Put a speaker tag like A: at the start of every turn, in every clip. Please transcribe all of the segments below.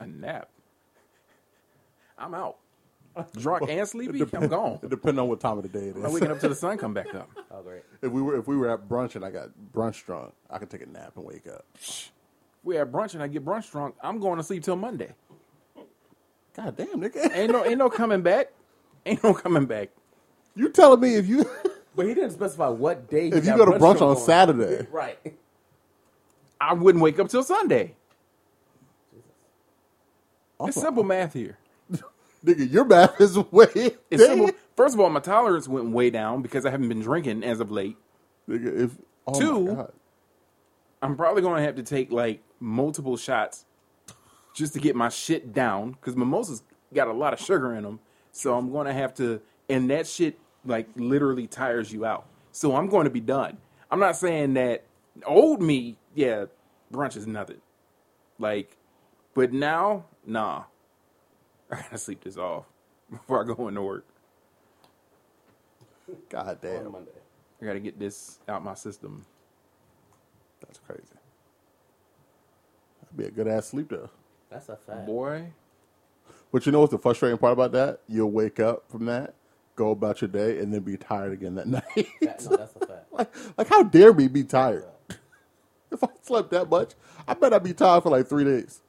A: a nap. I'm out. Drunk and sleepy, I'm gone.
B: It depends on what time of the day it
A: I'm
B: is.
A: waking up till the sun come back up.
C: Oh, great.
B: if we were if we were at brunch and I got brunch drunk, I could take a nap and wake up.
A: We at brunch and I get brunch drunk. I'm going to sleep till Monday.
B: God damn, nigga.
A: Ain't no, ain't no coming back. Ain't no coming back.
B: You telling me if you
C: But he didn't specify what day. he
B: if you
C: got
B: go to brunch
C: from
B: on
C: going.
B: Saturday,
C: right?
A: I wouldn't wake up till Sunday. It's
B: Also-
A: simple math here.
B: nigga, your math is way.
A: It's
B: damn.
A: simple. First of all, my tolerance went way down because I haven't been drinking as of late.
B: Nigga, if oh my
A: Two.
B: God.
A: I'm probably going to have to take like multiple shots just to get my shit down because mimosas got a lot of sugar in them. So I'm going to have to, and that shit like literally tires you out. So I'm going to be done. I'm not saying that old me, yeah, brunch is nothing. Like, but now, nah. I gotta sleep this off before I go into work.
B: God
C: On
B: damn,
C: Monday.
A: I gotta get this out my system.
B: that's crazy. That'd be a good ass sleep though.
C: That's a fact.
A: Boy,
B: But you know what's the frustrating part about that? You'll wake up from that, go about your day, and then be tired again that night.
C: That- no, that's a fact.
B: like, like how dare me be tired? If I slept that much, I bet I'd be tired for like three days.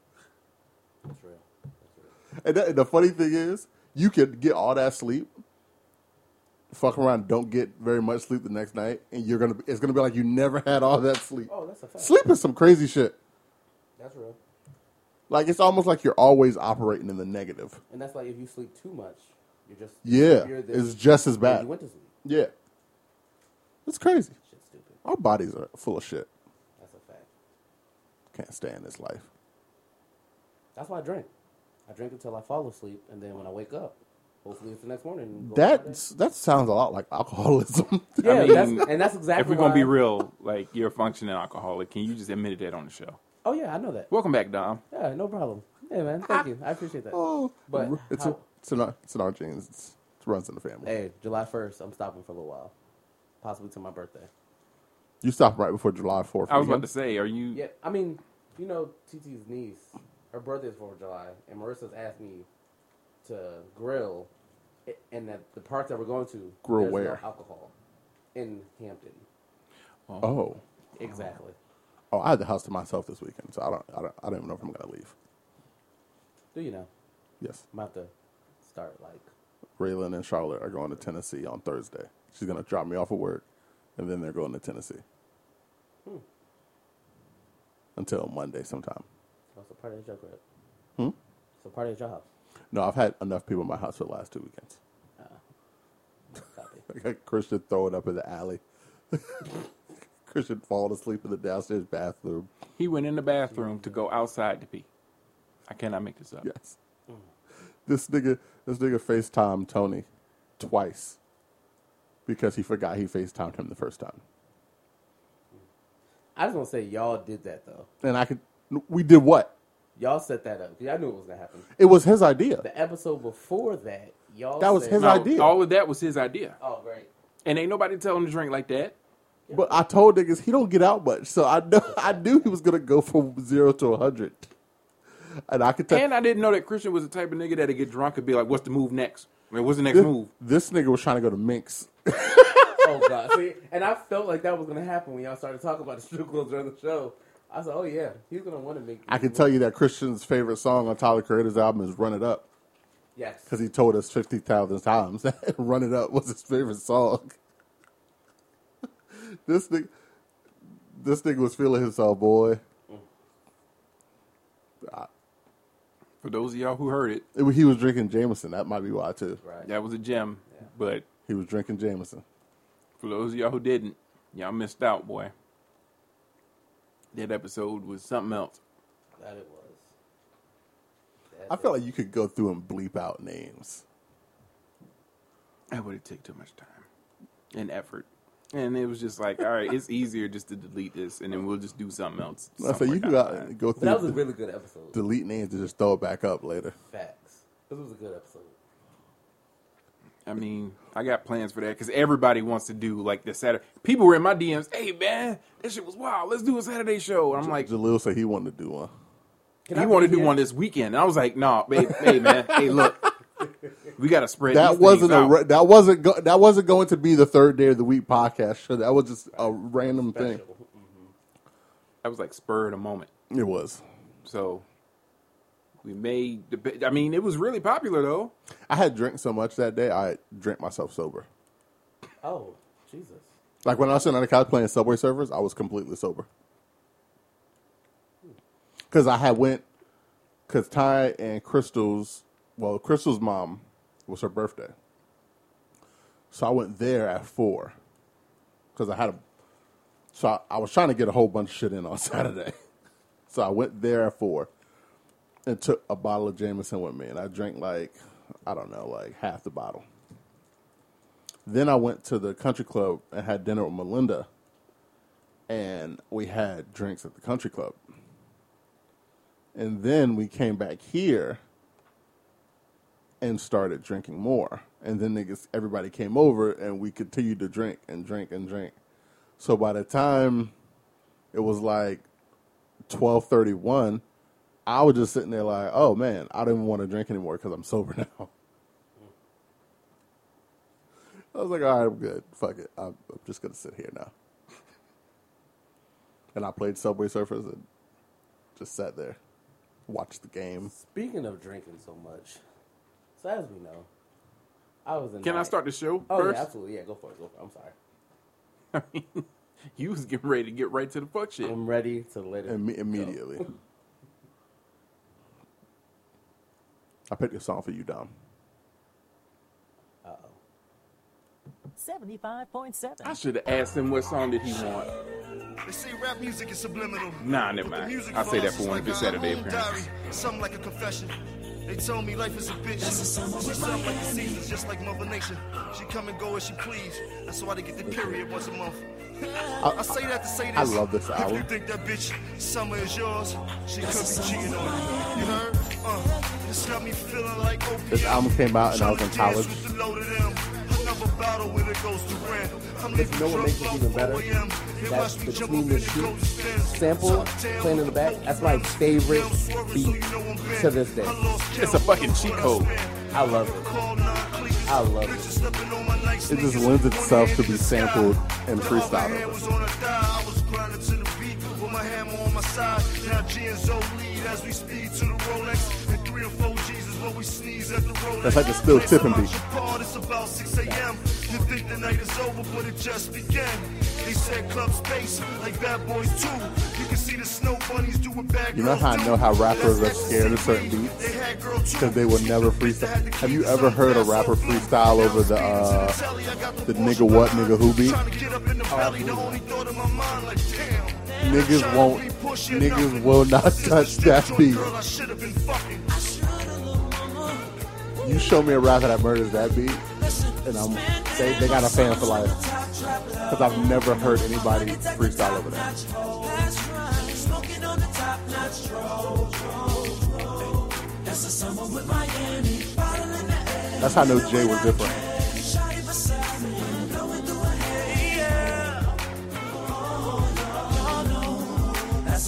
C: That's real. That's real.
B: And, that, and the funny thing is, you could get all that sleep, fuck around, don't get very much sleep the next night, and you're gonna. be- It's gonna be like you never had all that sleep.
C: Oh, that's a fact.
B: Sleep is some crazy shit.
C: That's real.
B: Like it's almost like you're always operating in the negative.
C: And that's like if you sleep too much, you're just
B: Yeah,
C: you're the-
B: it's just as
C: You
B: bad.
C: went to sleep.
B: Yeah, it's crazy.
C: Shit's stupid.
B: Our bodies are full of shit.
C: That's a fact.
B: Can't stand this life.
C: That's why I drink. I drink until I fall asleep, and then when I wake up, hopefully it's the next morning. and go about my day.
B: That that sounds a lot like alcoholism.
C: yeah,
A: I mean,
C: that's, and that's exactly.
A: if we're gonna
C: why-
A: be real, like you're a functioning alcoholic, can you just admit that on the show?
C: Oh yeah, I know that.
A: Welcome back, Dom.
C: Yeah, no problem. Hey man, thank you. I appreciate that.
B: oh,
C: But
B: it's a,
C: how-
B: it's in our it's in our genes. It's, it runs in the family.
C: Hey, July first, I'm stopping for a little while, possibly to my birthday.
B: You stopped right before July Fourth.
A: I was about to say, are you?
C: Yeah, I mean, you know, TT's niece, her birthday is Fourth of July, and Marissa's asked me to grill, i- and that the park that we're going to
B: Grill
C: there's no
B: where?
C: alcohol in Hampton.
B: Oh,
C: Exactly.
B: oh, I had the house to myself this weekend, so I don't I don't, I don't even know if I'm gonna leave.
C: Do you know?
B: Yes,
C: I'm about to start like
B: Raylan and Charlotte are going to Tennessee on Thursday. She's gonna drop me off at work, and then they're going to Tennessee until Monday sometime.
C: what's the party at your crib? Hmm. It's a party at your house.
B: No, I've had enough people in my house for the last two weekends.
C: Copy.
B: I got Christian throwing up in the alley. Christian falling asleep in the downstairs bathroom.
A: He went in the bathroom to go outside to pee. I cannot make this up.
B: Yes. This nigga, this nigga FaceTimed Tony twice because he forgot he FaceTimed him the first time.
C: I just want to say y'all did that though.
B: And I could, we did what?
C: Y'all set that up. 'cause Y'all knew it was gonna happen.
B: It was his idea.
C: The episode before that, y'all.
B: That was
C: said,
B: his
A: No,
B: idea.
A: All of that was his idea,
C: Oh great.
A: and ain't nobody tell him to drink like that.
B: But I told niggas he don't get out much, so I know I knew he was gonna go from zero to a hundred. And I could tell
A: And I didn't know that Christian was the type of nigga that'd get drunk and be like, "What's the move next? I mean, what's the next move?"
B: this nigga was trying to go to Minx.
C: oh god. See, and I felt like that was gonna happen when y'all started talking about the strip clubs during the show. I said, oh yeah, he's gonna want to make.
B: I can tell you that Christian's favorite song on Tyler Creator's album is "Run It Up."
C: Yes.
B: because he told us 50,000 times that Run It Up was his favorite song. this thing, this thing was feeling himself, boy.
A: For those of y'all who heard it,
B: It, wa- he was drinking Jameson. That might be why, too.
C: Right.
A: that was a gem. But
B: He was drinking Jameson.
A: for those of y'all who didn't, y'all missed out, boy. That episode was something else.
C: That it was.
B: I felt like you could go through and bleep out names.
A: That would have taken too much time and effort. And it was just like, all right, it's easier just to delete this, and then we'll just do something else.
B: I said,
A: somewhere
B: you
A: down
B: could go,
A: the
B: out
A: line.
B: and go through,
C: that was a really good episode.
B: delete names and just throw it back up later.
C: Facts. This was a good episode.
A: I mean, I got plans for that because everybody wants to do like the Saturday. People were in my DMs, hey man, that shit was wild. Let's do a Saturday show. And I'm like,
B: Jalil said he wanted to do one.
C: Can
A: he
C: I
A: wanted to do
C: bring
A: one
C: in-
A: this weekend. And I was like, no, babe, hey, man, hey, look, we got to spread
B: That
A: these things
B: wasn't a
A: out.
B: re- that wasn't go- that wasn't going to be the third day of the week podcast. show. That was just a random thing.
C: Special.
A: that was like spur of the moment.
B: It was.
A: So we made the. bi- I mean, it was really popular though.
B: I had drank so much that day. I drank myself sober.
C: Oh, Jesus.
B: Like when I was sitting on the couch playing Subway Surfers, I was completely sober. Because I had went, because Ty and Crystal's, well, Crystal's mom it was her birthday, so I went there at four, because I had a, so I, I was trying to get a whole bunch of shit in on Saturday, so I went there at four, and took a bottle of Jameson with me, and I drank like, I don't know, like half the bottle. Then I went to the country club and had dinner with Melinda, and we had drinks at the country club. And then we came back here and started drinking more. And then niggas, everybody came over, and we continued to drink and drink and drink. So by the time it was like twelve thirty one, I was just sitting there like, "Oh man, I don't even want to drink anymore because I'm sober now." I was like, all right, I'm good. Fuck it. I'm, I'm just going to sit here now. And I played Subway Surfers and just sat there, watched the game.
C: Speaking of drinking so much, so as we know, I was in.
A: Can I
C: Nyack.
A: start the show
C: Oh
A: first?
C: yeah, absolutely. Yeah, go for it. Go for it. I'm sorry.
A: You was getting ready to get right to the fuck shit.
C: I'm ready to let it
B: Imme-
C: go.
B: immediately. I picked a song for you, Dom.
C: Uh-oh.
D: 75.7.
A: I should have asked him what song did he want.
E: They say rap music is subliminal.
A: Nah, never
E: But the
A: mind.
E: music
A: I say
E: for
A: that
E: us
A: for
E: is
A: one
E: like
A: of his
E: our
A: Saturday
E: own
A: appearances.
E: diary, Something like a confession. They told me life is a bitch. She's something like the seasons, just like Mother Nature. She come and go as she please. That's why they get the period once a month. I, say that to say this.
B: I love this
E: If you
B: album.
E: think that bitch summer is yours, she could be cheating on you. You heard? Uh, this got me feeling like opium.
B: This album came out and I was in
E: Tryna dance
B: college.
E: with the load of them. Another bottle when it goes to grand. I'm leaving
C: know what makes it
E: drunk
C: even
E: about
C: better?
E: 4 a.m. It
C: That's
E: must be
C: between the
E: jumping in the
C: sheets.
E: coat stands.
C: Sample playing in the back. That's my favorite beat to this day.
A: It's a fucking cheat code.
C: I love it. I love it.
E: it.
B: It just lends itself to be sampled and freestyled over.
E: freestyle.
B: That's like the still tipping beat.
E: It's about 6 a.m. You think the night is over, but it just began. They said club space, like bad boys too. You can see the snow bunnies doing bad
B: You know how I know how rappers are scared of certain beats?
E: because
B: Because they will never freestyle. Have you ever heard a rapper freestyle over the, uh, the nigga what, nigga who beat? Niggas won't, niggas will not touch that beat. You show me a rapper that murders that beat, and I'm they, they got a fan for life. Because I've never heard anybody freestyle over that. That's how I know Jay was different.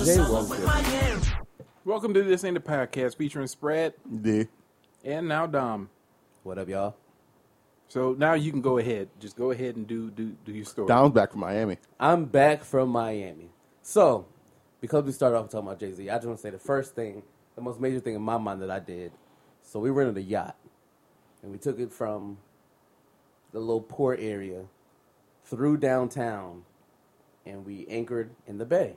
C: Jay was good.
A: Welcome to This Ain't a Podcast featuring Spread
B: D.
A: and now Dom.
C: What up, y'all?
A: So now you can go ahead. Just go ahead and do do, do your story.
B: Dom's back from Miami.
C: I'm back from Miami. So, because we started off talking about Jay Z, I just want to say the first thing, the most major thing in my mind that I did. So, we rented a yacht, and we took it from the little port area through downtown, and we anchored in the bay.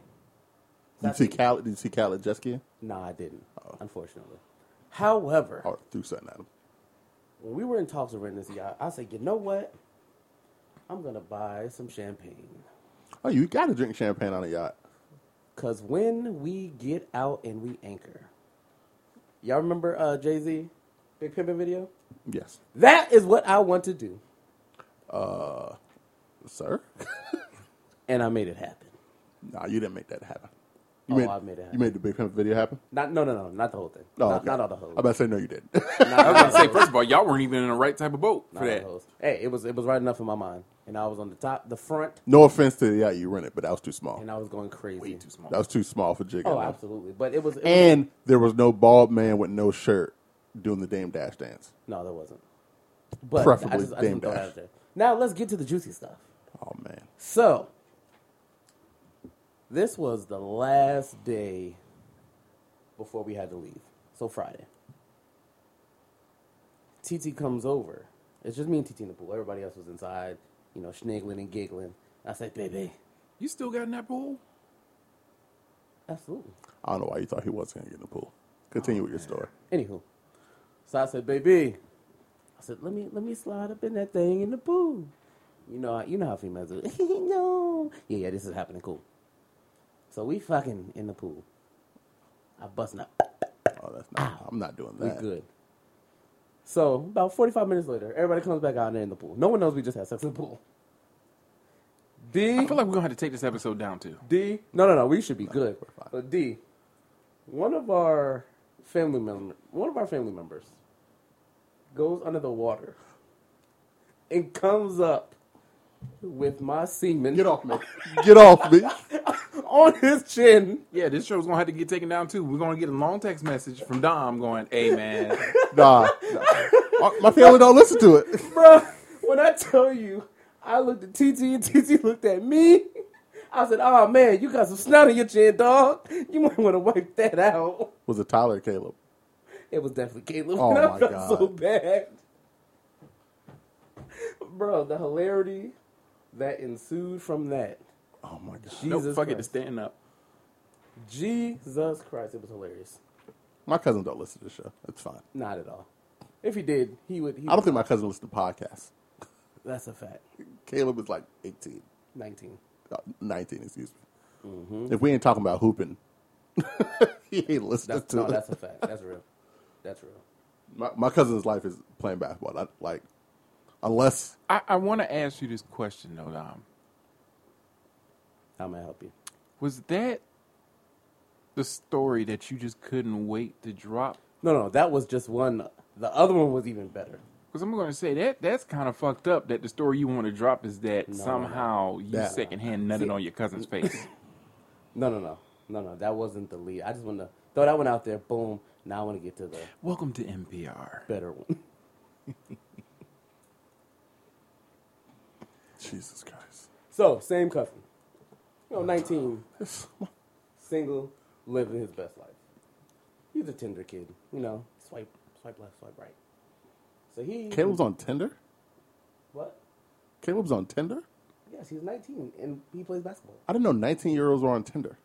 B: Did you see Khaled? Did you see Khaled jet skiing?
C: No, I didn't, unfortunately. However,
B: Or Oh, threw something at him.
C: when we were in talks of renting this yacht, I said, you know what? I'm going to buy some champagne.
B: Oh, you got to drink champagne on a yacht.
C: Cause when we get out and we anchor, y'all remember uh, Jay Z, Big Pimpin' video?
B: Yes.
C: That is what I want to do,
B: Sir?
C: and I made it happen.
B: nah, you didn't make that happen. You
C: Oh,
B: made,
C: I made it happen.
B: You made the Big Pimp video happen?
C: Not no no no not the whole thing.
A: Oh,
B: No,
C: not,
B: okay.
C: not all the whole.
B: I'm about to say no, you didn't.
A: I was gonna say, first of all, y'all weren't even in the right type of boat
C: Not
A: for
C: all the
A: that.
C: hoes. Hey, it was it was right enough in my mind, and I was on the top, the front,
B: no offense to yeah, you rent it, but that was too small.
C: and I was going crazy.
A: Way too small.
B: That was too small for Jigga.
C: Oh,
B: man.
C: absolutely. But it was, it was
B: And there was no bald man with no shirt doing the damn dash dance.
C: no, there wasn't. But
B: Preferably
C: I just, I just
B: Dame
C: wanna throw that
B: Dash.
C: out there. Now let's get to the juicy stuff.
B: Oh man,
C: So, this was the last day before we had to leave. So, Friday. TT comes over. It's just me and TT in the pool. Everybody else was inside, you know, sniggling and giggling. I said, baby,
A: You still got in that pool?
C: absolutely.
B: I don't know why you thought he was gonna get in the pool. Continue
C: Oh,
B: with your story.
C: Anywho, so I said, "Baby," I said, "Let me let me slide up in that thing in the pool." You know, you know how females do. no, yeah, yeah, this is happening. Cool. So we fucking in the pool. I bust up.
B: Oh, that's not. I'm not doing
C: We
B: that.
C: good. So about forty five minutes later, everybody comes back out there in the pool. No one knows we just had sex in the pool. D
A: I feel like we're gonna have to take this episode down too.
C: D. No, no, no. We should be good.
B: we're fine.
C: But D, one of our family member, one of our family members, goes under the water and comes up with my semen
B: Get off me. Get off me.
C: on his chin.
A: Yeah, this show's gonna have to get taken down too. We're gonna get a long text message from Dom going, "Hey man,
B: Nah. nah. My- My family don't listen to it.
C: Bruh, when I tell you, I looked at TT and TT looked at me. I said, "Oh man, you got some snot on your chin, dog. You might want to wipe that out."
B: Was it Tyler or Caleb?
C: It was definitely Caleb.
B: Oh,
C: and I
B: my
C: felt
B: God.
C: so bad. Bro, the hilarity that ensued from that.
B: Oh my god.
A: nope,
C: Jesus
A: fuck it,
C: Christ.
A: to stand up."
C: Jesus Christ, it was hilarious.
B: My cousin don't listen to the show. It's fine.
C: Not at all. If he did, he would. He
B: I don't
C: would-
B: think my cousin listens to podcasts.
C: That's a fact.
B: Caleb is like 18,
C: 19.
B: uh, 19, excuse me.
C: Mm-hmm.
B: If we ain't talking about hooping, he ain't listening
C: That's,
B: to
C: no,
B: it.
C: that's a fact. That's real. That's real.
B: my, my cousin's life is playing basketball. I, like, unless
A: I, I want to ask you this question though, Dom.
C: How may I help you?
A: Was that the story that you just couldn't wait to drop?
C: No, no, that was just one. The other one was even better.
A: Because I'm gonna say that that's kind of fucked up. That the story you want to drop is that somehow you
B: That-
A: secondhand nutted on your cousin's face.
C: No, no, no. No, no, that wasn't the lead. I just want to throw that one out there. Boom. Now I want to get to the
A: Welcome to NPR.
C: better one.
B: Jesus Christ,
C: So, same cousin. You know, 19, single, living his best life. He's a Tinder kid, you know, swipe, swipe left, swipe right. So he.
B: Caleb's on Tinder.
C: What?
B: Caleb's on Tinder.
C: Yes, he's 19 and he plays basketball.
B: I didn't know 19 year olds were on Tinder.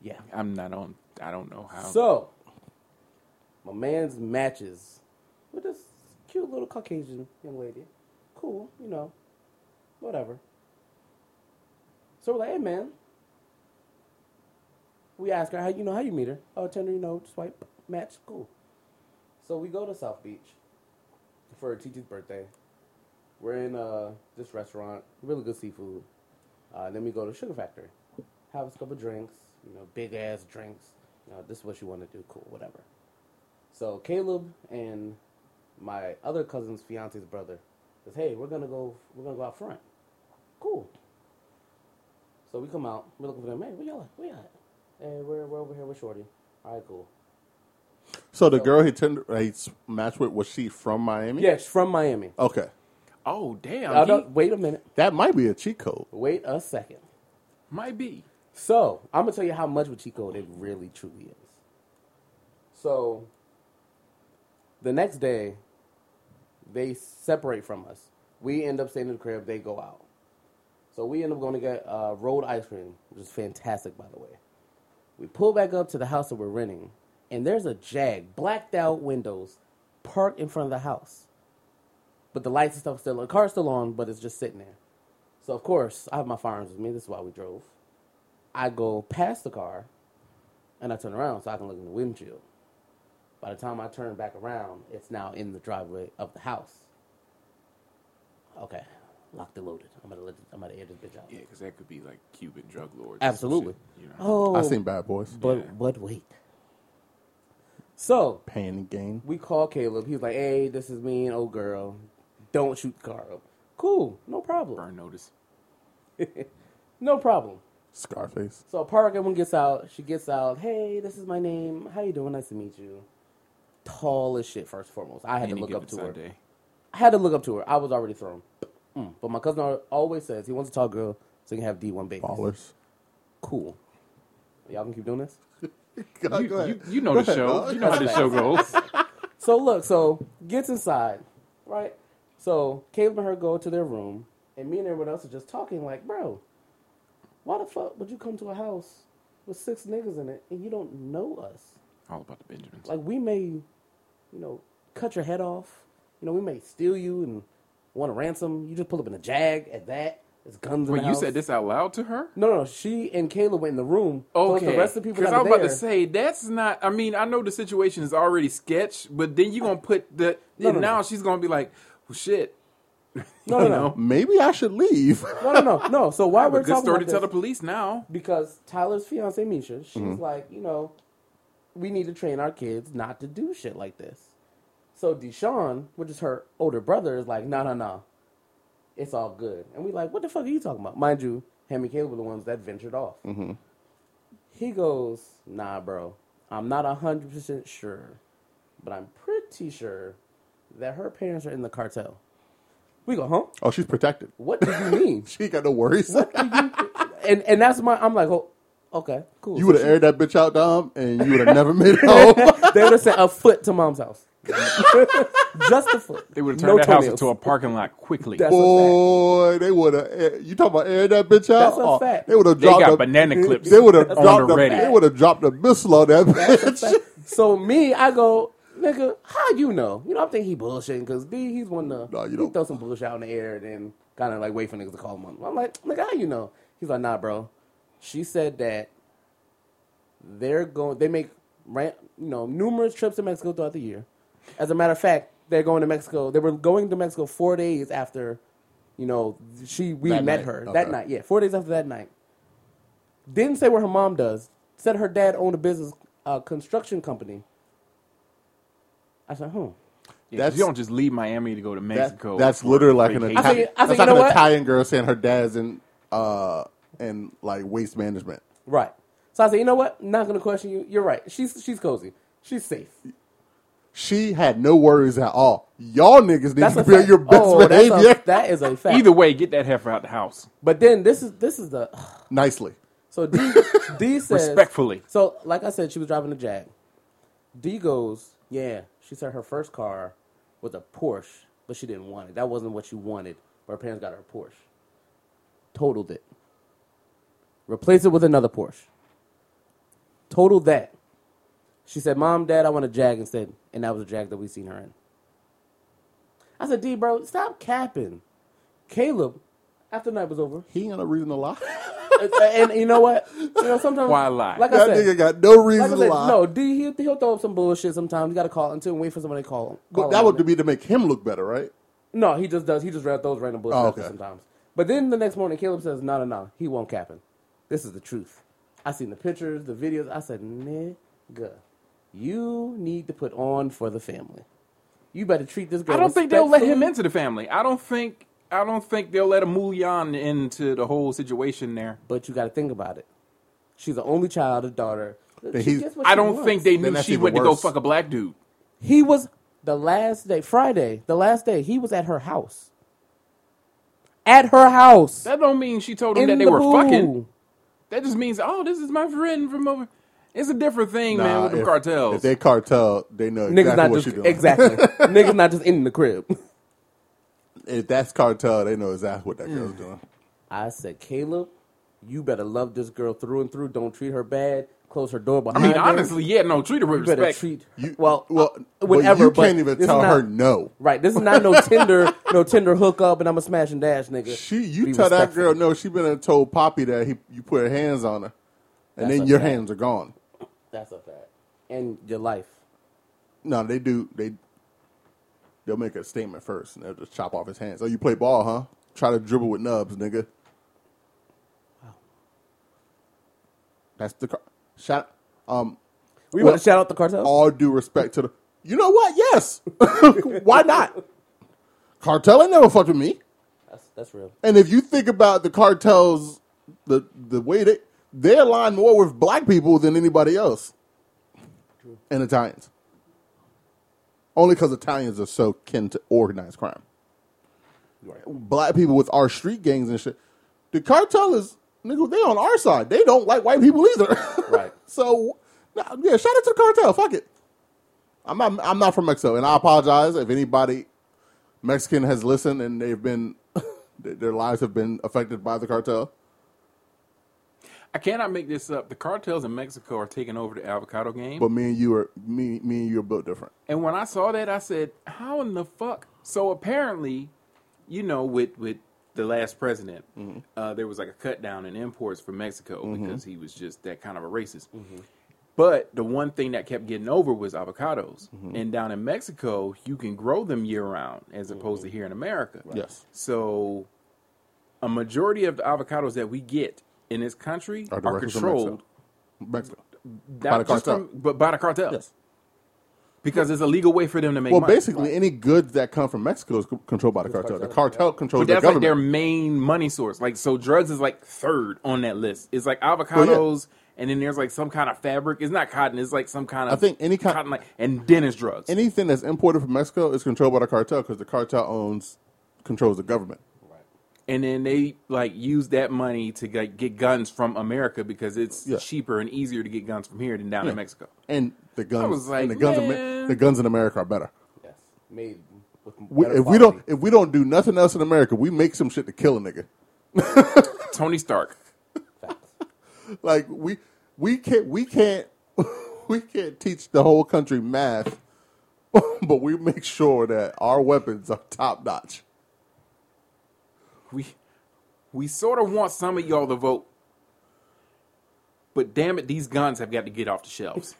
C: Yeah.
A: I'm not on. I don't know how.
C: So, my man's matches with this cute little Caucasian young lady. Cool, you know, whatever. So we're like, hey man. We ask her how you know how you meet her. Oh, Tinder, you know, swipe, match, cool. So we go to South Beach for TT's birthday. We're in uh, this restaurant, really good seafood. Uh, then we go to Sugar Factory, have a couple drinks, you know, big ass drinks. You know, this is what you want to do, cool, whatever. So Caleb and my other cousin's fiance's brother says, "Hey, we're gonna go, we're gonna go out front." Cool. So we come out, we're looking for them. Hey, where y'all at? Where y'all at? Hey, we're we're over here with Shorty. All right, cool.
B: So the girl he Tinder he s- matched with was she from Miami?
C: Yeah, she's from Miami.
B: Okay,
A: oh damn,
C: Oh, no,
A: he
C: wait a minute.
B: that might be a cheat code.
C: Wait a second.
A: might be.
C: So I'm gonna tell you how much of a cheat code it really truly is. So the next day, they separate from us. We end up staying in the crib. They go out. So we end up going to get uh, rolled ice cream, which is fantastic, by the way. We pull back up to the house that we're renting, and there's a Jag, blacked out windows, parked in front of the house. But the lights and stuff still, the car's still on, but it's just sitting there. So of course, I have my firearms with me. This is why we drove. I go past the car, and I turn around so I can look in the windshield. By the time I turn back around, it's now in the driveway of the house. Okay, Locked and loaded. I'm gonna let. I'm gonna air this bitch out.
A: Yeah, because that could be like Cuban drug lords. or some
C: Absolutely.
A: shit, you know?
C: Oh,
B: I seen Bad Boys.
C: but
A: Yeah.
C: but wait. So
B: Pain and gain.
C: we call Caleb. He's like, "Hey, this is me and old girl. Don't shoot Carl. Cool, no problem.
A: Burn notice.
C: No problem."
B: Scarface.
C: So Park everyone gets out. She gets out. Hey, this is my name. How you doing? Nice to meet you. Tall as shit. First and foremost, I had
A: Any
C: to look
A: given
C: up to her.
A: Sunday.
C: I had to look up to her. I was already thrown. Mm. But my cousin al- always says he wants a tall girl so he can have D one babies.
B: Ballers.
C: Cool. Y'all can keep doing this.
B: Oh,
A: You, you, you know the show. You know how the show goes.
C: So look, so gets inside, right? So Caleb and her go to their room, and me and everyone else are just talking like, bro, why the fuck would you come to a house with six niggas in it and you don't know us?
A: All about the Benjamins.
C: Like we may, you know, cut your head off. You know, we may steal you and want a ransom. You just pull up in a jag at that. There's guns in
A: Wait,
C: the
A: you
C: house.
A: said this out loud to her?
C: No, no, she and Caleb went in the room. So it's the rest of the people
A: Because
C: that
A: I
C: are
A: was about
C: there.
A: to say that's not. I mean, I know the situation is already sketch, but then you gonna put the
C: No,
A: and
C: no,
A: now
C: no.
A: she's gonna be like, well, shit.
C: no, no,
A: you
C: no,
A: know,
B: Maybe I should leave.
C: no, no, no, no. So why
A: I have
C: we're
A: a good
C: talking
A: story
C: about
A: to
C: this?
A: tell the police now.
C: because Tyler's fiance Misha, she's like, you know, we need to train our kids not to do shit like this. So Deshaun, which is her older brother, is like, no, no, no, it's all good. And we like, what the fuck are you talking about? Mind you, him and Caleb were the ones that ventured off. He goes, nah, bro, I'm not hundred percent sure, but I'm pretty sure that her parents are in the cartel. We go, huh?
B: Oh, she's protected.
C: What do you mean?
B: She ain't got no worries.
C: and and that's my. I'm like, oh, okay, cool.
B: You
C: So
B: would have aired that bitch out, Dom, and you would have never made it home.
C: they would have sent a foot to mom's house. Just a foot.
A: They would have
C: No
A: turned that house
C: toenails.
A: into a parking lot quickly.
C: That's-
B: Boy, they would have. You talking about aired that bitch out?
C: That's a
B: Oh,
C: fact.
B: They would have
A: they
B: dropped.
A: got
B: a,
A: banana clips.
B: They would have
A: on
B: dropped.
A: the
B: A,
A: ready.
B: they would have dropped a missile on that bitch.
C: So me, I go, nigga, how you know? You know, I'm thinking he bullshitting because D, he's one to
B: Nah, you
C: he
B: don't.
C: throw some bullshit out in the air and then kind of like wait for niggas to call him up. I'm like, nigga, how you know? He's like, nah, bro. She said that they're going, they make ran, you know numerous trips to Mexico throughout the year. As a matter of fact, they're going to Mexico. They were going to Mexico four days after, you know, she we
B: That
C: met
B: night.
C: her
B: Okay.
C: that night. Yeah, four days after that night. Didn't say what her mom does. Said her dad owned a business, uh, construction company. I said,
A: Yeah,
C: hmm.
A: 'cause
B: That's-
A: you don't just leave Miami to go to
B: That-
A: Mexico.
B: that's
A: for
B: literally like an
A: vacation.
C: I
B: Italian.
C: think- I
B: that's
C: think
B: like
C: you know
B: an
C: what?
B: Italian girl saying her dad's in uh in like waste management.
C: Right. So I said, you know what? Not gonna question you. You're right. She's she's cozy. She's safe.
B: She had no worries at all. Y'all niggas need
C: That's
B: to
C: a
B: be on
C: fact.
B: your best
C: oh, that's
B: behavior
C: a, that is a fact.
A: Either way, get that heifer out the house.
C: But then this is this is the
B: nicely.
C: so D D says
A: Respectfully.
C: So like I said, she was driving a Jag. D goes, yeah. She said her first car was a Porsche, but she didn't want it. That wasn't what she wanted. But her parents got her a Porsche. Totaled it. Replace it with another Porsche. Totaled that. She said, "Mom, Dad, I want a Jag instead," and that was a Jag that we seen her in. I said, "D, bro, stop capping." Caleb, after the night was over,
B: He ain't got no reason to lie.
C: and, and you know what? You know sometimes
A: Why lie?
C: Like I
B: that
C: said,
B: nigga got no
C: like
B: reason
C: I
B: to
C: said
B: lie.
C: no. D he he'll throw up some bullshit sometimes. You got to call until and wait for somebody to call him.
B: but that would be to make him look better, right?
C: no. He just does. He just read those random bullshit
B: Oh,
C: out there
B: okay.
C: sometimes. But then the next morning, Caleb says, "No, no, no. He won't capping. This is the truth. I seen the pictures, the videos. I said, nigga, you need to put on for the family. You better treat this girl.
A: I don't think they'll let him
C: respectfully."
A: into the family. I don't think. I don't think they'll let a Mulyan into the whole situation there.
C: But you got to think about it. She's the only child, a daughter. She
B: he's-
C: gets what
A: I
C: she
A: don't
C: wants.
A: think they
B: Then
A: knew
B: that's
A: she
B: even
A: went to go
B: worse.
A: fuck a black dude.
C: He was the last day, Friday, the last day, he was at her house. At her house.
A: That don't mean she told him
C: in
A: that they
C: the
A: were
C: pool.
A: fucking. That just means, oh, this is my friend from over. It's a different thing, man, with the
B: if,
A: cartels.
B: If they cartel, they know
C: Niggas
B: exactly
C: not
B: what
C: just
B: she doing.
C: exactly. Niggas not just in the crib.
B: If that's cartel, they know exactly what that girl's
C: Mm.
B: doing.
C: I said, Caleb, you better love this girl through and through. Don't treat her bad. Close her door
A: I
C: behind
A: mean,
C: her.
A: honestly, yeah, no, treat her with
C: you better
A: respect.
C: treat.
B: You
C: well,
B: well,
C: uh,
B: but
C: whenever.
B: you
C: but
B: can't even
C: this is
B: tell
C: not-
B: her no.
C: Right, this is not no Tinder, no Tinder hookup, and I'm a smash and dash nigga.
B: She, you
C: Be
B: tell that
C: respectful.
B: girl no. She been and told Poppy that he, you put her hands on her, and
C: That's
B: then
C: a
B: your
C: fact.
B: hands are gone.
C: That's a fact. And your life.
B: No, they do. They they'll make a statement first, and they'll just chop off his hands. Oh, you play ball, huh? Try to dribble with nubs, nigga. Wow. That's the car. Shout. Um,
C: We
B: well,
C: want to shout out the cartel.
B: all due respect to the. You know what? Yes. Why not? Cartel ain't never fucked with me.
C: that's, that's real.
B: And if you think about the cartels, the the way they they align more with black people than anybody else, and Italians. Only because Italians are so kin to organized crime. Black people with our street gangs and shit. The cartel is nigga. They on our side. They don't like white people either.
C: Right.
B: so, nah, yeah. Shout out to the cartel. Fuck it. I'm not. I'm not from Mexico, and I apologize if anybody Mexican has listened and they've been th- their lives have been affected by the cartel.
A: I cannot make this up. The cartels in Mexico are taking over the avocado game.
B: But me and you are me me and you are built different.
A: And when I saw that, I said, "How in the fuck?" So apparently, you know, with with the last president,
B: Mm-hmm.
A: uh, there was like a cut down in imports from Mexico because he was just that kind of a racist.
B: Mm-hmm.
A: But the one thing that kept getting over was avocados.
B: Mm-hmm.
A: And down in Mexico, you can grow them year round, as opposed to here in America.
B: Mm-hmm. Yes.
A: So, a majority of the avocados that we get in this country
B: Are
A: are,
B: directly from Mexico.
A: controlled
B: Mexico.
A: not
B: the
A: just
B: cartel.
A: from- but by the cartels.
B: Yes.
A: Because it's a legal way for them to make
B: Well,
A: money.
B: basically, any goods that come from Mexico is c- controlled by the cartel. The
C: cartel,
B: cartel controls
A: But
B: the
A: that's like their
B: government.
A: main money source. Like so, drugs is like third on that list. It's like avocados,
B: Well,
A: and then there's like some kind of fabric. It's not cotton. It's like some kind
B: I
A: of
B: think any kind-
A: cotton like and dentist drugs.
B: Anything that's imported from Mexico is controlled by the cartel because the cartel owns controls the government.
A: and then they like use that money to like, get guns from America because it's
B: Yeah.
A: cheaper and easier to get guns from here than down
B: Yeah.
A: in Mexico.
B: And the guns,
A: was like,
B: and the guns, in Ma-
A: man.
B: the guns in America are better.
C: Yes, made with
B: We,
C: better
B: if we don't,
C: quality.
B: if we don't do nothing else in America, we make some shit to kill a nigga.
A: Tony Stark.
C: Facts.
B: like we we can't we can't we can't teach the whole country math, but we make sure that our weapons are top notch.
A: We we sort of want some of y'all to vote, but damn it, these guns have got to get off the shelves.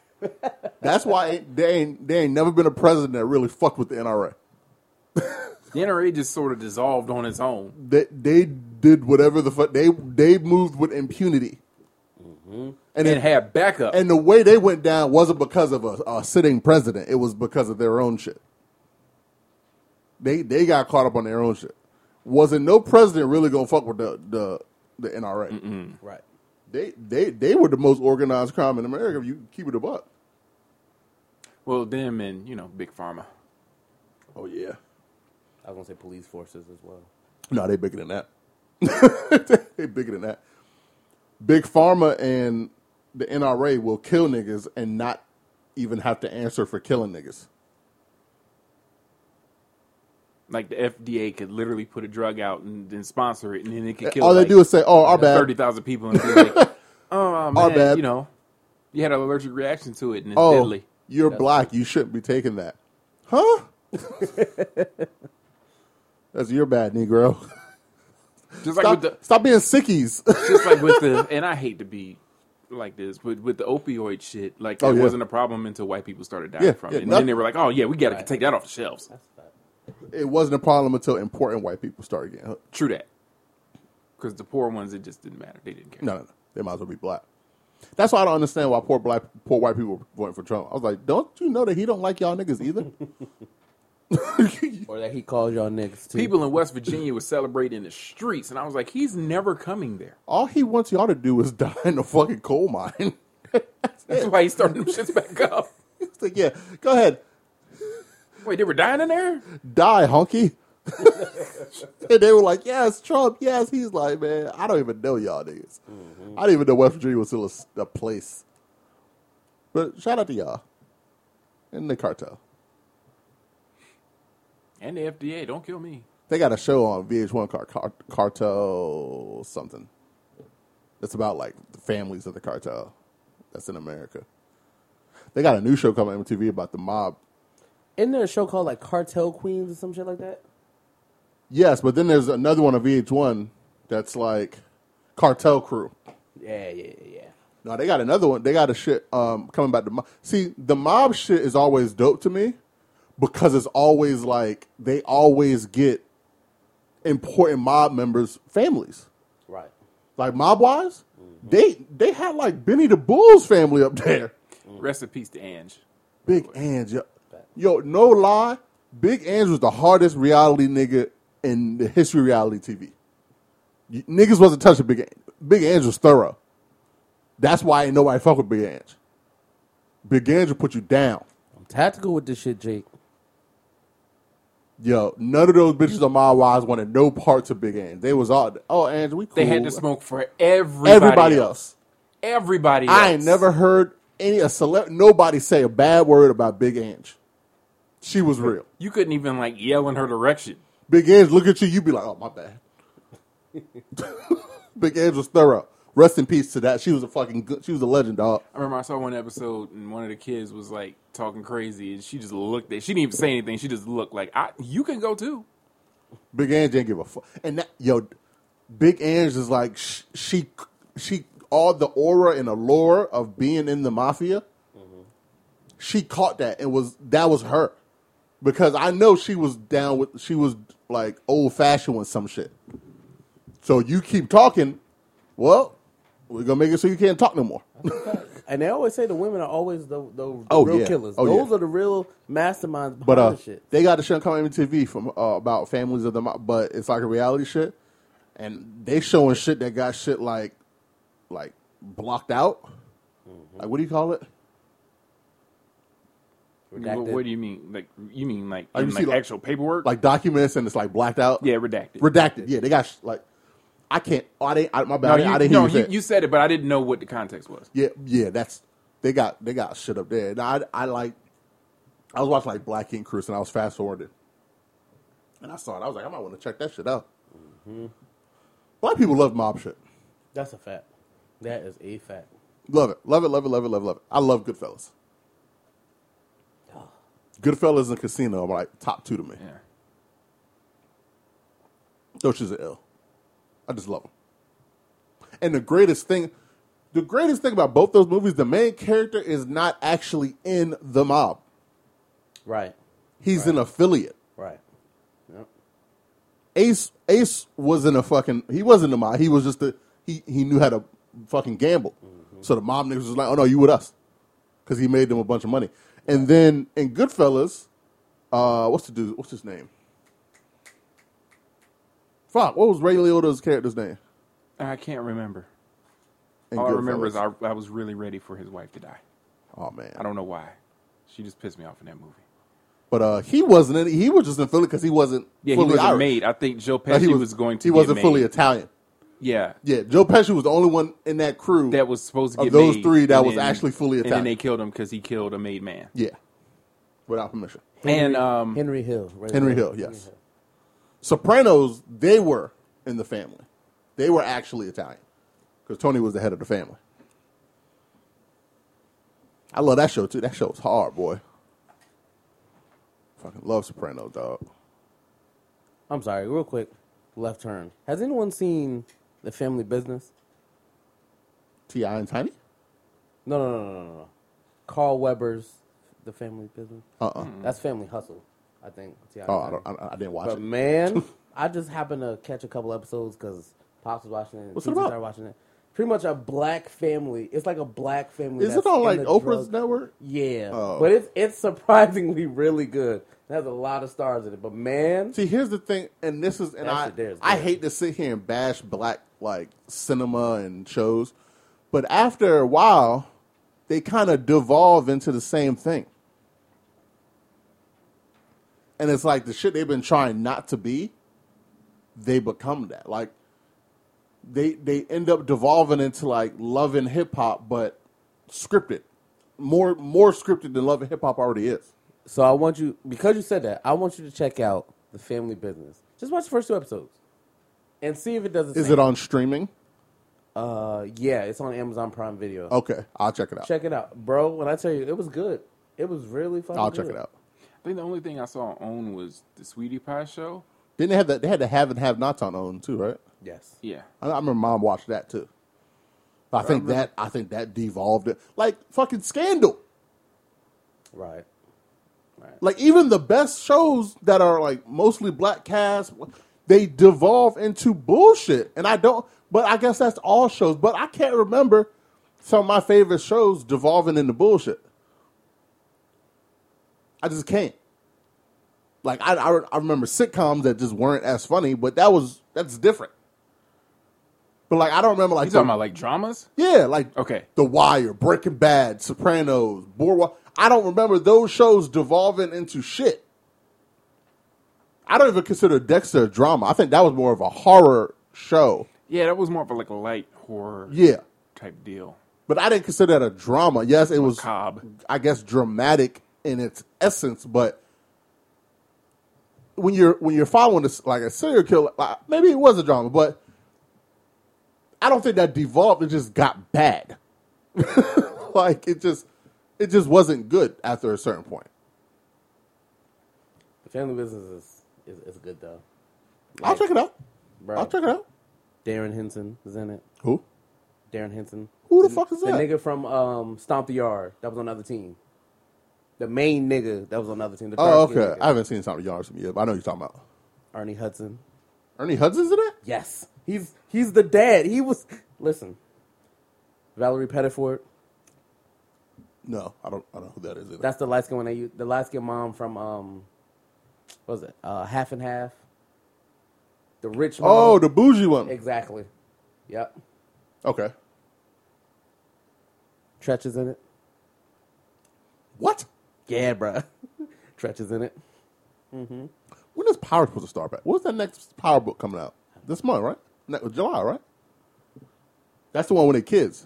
B: That's why ain't, they ain't they ain't never been a president that really fucked with the NRA.
A: the NRA just sort of dissolved on its own.
B: They they did whatever the fuck they they moved with impunity, and
A: and
B: it,
A: have backup.
B: and the way they went down wasn't because of a, a sitting president. It was because of their own shit. They they got caught up on their own shit. Wasn't no president really gonna fuck with the the, the NRA?
C: Right.
B: They they they were the most organized crime in America. If you keep it a buck.
A: well, them and you know, big pharma.
B: Oh yeah.
C: I was gonna say police forces as well.
B: No, they bigger than that. they bigger than that. Big pharma and the NRA will kill niggas and not even have to answer for killing niggas.
A: Like the FDA could literally put a drug out and then sponsor it, and then it could kill.
B: All
A: like,
B: they do is say, "Oh, our bad."
A: thirty thousand people, and be like, "Oh man,
B: bad.
A: you know, you had an allergic reaction to it, and it's
B: oh,
A: deadly."
B: you're black. You shouldn't be taking that. Huh? That's your bad, Negro.
A: Just like
B: Stop,
A: with the,
B: stop being sickies.
A: just like with the, and I hate to be like this, but with the opioid shit, like that
B: Oh, yeah.
A: wasn't a problem until white people started dying
B: Yeah,
A: from
B: yeah,
A: it, and
B: nothing-
A: then they were like, "Oh yeah, we got to
C: Right.
A: take that off the shelves."
C: That's fact.
B: it wasn't a problem until important white people started getting hooked.
A: True that. Because the poor ones, it just didn't matter. They didn't care.
B: No, no, no. They might as well be black. That's why I don't understand why poor black, poor white people were voting for Trump. I was like, don't you know that he don't like y'all niggas either?
C: Or that he calls y'all niggas too.
A: People in West Virginia were celebrating in the streets, and I was like, "He's never coming there."
B: All he wants y'all to do is die in a fucking coal mine.
A: That's why he's starting them shits back up.
B: it's like, yeah, go ahead,
A: Wait, they were dying in there?
B: die, honky. and they were like, yes, Trump, yes. He's like, man, I don't even know y'all niggas. I didn't even know West Virginia was still a s- a, place. But shout out to y'all and the cartel.
A: And the FDA, don't kill me.
B: They got a show on VH1 car, car, Cartel something. It's about like the families of the cartel that's in America. They got a new show coming on MTV about the mob.
C: Isn't there a show called like Cartel Queens or some shit like that?
B: Yes, but then there's another one on VH1 that's like Cartel Crew.
C: Yeah, yeah, yeah. yeah.
B: No, they got another one. They got a shit um, coming about the mob. See, the mob shit is always dope to me because it's always like they always get important mob members' families.
C: Right.
B: Like mob wise, they they had like Benny the Bull's family up there.
C: Mm.
A: Rest in peace to Ange.
B: Big Ange, yo, yo, no lie, Big Ange was the hardest reality nigga in the history of reality TV. You- Niggas wasn't touching Big Ange. Big Ange was thorough. That's why ain't nobody fuck with Big Ange. Big Ange will put you down.
C: I'm tactical with this shit, Jake.
B: Yo, none of those bitches on my wise wanted no parts of Big Ange. They was all, oh, Ange, we cool.
A: They had to smoke for everybody,
B: Everybody else.
A: Everybody else.
B: I ain't never heard any a celeb nobody say a bad word about Big Ange. She was real.
A: You couldn't even like yell in her direction.
B: Big Ange, look at you, you be like, oh my bad. Big Ange was thorough. Rest in peace to that. She was a fucking good, she was a legend, dog.
A: I remember I saw one episode and one of the kids was like talking crazy and she just looked at she didn't even say anything. She just looked like I you can go too.
B: Big Ange didn't give a fuck. And that, yo, Big Ange is like sh- she she all the aura and allure of being in the mafia. She caught that and was that was her because I know she was down with she was like old fashioned with some shit. So you keep talking, well, we're gonna make it so you can't talk no more.
C: And they always say the women are always the, the, the
B: Oh,
C: real
B: yeah.
C: killers.
B: Oh,
C: Those
B: yeah.
C: are the real masterminds behind
B: But uh,
C: the shit.
B: they got a show coming on MTV from uh, about families of the mo- but it's like a reality shit, and they showing shit that got shit like, like blocked out.
A: Mm-hmm.
B: Like what do you call it?
A: What,
C: Redacted.
A: what do you mean? Like you mean like
B: Like,
A: in,
B: Oh, you see,
A: like,
B: like-
A: actual paperwork?
B: Like documents and it's like blacked out.
A: yeah, redacted.
B: redacted. Yeah, they got sh- like, I can't. Oh, I didn't. I, my bad.
A: No,
B: I, didn't-
A: you,
B: I didn't
A: no,
B: hear you,
A: you,
B: say it.
A: you said it, but I didn't know what the context was.
B: Yeah, yeah. That's they got they got shit up there. And I I like, I was watching like Black Ink Cruise and I was fast forwarded, and I saw it. I was like, I might want to check that shit out. Black people love mob shit.
C: That's a fact. That is a fact.
B: Love it. Love it. Love it. Love it. Love it. Love it. I love Goodfellas. Goodfellas and Casino are like top two to me.
A: Yeah.
B: Those shits are ill. I just love them. And the greatest thing, the greatest thing about both those movies, the main character is not actually in the mob.
C: Right.
B: He's an affiliate.
C: Right. Yep.
B: Ace Ace wasn't a fucking. He wasn't the mob. He was just a. He he knew how to fucking gamble.
A: Mm-hmm.
B: So the mob niggas was like, "Oh no, you with us," because he made them a bunch of money. And then in Goodfellas, uh, what's the dude? What's his name? Fuck. What was Ray Liotta's character's name?
A: I can't remember.
B: in
A: All I remember
B: Goodfellas?
A: is I, I was really ready for his wife to die.
B: Oh man,
A: I don't know why. She just pissed me off in that movie.
B: But uh, he wasn't. In, he was just in Philly because he wasn't.
A: Yeah,
B: fully
A: he was
B: Irish.
A: a maid. I think Joe Pesci
B: Like,
A: was, going to.
B: He
A: get
B: wasn't
A: made.
B: fully Italian.
A: Yeah,
B: Yeah, Joe Pesci was the only one in that crew
A: that was supposed to
B: Of
A: get
B: those
A: made,
B: three, that
A: and
B: was actually fully
A: And then
B: Italian.
A: they killed him because he killed a made man.
B: Yeah, without permission.
A: and um,
C: Henry Hill. Right
B: Henry
C: there.
B: Hill, yes. Sopranos, they were in the family. They were actually Italian because Tony was the head of the family. I love that show too. That show's hard, boy. Fucking love Sopranos, dog.
C: I'm sorry, real quick. Left turn. Has anyone seen The Family Business?
B: Ti and Tiny.
C: No, no, no, no, no, no. Carl Weber's The Family Business.
B: Uh uh
C: That's Family Hustle, I think. Yeah,
B: Oh, I, don't, I, I didn't watch
C: But
B: it.
C: man, I just happened to catch a couple episodes because Pops was watching it.
B: What's
C: Pizza
B: it about?
C: Started watching it. Pretty much a black family. It's like a black family.
B: Is it
C: that's
B: on
C: in
B: like
C: the
B: Oprah's
C: drug-
B: network?
C: Yeah,
B: Oh.
C: but it's it's surprisingly really good. It has a lot of stars in it. But man,
B: See, here's the thing, and this is, and
C: That
B: I,
C: shit there is
B: I
C: good.
B: hate to sit here and bash black like cinema and shows, but after a while, they kind of devolve into the same thing, and it's like the shit they've been trying not to be, they become that. Like they they end up devolving into like love and hip hop, but scripted, more more scripted than love and hip hop already is.
C: so I want you because you said that I want you to check out the Family Business. Just watch the first two episodes and see if it does. The
B: Is
C: same.
B: it on streaming?
C: Uh, yeah, it's on Amazon Prime Video.
B: Okay, I'll check it out.
C: Check it out, bro. When I tell you, it was good. It was really fucking.
B: I'll check
C: Oh, good.
B: it out.
A: I think the only thing I saw on OWN was the Sweetie Pie show.
B: Didn't they have that? They had to have and have nots on own too, right?
C: Yes.
A: Yeah,
B: I, I remember mom watched that too. I think that I think that devolved it like fucking scandal.
C: Right.
B: Like even the best shows that are like mostly black cast, they devolve into bullshit. And I don't, but I guess that's all shows. But I can't remember some of my favorite shows devolving into bullshit. I just can't. Like I, I, I remember sitcoms that just weren't as funny, but that was that's different. But like I don't remember like
A: You talking
B: the-
A: about like dramas?
B: yeah, like
A: Okay.
B: The Wire, Breaking Bad, Sopranos, Boardwalk. I don't remember those shows devolving into shit. I don't even consider Dexter a drama. I think that was more of a horror show.
A: Yeah, that was more of a, like a light horror
B: Yeah,
A: type deal.
B: but I didn't consider that a drama. Yes, it was,
A: Cobb.
B: I guess, dramatic in its essence, but when you're when you're following this like a serial killer, like, maybe it was a drama, but I don't think that devolved. It just got bad. like it just it just wasn't good after a certain point.
C: The family business is, is, is good though.
B: I'll check it out.
C: Bro,
B: I'll check it out.
C: Darren Henson is in it.
B: Who?
C: Darren Henson.
B: Who the fuck is
C: the
B: that?
C: nigga from um, Stomp the Yard that was on another team. The main nigga that was on another team. The
B: Oh,
C: dark-skinned
B: okay. I
C: nigga.
B: haven't seen something yards from you, but I know you're talking about
C: Ernie Hudson.
B: Ernie Hudson's in it.
C: Yes, he's he's the dad. He was listen. Valerie Pettiford.
B: No, I don't. I don't know who that is either.
C: That's the light skin one. They u- the light skin mom from um, what was it uh, half and half? The rich. Mom.
B: oh, the bougie one.
C: exactly. Yep.
B: Okay.
C: Tretch is in it.
B: What?
C: Yeah, bruh. Tretch is in it.
B: When is Power supposed to start back? What's that next Power book coming out? This month, right? Ne- July, right? That's the one with the kids.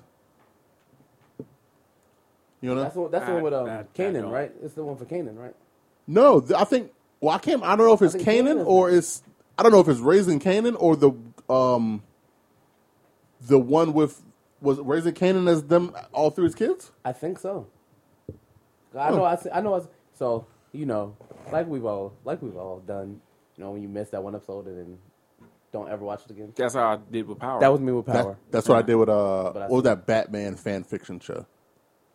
B: You know?
C: That's the one, that's the one with um,
A: I- I- I
C: Kanan,
A: don't.
C: right? It's the one for Kanan, right?
B: no, th- I think. Well, I can't. I don't know if it's
C: think Kanan
B: Canaan
C: is
B: or
C: next.
B: it's. I don't know if it's Raising Canaan or the um. The one with was it Raising Canaan as them all through his kids.
C: I think so. I know. I, se- I know. I, se- so you know, like we've all like we've all done. You know, when you miss that one episode and then don't ever watch it again.
A: That's how I did with Power.
C: That was me with
B: That-
C: power.
B: that's what I did with uh.
C: But I
B: What was
C: see.
B: that Batman fan fiction show?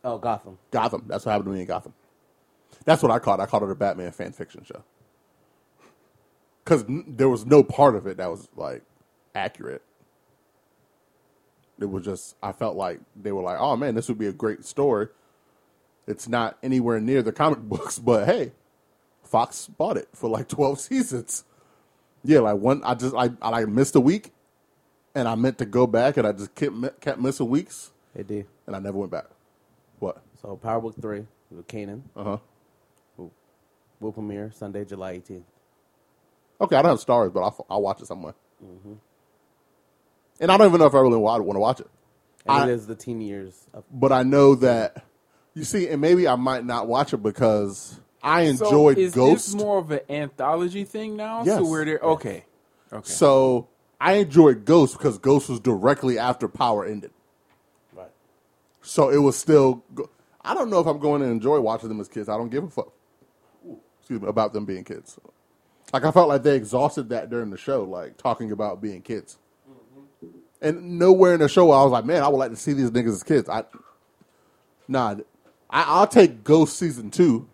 C: oh, Gotham.
B: Gotham. That's what happened to me in Gotham. That's what I called. it. I called it a Batman fan fiction show because n- there was no part of it that was like accurate. It was just I felt like they were like, "Oh man, this would be a great story." It's not anywhere near the comic books, but hey, Fox bought it for like twelve seasons. Yeah, like one, I just I I like missed a week, and I meant to go back, and I just kept kept missing weeks,
C: It did.
B: and I never went back. What?
C: So Power Book Three with Kanan
B: Uh huh.
C: will premiere Sunday, July eighteenth.
B: Okay, I don't have stars, but I'll, I'll watch it somewhere. And I don't even know if I really want, want to watch it.
C: And
B: I-
C: it is the teen years of
B: But I know that, you see, and maybe I might not watch it because I
A: So
B: enjoyed
A: is
B: Ghost.
A: this more of an anthology thing now?
B: Yes.
A: So where they're okay, okay.
B: so I enjoyed Ghost because Ghost was directly after Power ended.
C: right.
B: So it was still. go- I don't know if I'm going to enjoy watching them as kids. I don't give a fuck. Excuse me about them being kids. Like I felt like they exhausted that during the show, like talking about being kids. And nowhere in the show I was like, man, I would like to see these niggas as kids. I nah, I, I'll take Ghost season two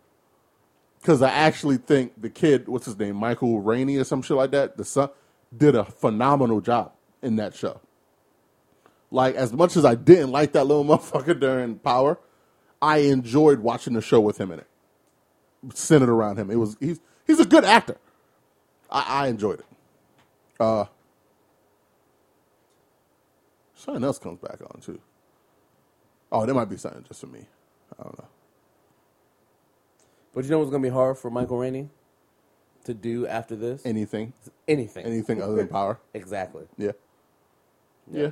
B: because I actually think the kid, what's his name, Michael Rainey or some shit like that, the son, did a phenomenal job in that show. Like as much as I didn't like that little motherfucker during Power, I enjoyed watching the show with him in it, centered around him. It was he's he's a good actor. I, I enjoyed it. Uh, something else comes back on too. Oh, there might be something just for me. I don't know.
C: But you know what's gonna be hard for Michael Rainey to do after this?
B: Anything,
C: anything.
B: anything other than Power.
C: Exactly.
B: Yeah. Yeah.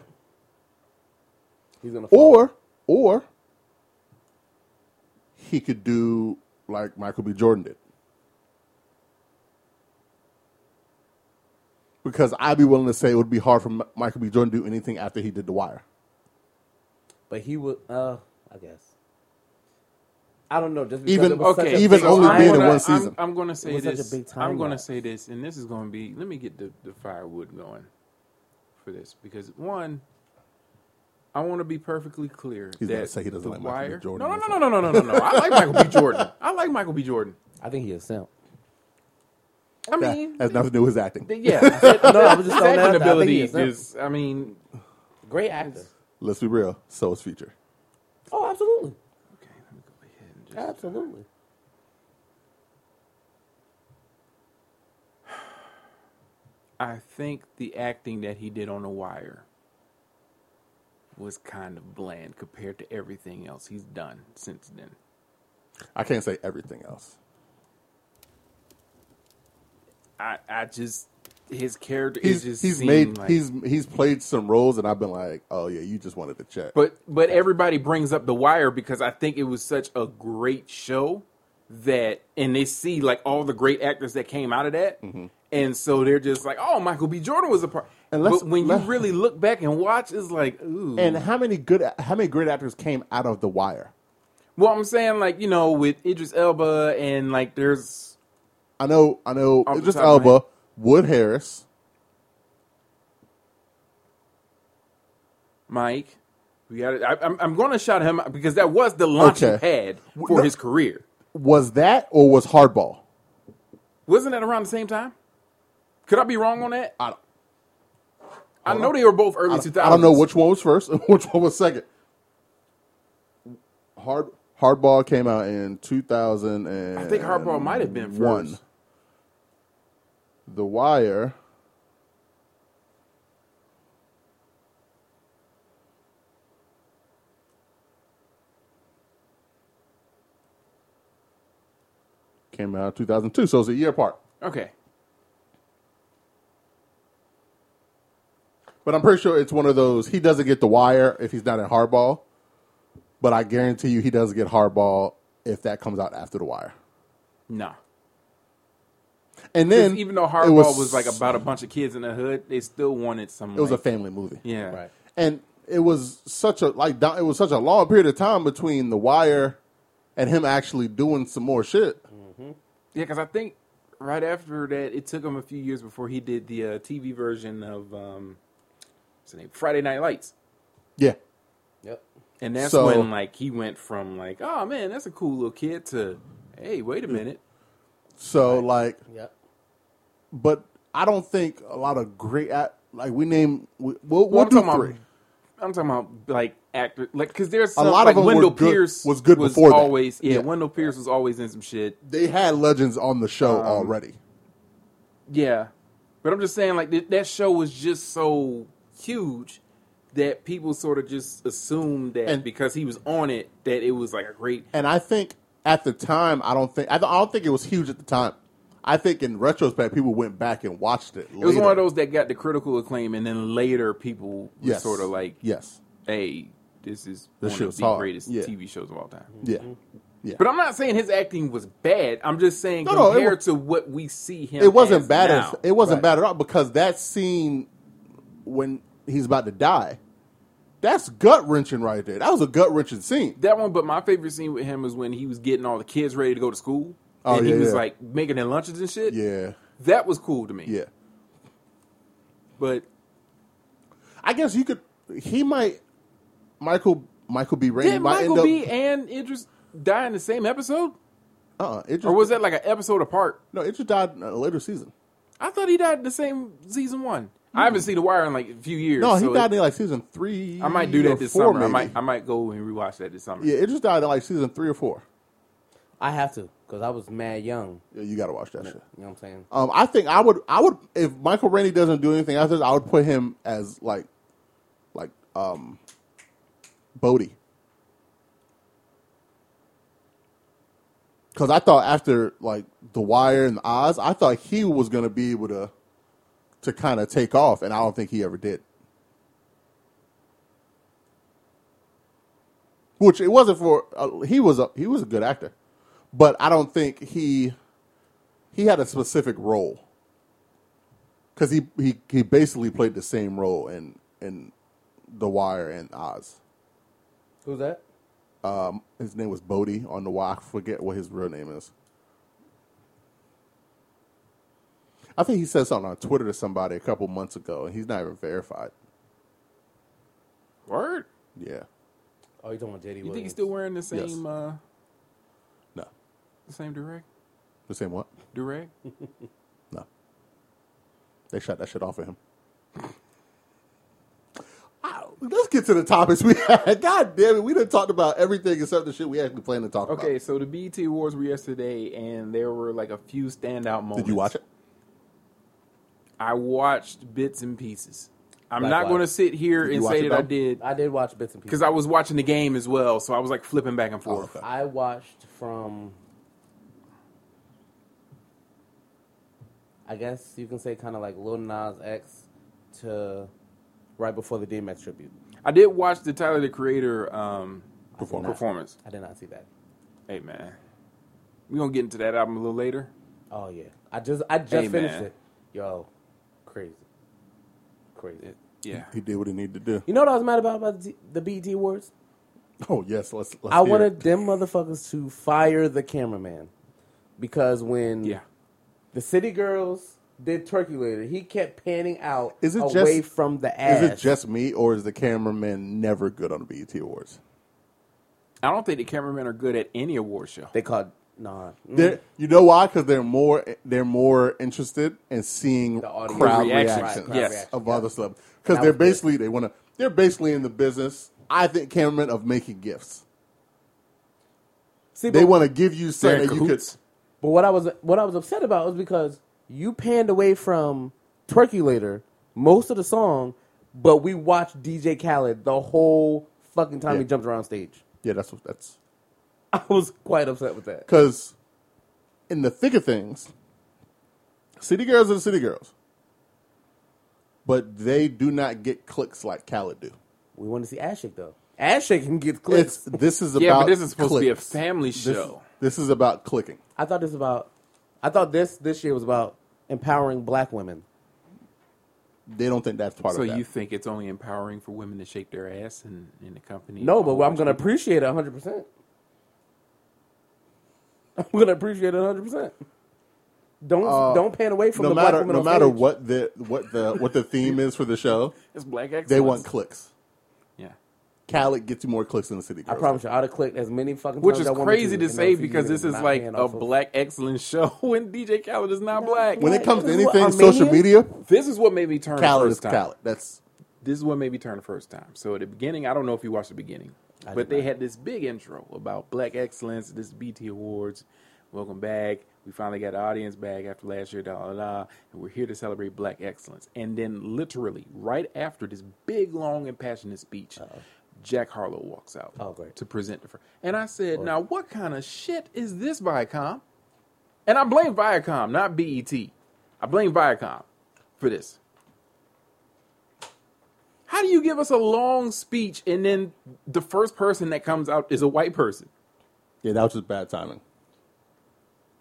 C: He's gonna. fall.
B: Or or he could do like Michael B. Jordan did. Because I'd be willing to say it would be hard for M- Michael B. Jordan to do anything after he did The Wire.
C: But he would. Uh, I guess. I don't know. Just because
B: Even-
C: it was such
A: okay,
C: a
B: even
C: big
B: only
C: time
B: being in
A: gonna,
B: one
A: I'm-
B: season.
A: I'm, going to say
C: It was such a
A: this.
C: big time
A: I'm going to
C: lapse.
A: say this, and this is going to be. Let me get the, the firewood going for this because one, I want to be perfectly clear
B: He's
A: that
B: gonna say he doesn't
A: The
B: like Michael B.
A: Wire-
B: Jordan
A: No,
B: or
A: no, no, no, no, no, no, no. I like Michael B. Jordan. I like Michael B. Jordan.
C: I think he is simp.
A: I
B: That
A: mean,
B: has nothing to do with his acting.
A: yeah. that-
C: no, I was just
A: his
C: throwing that
A: acting
C: out there. I think
A: ability
C: he is, no.
A: is, I mean,
C: Great actor.
B: Let's be real. So is Future.
C: Oh, absolutely.
A: okay, let me go ahead and just.
C: Absolutely.
A: I think the acting that he did on The Wire was kind of bland compared to everything else he's done since then.
B: I can't say everything else.
A: I, I just his character
B: He's
A: is just
B: he's
A: seemed
B: made
A: like,
B: he's he's played some roles, and I've been like, oh yeah, you just wanted to check.
A: but but everybody brings up The Wire because I think it was such a great show that and they see like all the great actors that came out of that. And so they're just like, "Oh, Michael B. Jordan was a part."
B: Mm-hmm. And let's-
A: but when you
B: let-
A: really look back and watch, it's like, "Ooh."
B: and how many good how many great actors came out of The Wire?
A: well, I'm saying like you know with Idris Elba and like there's
B: I know, I know.
A: Off the
B: Just
A: top of my
B: Elba, Wood Harris,
A: Mike. We got it. I, I'm, I'm going to shout him out because that was the launch
B: Okay.
A: pad for
B: No-
A: his career.
B: was that or was Hardball?
A: Wasn't that around the same time? Could I be wrong on that?
B: I don't,
A: I know they were both
B: I
A: early 2000s.
B: don't, I don't know which one was first and which one was second. Hard Hardball came out in two thousand and
A: I think Hardball might have been first.
B: one. The Wire. Came out 2002, so it's a year apart.
A: Okay.
B: But I'm pretty sure it's one of those. He doesn't get the wire if he's not in hardball. But I guarantee you, he doesn't get hardball if that comes out after the wire.
A: No.
B: And
A: 'Cause
B: then,
A: even though
B: it
A: Hardball was like about a bunch of kids in the hood, they still wanted some.
B: it was a
A: like-
B: family movie.
A: yeah.
C: Right.
B: and it was such a like it was such a long period of time between the wire and him actually doing some more shit.
A: Yeah, because I think right after that, it took him a few years before he did the uh, TV version of um, what's the name? Friday Night Lights.
B: Yeah,
C: Yep.
A: And that's
B: So-
A: when like he went from like, oh man, that's a cool little kid to, hey, wait a minute.
B: so like
C: Yep.
B: but I don't think a lot of great at like we name we, we'll,
A: Well,
B: we'll
A: I'm
B: do
A: talking about-
B: three.
A: I'm talking about like actor, like because there's
B: A
A: some,
B: lot of
A: like,
B: them were
A: Wendell
B: good-
A: Pierce
B: was good before that.
A: always yeah,
B: Yeah.
A: Wendell Pierce was always in some shit
B: They had legends on the
A: Um,
B: show already.
A: yeah, but I'm just saying like th- that show was just so huge that people sort of just assumed that
B: And-
A: because he was on it that it was like a great
B: And I think at the time, I don't think I, don't- I don't think it was huge at the time. I think in retrospect, people went back and watched it.
A: it was one of those that got the critical acclaim and then later people were
B: yes,
A: sort of like
B: yes,
A: hey this is one
B: This shit
A: of
B: was
A: the
B: hard.
A: greatest
B: Yeah.
A: TV shows of all time
B: yeah, yeah.
A: Mm-hmm. but I'm not saying his acting was bad I'm just saying
B: No, no, it
A: compared
B: wa-
A: to what we see him
B: it wasn't
A: as
B: bad.
A: now,
B: As, it wasn't
C: Right.
B: bad at all because that scene when he's about to die, that's gut wrenching right there. That was a gut wrenching scene.
A: That one, but my favorite scene with him was when he was getting all the kids ready to go to school.
B: Oh,
A: and he
B: yeah,
A: was
B: yeah.
A: like making their lunches and shit.
B: Yeah,
A: That was cool to me.
B: yeah.
A: But
B: I guess you could. He might. Michael Michael B. Rainey
A: did
B: might
A: Michael B
B: end up.
A: and Idris die in the same episode?
B: Uh, it just,
A: Or was that like an episode apart?
B: no? It just died in a later season.
A: I thought he died in the same season one. I haven't seen The Wire in like a few years.
B: Hmm. No, he
A: so
B: died
A: it-
B: in like season three.
A: I might do
B: or
A: that this
B: four,
A: summer. I
B: maybe.
A: might I might go and rewatch that this summer.
B: Yeah, it just died in like season three or four.
C: I have to because I was mad young.
B: Yeah, you got to watch that shit.
C: You know what I'm saying?
B: Um, I think I would, I would, if Michael Rainey doesn't do anything after this, I would put him as like, like, um, Bodie. Because I thought after like The Wire and Oz, I thought he was going to be able to, to kind of take off, and I don't think he ever did. Which it wasn't for uh, he was a he was a good actor, but I don't think he he had a specific role because he, he he basically played the same role in in The Wire and Oz.
C: Who's that?
B: Um, his name was Bodie on The Wire. I forget what his real name is. I think he said something on Twitter to somebody a couple months ago, and he's not even verified.
A: Word?
B: Yeah,
C: Oh, you talking about
A: You
C: JD Williams?
A: think he's still wearing the same
B: Yes.
A: uh
B: no,
A: the same direct?
B: the same one.
A: Direct?
B: No. They shot that shit off of him. Ah, Let's get to the topics we had. God damn it, we done talked about everything except the shit we actually planned to talk
A: Okay,
B: about.
A: so the BET Awards were yesterday, and there were like a few standout moments.
B: Did you watch it?
A: I watched bits and pieces. I'm not
C: Likewise.
A: going to sit here
B: Did you
A: and
B: watch
A: say
B: it,
A: that I
B: though?
A: did
C: I did watch bits and pieces.
A: because I was watching the game as well, so I was like flipping back and forth.
B: Oh, okay.
C: I watched from, I guess you can say kind of like Lil Nas X to right before the DMX tribute.
A: I did watch the Tyler the Creator um,
B: Performance.
A: performance.
C: I did not see that.
A: Hey man, we gonna get into that album a little later.
C: Oh yeah, I just I just
A: Hey,
C: finished
A: man.
C: it. Yo, crazy, crazy.
A: Yeah,
B: He did what he needed to do.
C: You know what I was mad about about the, the BET Awards?
B: Oh yes, let's. let's
C: I
B: hear
C: wanted
B: it.
C: them motherfuckers to fire the cameraman because when
A: yeah.
C: the City Girls did Turkey Later, he kept panning out
B: Is it
C: away
B: just-
C: from the ass.
B: Is it just me or is the cameraman never good on the BET Awards?
A: I don't think the cameramen are good at any award show.
C: they called nah? mm,
B: They're, you know why? Because they're more they're more interested in seeing
C: The audience.
A: The
B: crowd
A: reaction.
B: reactions
A: Right, crowd
B: of
C: reaction,
B: other stuff. Because
C: That
B: they're
C: was good.
B: basically they want to they're basically in the business. I think cameraman of making gifts.
C: See,
B: They
C: but,
B: want to give you
A: They're in
B: something that you could.
A: cahoots.
C: but what I was what I was upset about was because you panned away from Turkey Later most of the song, but we watched DJ Khaled the whole fucking time
B: Yeah.
C: he jumped around stage.
B: Yeah, that's what that's
C: I was quite upset with that.
B: because in the thick of things, city girls are the city girls, but they do not get clicks like Khaled do.
C: We want to see ass shake though. Ass shake can get
B: It's
C: clicks.
B: this is about
A: Yeah, but this is supposed to be a
B: clicks.
A: family
B: This-
A: show.
B: this is about clicking.
C: I thought this about. I thought this this year was about empowering black women.
B: They don't think that's part
A: So
B: of that.
A: you think it's only empowering for women to shake their ass in, in the company?
C: No,
A: of
C: but
A: all
C: I'm
A: those
C: going to
A: people?
C: appreciate it 100. percent I'm going to appreciate it 100. percent Don't don't pan away from
B: Uh, no
C: the
B: matter
C: black women.
B: no
C: on
B: matter
C: stage.
B: what the what the what the theme is for the show,
A: It's black excellence.
B: they want clicks.
A: Yeah,
B: Khaled gets you more clicks than the city
C: I
B: girls.
C: promise you, I'd have clicked as many fucking.
A: which
C: times
A: is
C: as I wanted
A: crazy
C: to
A: to
C: in
A: say
B: E
C: a few
A: because
C: years
A: this is
C: not
A: like
C: paying
A: a
C: off of-
A: black excellence show when DJ Khaled is not black.
B: When it
C: What?
B: comes to
C: This is what,
B: anything social
C: Armenia?
B: media,
A: this is what made me turn
B: Khaled
A: the
B: is
A: first time.
B: Khaled. That's
A: This is what made me turn the first time. So at the beginning, I don't know if you watched the beginning, but they had this big intro about black excellence, this BT Awards. Welcome back. We finally got the audience back after last year, da da da. And we're here to celebrate black excellence. And then literally right after this big, long, and passionate speech, Jack Harlow walks out
C: Oh, great.
A: to present the first. And I said, now what kind of shit is this, Viacom? And I blame Viacom, not BET. I blame Viacom for this. How do you give us a long speech and then the first person that comes out is a white person?
B: yeah, that was just bad timing.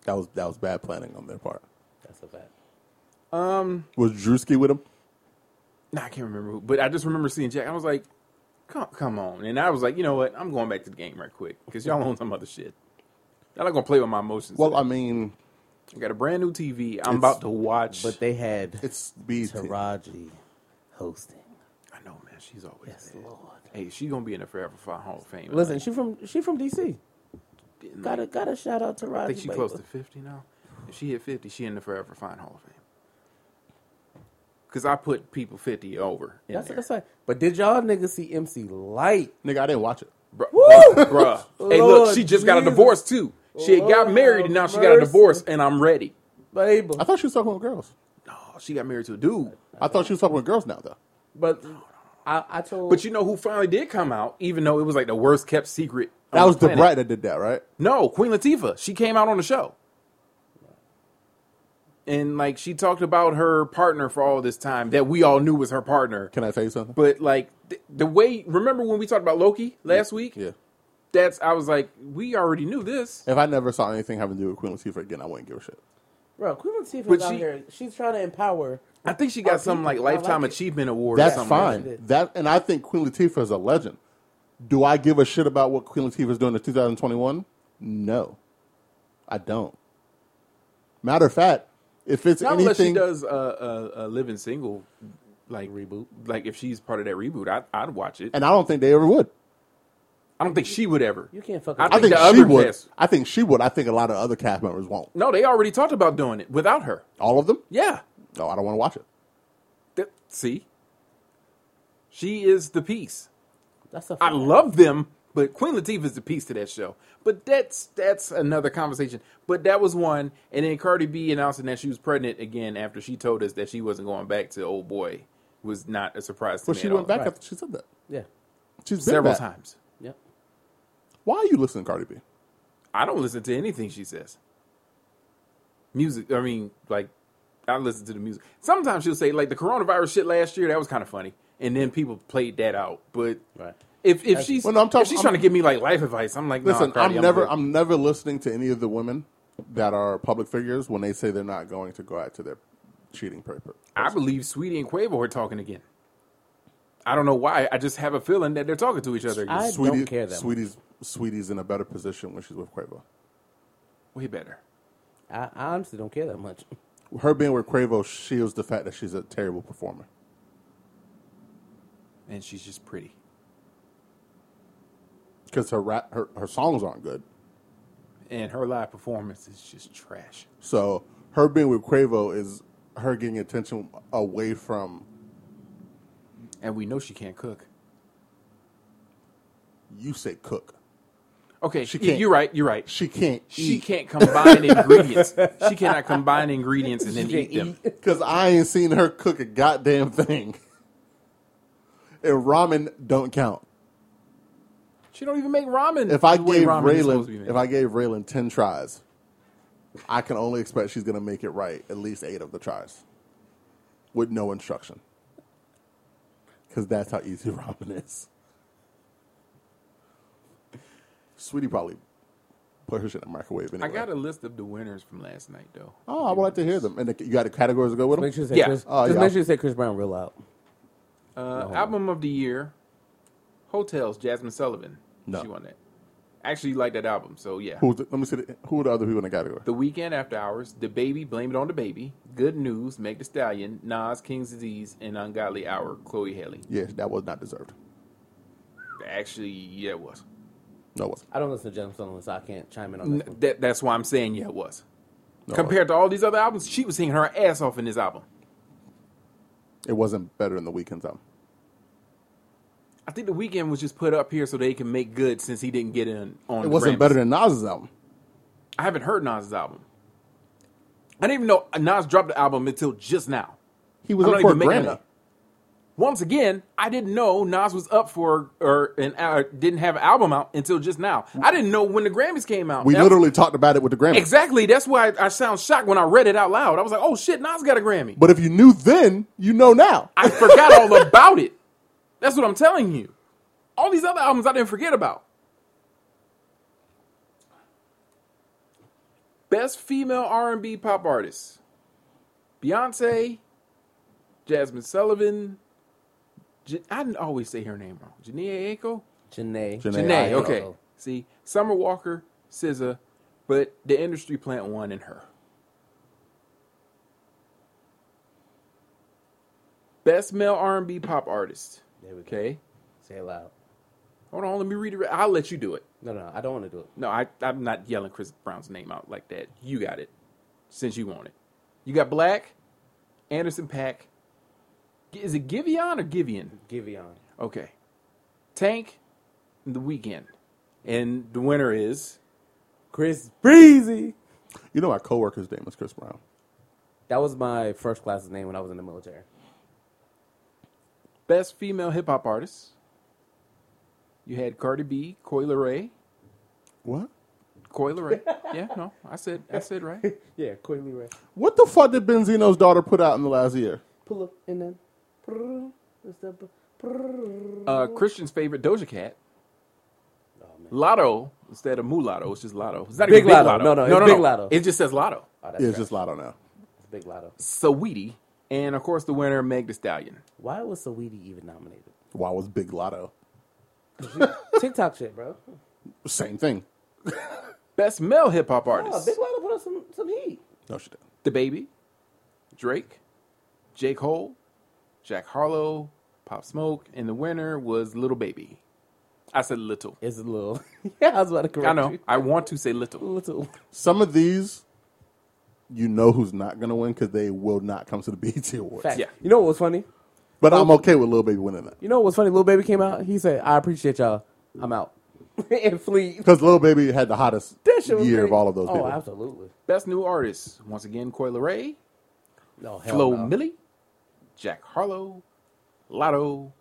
B: That was that was bad planning on their part.
C: That's a fact.
B: Was Drewski with him?
A: Nah, I can't remember who, but I just remember seeing Jack. I was like, come, come on. And I was like, you know what? I'm going back to the game right quick because y'all on some other shit. Y'all not going to play with my emotions.
B: Well,
A: today.
B: I mean,
A: I got a brand new TV. I'm about to watch.
C: But they had
B: it's BET.
C: Taraji hosting.
A: I know, man. She's always
C: Yes,
A: there.
C: Lord.
A: Hey, she going to be in the Forever Five Hall of Fame.
C: Listen, she from she from DC.
A: Like,
C: Got to got to shout out Taraji.
A: I think she
C: baby.
A: close to 50 now. If she hit 50, she in the Forever Fine Hall of Fame. Because I put people 50 over. In
C: That's
A: there.
C: that's right. But did y'all niggas see MC Light?
B: Nigga, I didn't watch it.
A: Bruh.
C: Woo!
A: Bruh. Hey, look, she just got a
C: Jesus.
A: divorce too. She had got
C: Lord
A: married
C: have
A: and now she got a divorce,
C: mercy.
A: and I'm ready.
C: Babe,
B: I thought she was talking with girls.
A: No, she got married to a dude.
B: I thought she was talking with girls now though.
C: but I, I told
A: But you know who finally did come out, even though it was like the worst kept secret. on
B: That was
A: the
B: the
A: planet?
B: brat that did that, right?
A: No, Queen Latifah. She came out on the show. And like she talked about her partner for all this time that we all knew was her partner.
B: Can I tell you something?
A: But like th- the way, remember when we talked about Loki last week?
B: yeah.
A: That's I was like, we already knew this.
B: If I never saw anything having to do with Queen Latifah again, I wouldn't give a shit.
C: bro, Queen Latifah's
A: But
C: out
A: she-
C: here. She's trying to empower.
A: I think she got some like
C: people. I
A: lifetime
C: like it.
A: achievement award. or
B: That's
A: something.
C: She
B: fine.
C: did.
B: That and I think Queen Latifah is a legend. Do I give a shit about what Queen Latifah is doing in 2021? No, I don't. Matter of fact, if it's
A: Not unless she
B: anything,
A: does a, a, a living single, like
C: Reboot.
A: Like if she's part of that reboot, I, I'd watch it.
B: and I don't think they ever would.
A: I don't think she would ever.
C: You can't fuck.
A: I
C: with
B: I
A: think
B: think
A: the
B: she
A: other
B: would.
A: cast-
B: I think she would. I think a lot of other cast members won't.
A: No, they already talked about doing it without her.
B: All of them?
A: Yeah.
B: No, I don't want to watch it.
A: Th- see? She is the piece.
C: That's a
A: I
C: fact.
A: love them, but Queen Latifah is the piece to that show. But that's that's another conversation. But that was one, and then Cardi B announcing that she was pregnant again after she told us that she wasn't going back to old boy was not a surprise to
B: But
A: me.
B: she
A: at
B: went
A: all.
B: back
C: Right.
B: after she said that.
C: Yeah.
B: She's been
A: several
B: back.
A: times.
C: Yep.
B: Why are you listening, to Cardi B?
A: I don't listen to anything she says. Music, I mean, like I listen to the music. Sometimes she'll say like the coronavirus shit last year. That was kind of funny, and then people played that out. But
C: Right.
A: if if she's
B: Well, no, I'm talking-
A: if she's
B: I'm-
A: trying to give me like life advice, I'm like,
B: Listen,
A: nah, Cardi,
B: I'm never.
A: good.
B: I'm never listening to any of the women that are public figures when they say they're not going to go out to their cheating paper.
A: I believe Sweetie and Quavo are talking again. I don't know why. I just have a feeling that they're talking to each other again.
C: I don't care that much.
B: Sweetie's Sweetie's in a better position when she's with Quavo.
A: Way better.
C: I, I honestly don't care that much.
B: Her being with Quavo shields the fact that she's a terrible performer.
A: And she's just pretty.
B: because her rap, her, her songs aren't good.
A: And her live performance is just trash.
B: So her being with Quavo is her getting attention away from
A: And we know she can't cook.
B: you. Say cook.
A: Okay,
B: She
A: y-
B: can't-
A: you're right. You're right.
B: She can't.
A: She can't combine ingredients. She cannot combine ingredients and then eat them.
B: Because I ain't seen her cook a goddamn thing. and ramen don't count.
A: She don't even make ramen.
B: If I
A: the way
B: gave
A: ramen is supposed to be
B: Raylan,
A: made.
B: if I gave Raylan ten tries, I can only expect she's gonna make it right at least eight of the tries, with no instruction. Because that's how easy ramen is. Sweetie probably put her shit in the microwave anyway.
A: I got a list of the winners from last night, though.
B: Oh, I would like to hear them. And the, you got the categories to go with them.
C: Make sure you say
A: Yeah.
C: Chris.
B: Oh,
C: just
B: yeah.
C: make sure you say Chris Brown real out.
A: Uh, album of the year, Hotels, Jasmine Sullivan.
B: No.
A: She won that. Actually, like that album, so yeah.
B: Who's the, let me see. The, who are the other people in the category?
A: The Weekend After Hours, The Baby, Blame It on the Baby, Good News, Meg The Stallion, Nas, King's Disease, and Ungodly Hour, Chloe Haley.
B: yeah, that was not deserved.
A: Actually, yeah, it was.
B: No, it wasn't.
C: I don't listen to Jasmine Sullivan, so I can't chime in on
A: N-
C: that. one.
A: that, that's why I'm saying yeah, it was.
B: No,
A: Compared to all these other albums, she was singing her ass off in this album.
B: it wasn't better than the weekend's album.
A: I think The Weekend was just put up here so they can make good since he didn't get in on.
B: It wasn't better than Nas's album.
A: I haven't heard Nas's album. I didn't even know Nas dropped the album until just now.
B: He was
A: I'm not
B: up for a
A: even making it
B: Grammy.
A: up. Once again, I didn't know Nas was up for or an uh, didn't have an album out until just now. I didn't know when the Grammys came out.
B: We
A: That-
B: literally talked about it with the Grammy.
A: exactly. That's why I, I sound shocked when I read it out loud. I was like, "Oh shit, Nas got a Grammy."
B: But if you knew then, you know now.
A: I forgot all about it. That's what I'm telling you. All these other albums I didn't forget about. Best female R&B pop artist: Beyonce, Jasmine Sullivan. J- I didn't always say her name wrong. Janae Aiko.
C: Janae.
B: Janae.
A: Janae.
B: Aiko.
A: Okay.
C: Oh.
A: See, Summer Walker, SZA, but the industry plant one in her. Best male R&B pop artist.
C: There we go.
A: Okay.
C: Say it loud.
A: Hold on, let me read it. I'll let you do it.
C: No, no, I don't want to do it.
A: No, I, I'm not yelling Chris Brown's name out like that. You got it, since you want it. You got Black, Anderson Pack. Is it Givian or Givian?
C: Giveon.
A: Okay. Tank, and The Weekend. And the winner is
C: Chris Breezy.
B: You know my coworker's name is Chris Brown.
C: That was my first class's name when I was in the military.
A: Best Female Hip Hop Artist. You had Cardi B, Coil Ray.
B: What?
A: Coil Ray. yeah, no, I said I said right.
C: Yeah, quickly Ray.
B: What the fuck did Benzino's daughter put out in the last year?
C: Pull up and then. prrr, it's the b- prrr.
A: Uh, Christian's favorite Doja Cat.
C: Oh, man.
A: Lotto instead of mulatto, it's just lotto. It's not
C: Big
A: even big
C: Lotto.
A: lotto.
C: No, no, it's Big Lotto.
A: It just says lotto.
C: Oh, that's
B: Yeah,
C: yeah,
B: it's just Lotto now.
C: it's Big Lotto.
A: Saweetie, and of course the winner Meg The Stallion.
C: Why was Saweetie even nominated?
B: Why was Big Lotto?
C: TikTok shit, bro.
B: Same thing.
A: Best male hip hop
C: Oh,
A: artist:
C: Big Lotto put up some, some heat.
B: No, she didn't.
A: The Baby, Drake, J Cole, Jack Harlow, Pop Smoke, and the winner was Little Baby. I said little.
C: It's a little. yeah, I was about to correct
A: I know.
C: you.
A: I want to say little.
C: Little.
B: Some of these, you know who's not going to win because they will not come to the BET Awards.
C: Fact.
A: Yeah.
C: You know what was funny?
B: But I'm okay with Lil Baby winning that
C: You know what was funny? Little baby came out. He said, "I appreciate y'all. I'm out." and flee.
B: because Lil Baby had the hottest
C: That
B: year
C: shit was
B: of
C: great.
B: all of those
C: Oh,
B: people.
C: absolutely.
A: Best new artist once again: Coil Ray,
C: No hell
A: Flo
C: no.
A: Millie, Jack Harlow, Lotto,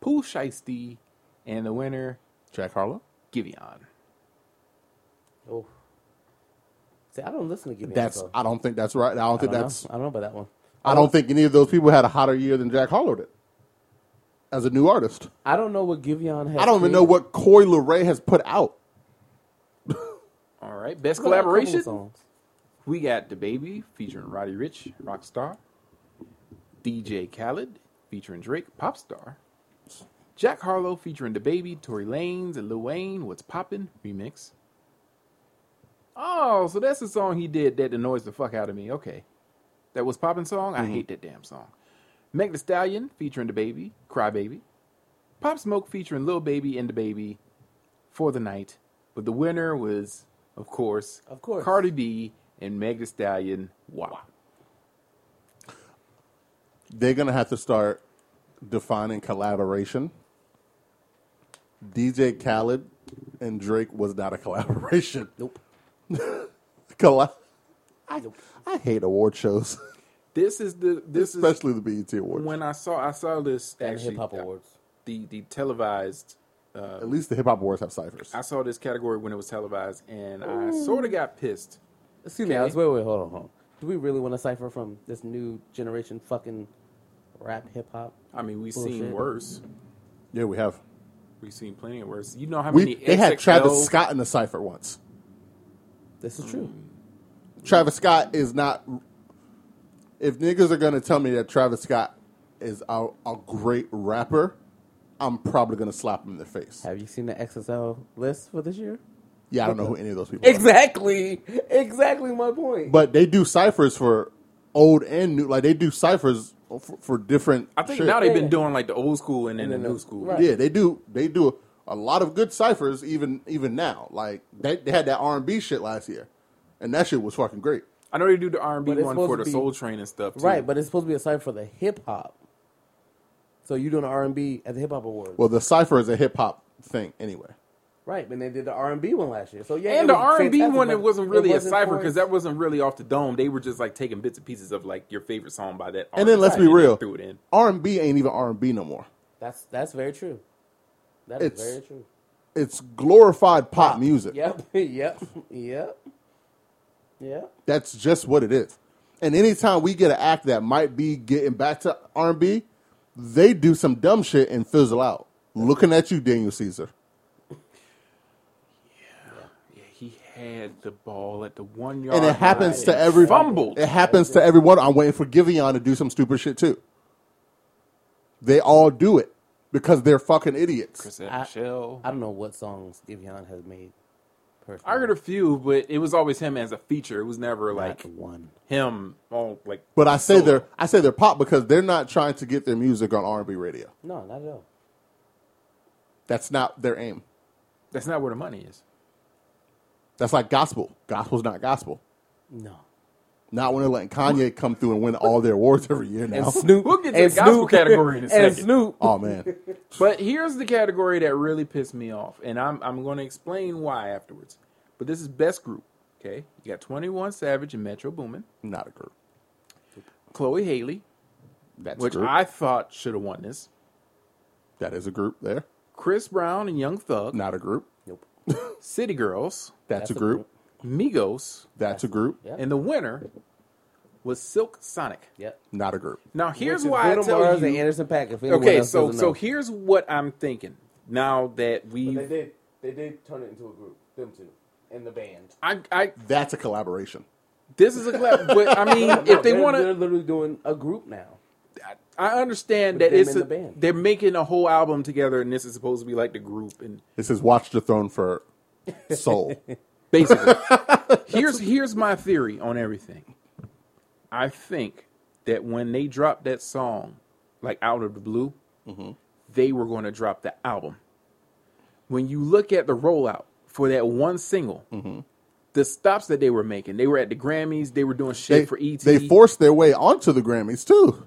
A: Pooh Shiesty, and the winner
B: Jack Harlow.
A: Giveon.
C: Oh. See, I don't listen to Giveon.
B: That's.
C: so
B: I don't think that's right. I don't
C: I
B: think
C: don't know.
B: that's.
C: I don't know about that one.
B: I don't think any of those people had a hotter year than Jack Harlow did as a new artist.
C: I don't know what Giveon has.
B: I don't even know what Coy Leray has put out.
A: All right, best
C: Well, a couple
A: collaboration.
C: songs.
A: We got the baby featuring Roddy Rich, Rockstar, DJ Khaled featuring Drake, Popstar, Jack Harlow featuring the baby, Tory Lanez and Lil Wayne, What's Poppin' remix. Oh, so that's the song he did that annoys the fuck out of me. Okay, that was poppin' song. I hate that damn song. Meg The Stallion featuring the baby, Cry Baby, Pop Smoke featuring Lil Baby and the baby for the night, but the winner was, of course,
C: Of course.
A: Cardi B and Meg Thee Stallion. Wow.
B: They're gonna have to start defining collaboration. DJ Khaled and Drake was not a collaboration.
C: Nope.
B: Colla-
C: I
B: I hate award shows,
A: This is the this is
B: especially the BET Awards.
A: when I saw I saw this
C: And
A: actually
C: hip hop
A: uh,
C: awards.
A: the the televised. Uh,
B: At least the hip hop awards have ciphers.
A: I saw this category when it was televised, and I sort of got pissed.
C: Excuse me, Alex. Wait, wait, hold on, hold on. Do we really want to cipher from this new generation fucking rap hip hop?
A: I mean, we've
C: Bullshit.
A: seen worse.
B: Yeah, we have.
A: We've seen plenty of worse. You know how many
B: We they had
A: XXL
B: Travis Scott in the cipher once.
C: This is true.
B: Travis Scott is not. If niggas are gonna tell me that Travis Scott is a, a great rapper, I'm probably gonna slap him in the face.
C: Have you seen the XSL list for this year?
B: Yeah, I don't know who any of those people. are.
C: Exactly. Exactly my point.
B: But they do ciphers for old and new. Like they do ciphers for, for different.
A: I think
B: shit.
A: now they've been
C: Yeah.
A: doing like the old school and then
C: And
A: the
C: then
A: new
C: the-
A: school.
C: right.
B: yeah they do they do a lot of good ciphers even even now. Like they, they had that R and B shit last year, and that shit was fucking great.
A: I know they do the R and B
C: But it's
A: one
C: supposed
A: for
C: to
A: the
C: be-
A: Soul Train and stuff. Too.
C: right, but it's supposed to be a cipher for the hip hop. So you doing the R and B at the hip hop awards.
B: Well, the cipher is a hip hop thing anyway.
C: right, and they did the R and B one last year. So yeah,
A: and
C: it
A: the
C: was
A: R and B
C: fantastic,
A: one,
C: but
A: it wasn't really
C: wasn't
A: a cipher
C: for-
A: because that wasn't really off the dome. They were just like taking bits and pieces of like your favorite song by that.
B: And then let's
A: artist
B: be
A: they
B: real,
A: threw it in.
B: R and B ain't even R and B no more.
C: That's that's very true. That is
B: It's-
C: very true.
B: It's glorified pop music.
C: Yep, yep, yep, yep.
B: That's just what it is. And anytime we get an act that might be getting back to R and B, they do some dumb shit and fizzle out. Looking at you, Daniel Caesar.
A: Yeah, he had the ball at the one yard,
B: and it happens
A: line
B: to
A: and
B: every
A: fumbled.
B: It happens to everyone. I'm waiting for Giveon to do some stupid shit too. They all do it because they're fucking idiots.
A: Chris and
C: I-
A: Michelle.
C: I don't know what songs Giveon has made. Personally.
A: I heard a few, but it was always him as a feature. It was never
C: Not
A: like
C: one.
A: him all like.
B: But I say
A: solo.
B: they're I say they're pop because they're not trying to get their music on R and B radio.
C: No, not at all.
B: That's not their aim.
A: That's not where the money is.
B: That's like gospel. Gospel's not gospel.
C: No.
B: Not when they're letting Kanye come through and win all their awards every year now.
C: And Snoop.
A: We'll get to
C: and
A: the gospel
C: Snoop-
A: category in a
C: And
A: second.
C: Snoop.
B: oh man.
A: But here's the category that really pissed me off, and I'm I'm going to explain why afterwards. But this is best group. Okay, you got Twenty One Savage and Metro Boomin,
B: Not a group.
A: Chloe Haley,
B: That's
A: which
B: a group.
A: I thought should have won this.
B: that is a group there.
A: Chris Brown and Young Thug,
B: Not a group.
C: Nope.
A: City Girls,
B: That's, a group.
A: Migos,
B: That's a group.
C: Yeah.
A: and the winner was Silk Sonic.
C: Yep.
B: Not a group.
A: Now here's
C: Which is
A: why I
C: Bruno
A: tell
C: Mars
A: you.
C: and Anderson Paak. If anyone
A: okay,
C: else
A: so
C: doesn't
A: so
C: know.
A: here's what I'm thinking. Now that
C: But
A: we,
C: did. They did turn it into a group. Them two and the band.
A: I, I,
B: That's a collaboration.
A: this is a clap. but I mean, if they
C: They're-
A: want
C: they're
A: to,
C: literally doing a group now.
A: I understand that
C: Put them
A: it's
C: in
A: a,
C: the band.
A: they're making a whole album together, and this is supposed to be like the group, and
B: It says watch the throne for soul.
A: basically here's here's my theory on everything i think that when they dropped that
B: Mm-hmm.
A: song like out of the blue they were going to drop the album when you look at the rollout for that one single,
B: Mm-hmm.
A: the stops that they were making, they were at the Grammys, they were doing shit
B: They,
A: for E ET.
B: they forced their way onto the Grammys too.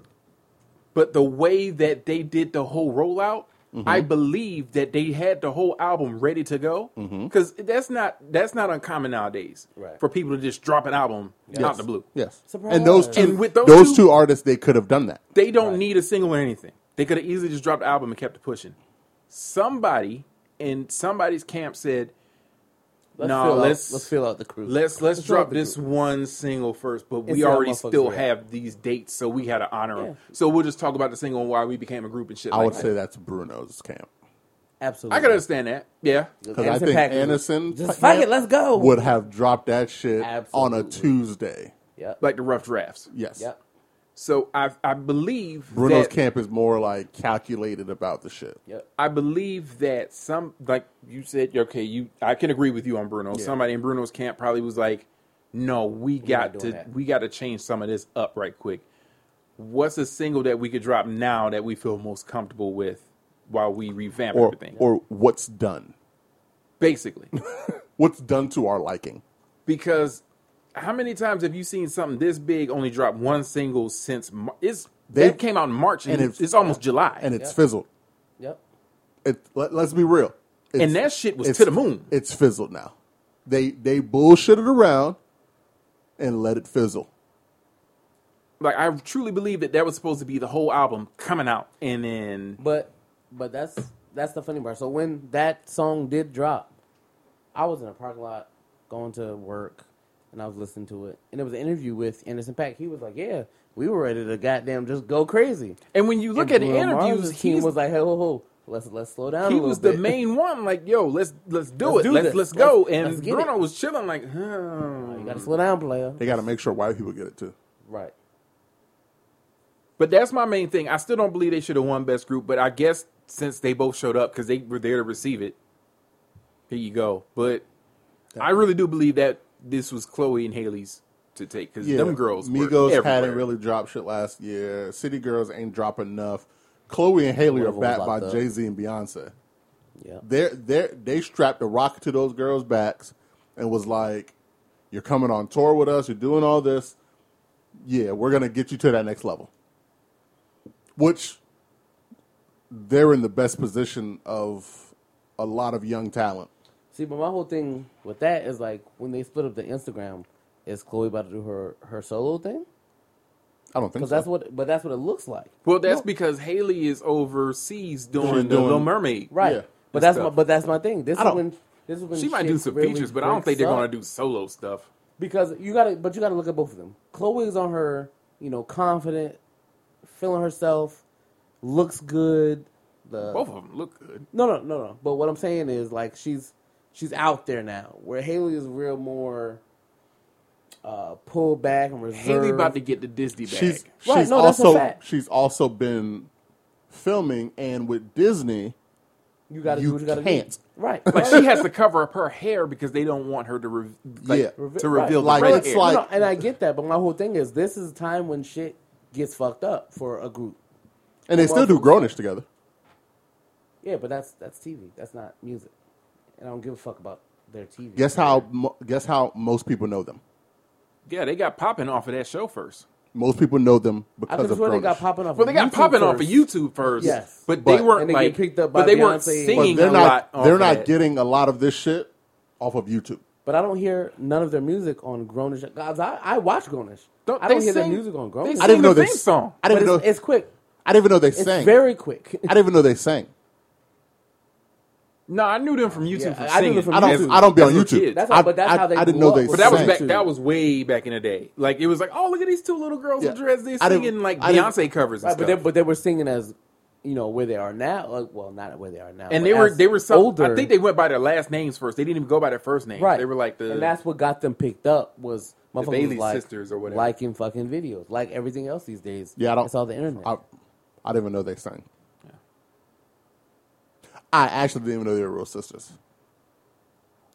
A: but the way that they did the whole rollout, I believe that they had the whole album ready to go. Because that's not that's not uncommon nowadays
C: Right.
A: for people to just drop an album out the blue.
B: Yes,
C: Surprise.
B: and those two,
A: And with those
B: those
A: two-
B: two artists, they could have done that.
A: They don't need a single or anything. They could have easily just dropped the album and kept it pushing. Somebody in somebody's camp said,
C: Let's
A: No,
C: fill
A: let's-
C: out, let's fill out the crew.
A: "Let's let's,
C: Let's
A: drop
C: drop the
A: this
C: group.
A: one single first, but we
C: Instead of
A: already
C: motherfuckers
A: still
C: react.
A: have these dates, so we had to honor them.
C: Yeah.
A: So we'll just talk about the single and why we became a group and shit."
B: I
A: like
B: would
A: that.
B: say that's Bruno's camp
C: absolutely.
A: I can understand that. Yeah,
B: because I
C: Anderson
B: think
C: Paak is-
B: Anderson
C: Just
B: Paak
C: fuck it, let's go.
B: would have dropped that shit on a
C: Absolutely.
B: Tuesday.
C: Yep.
A: like the rough drafts.
B: Yes,
C: yep.
A: So I I believe
B: Bruno's
A: that,
B: camp is more like calculated about the shit.
C: Yep.
A: I believe that some like you said, okay, you I can agree with you on Bruno. Somebody in Bruno's camp probably was like, No, we got to
C: doing that."
A: we gotta change some of this up right quick. What's a single that we could drop now that we feel most comfortable with while we revamp
B: Or
A: everything?
B: or what's done,
A: Basically.
B: what's done to our liking.
A: because how many times have you seen something this big only drop one single since Mar- it's
B: They-
A: that came out in March and,
B: and
A: it's,
B: it's-
A: it's almost July.
B: and it's
C: Yeah.
B: fizzled.
C: Yep.
B: It, let, us be real. It's-
A: And that shit was
B: it's-
A: to the moon.
B: It's fizzled now. They they bullshitted around and let it fizzle.
A: like I truly believe that that was supposed to be the whole album coming out, and then
C: But but that's that's the funny part. So when that song did drop, I was in a parking lot going to work and I was listening to it. And there was an interview with Anderson Pack. He was like, Yeah, we were ready to goddamn just go crazy.
A: and when you look at the
C: Bruno Mars's
A: interviews,
C: team
A: he
C: was like, Hey ho ho, let's let's slow down.
A: he
C: a little
A: was the
C: bit.
A: main one. Like, yo, let's let's do
C: Let's
A: it.
C: do
A: let's
C: this.
A: let's go.
C: Let's-
A: and
C: let's get
A: Bruno
C: it.
A: was chilling, like, hmm.
C: You gotta slow down, player.
B: They got to make sure white people get it too.
C: Right.
A: but that's my main thing. I still don't believe they should have won best group, but I guess since they both showed up because they were there to receive it, here you go. But I really do believe that this was Chloe and Haley's to take because them girls were
B: Migos hadn't
A: everywhere.
B: really dropped shit last year. City Girls ain't dropped enough. Chloe and Haley
C: One
B: are
C: of them was
B: backed by
C: locked up.
B: Jay Z and Beyonce.
C: Yeah.
B: They they they strapped a rocket to those girls' backs and was like, "You're coming on tour with us. You're doing all this. Yeah, we're gonna get you to that next level." Which they're in the best position of a lot of young talent.
C: See, but my whole thing with that is like when they split up the Instagram, is Chloe about to do her her solo thing?
B: I don't think
C: Because
B: so.
C: that's what, but that's what it looks like,
A: Well, that's because Haley is overseas doing,
B: She's
A: the
B: doing-
A: Little Mermaid.
C: right?
B: Yeah.
C: but that's
A: Stuff.
C: my, but that's my thing. This
B: I
C: is
B: don't-
C: when this is when
A: She might
C: shit
A: do some
C: really
A: features, but I don't think
C: breaks
A: they're going
C: up.
A: to do solo stuff.
C: because you got to, but you got to look at both of them. Chloe's on her, you know, confident, feeling herself, looks good. The
A: Both of them look good.
C: No, no, no, no. But what I'm saying is like she's she's out there now. Where Haley is real more uh pulled back and reserved.
A: Haley about to get the Disney bag.
B: she's she's
C: Right, no, that's a
B: also
C: fact.
B: she's also been filming and with Disney.
C: you got to
B: you
C: do what you got to
B: can't.
C: do. Right.
A: like she has to cover up her hair because they don't want her to re- like,
B: Yeah.
A: to reveal
B: Like,
A: the red
B: it's
A: hair.
B: like-
C: No, and I get that, but my whole thing is this is a time when shit gets fucked up for a group.
B: And they still do grownish together.
C: Yeah, but that's that's TV. That's not music. And I don't give a fuck about their TV.
B: Guess how? mo- Guess how most people know them.
A: yeah, they got popping off of that show first.
B: Most people know them
C: I
B: because
C: could
B: of
C: swear they
B: grownish.
C: got popping off.
A: Well, they got
C: YouTube
A: popping off of
C: first.
A: YouTube first.
C: Yes.
A: but, they
B: But-
A: weren't
C: And they get
A: like
C: picked up by
A: but they weren't
C: Beyonce.
A: singing
B: But they're
A: a lot.
B: not.
A: off
B: They're
A: of
B: not
A: that.
B: getting a lot of this shit off of YouTube.
C: But I don't hear none of their music on Grownish. Guys, I, I watch Grownish.
A: Don't-
C: I don't
A: they
C: hear their
A: sing-
C: music on
A: they
C: Grownish.
A: sing
B: I didn't
A: the
B: know they
A: theme
B: s-
A: song.
B: I didn't
C: But
B: know.
C: it's, it's quick.
B: I didn't even know they
C: It's
B: sang.
C: very quick.
B: I didn't even know they sang.
A: No, I knew them from YouTube.
C: Yeah,
A: from
C: I knew
A: singing.
C: them from
B: I don't.
C: YouTube.
B: I don't be
A: As
B: on
A: little
B: YouTube.
A: kids.
C: That's how-
B: I-
C: but that's
B: I,
C: how they
B: I didn't
C: grew
B: know
C: up
B: they.
C: with
A: But that was
B: sang.
A: back,
C: Same.
A: that was way back in the day. Like it was like, oh look at these two little girls
B: Yeah.
A: with dreads. They're
B: I didn't-
A: singing like
B: I didn't-
A: Beyonce covers and
C: Right, but they
A: stuff.
C: but they were singing as you know where they are now. Like, well, not where they are now.
A: and
C: but
A: they were
C: as
A: they were some,
C: older.
A: I think they went by their last names first. They didn't even go by their first names.
C: right.
A: They were like the
C: and that's what got them picked up was my
A: Bailey
C: like,
A: sisters or whatever.
C: liking fucking videos like everything else these days.
B: Yeah, I don't.
C: It's all the internet.
B: I, I didn't even know they sang. I actually didn't even know they were real sisters.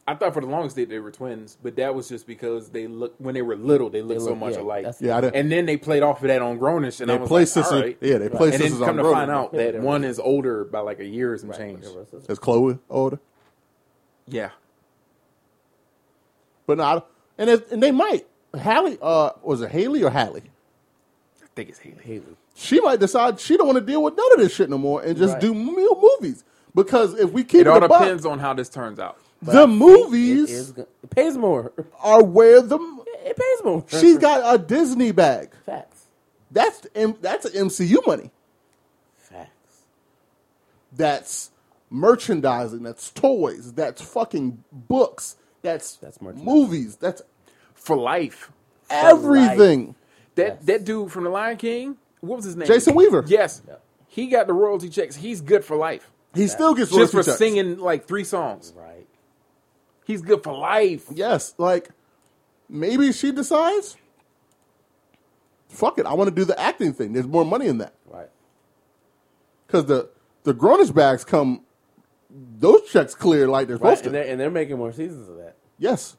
A: I thought for the longest they, they were twins, but that was just because they look when they were little they looked so
C: look-
A: much
C: yeah,
A: alike.
C: that's-
B: Yeah, I didn't.
A: And then they played off of that on Grownish, and I
B: they
A: was
B: play
A: like,
B: sisters.
A: all right.
B: Yeah, they play
A: and
B: sisters
A: then come to
B: on Road.
A: find out that one is older by like a year or some
C: Right,
A: change.
C: whatever, it's just-
B: Is Chloe older?
A: Yeah.
B: But no, I, and it, and they might. Hallie, uh, was it Haley or Hallie?
A: I think it's Haley.
C: Haley.
B: She might decide she don't want to deal with none of this shit no more and just
C: Right.
B: do mo- movies. Because if we
A: It
B: keep it,
A: all
B: a buck,
A: depends on how this turns out.
B: the
C: It, is
B: movies
C: go- it pays more.
B: are where the
C: It pays more.
B: she's got a Disney bag.
C: facts.
B: That's M- that's MCU money.
C: Facts.
B: That's merchandising. That's toys. That's fucking books. That's
C: That's merchandising.
B: movies. That's
A: For life.
B: everything.
A: That
C: Yes.
A: that dude from The Lion King, what was his name?
B: Jason Weaver.
A: Yes.
C: Yep.
A: He got the royalty checks. He's good for life.
B: He still gets
A: Just for
B: royalty checks.
A: singing like three songs.
C: Right.
A: He's good for life.
B: Yes, like maybe she decides. Fuck it, I want to do the acting thing. There's more money in that
C: Right.
B: because the the grownish bags come. Those checks clear like they're
C: Right.
B: supposed
C: And
B: to.
C: they're, and they're making more seasons of that.
B: Yes,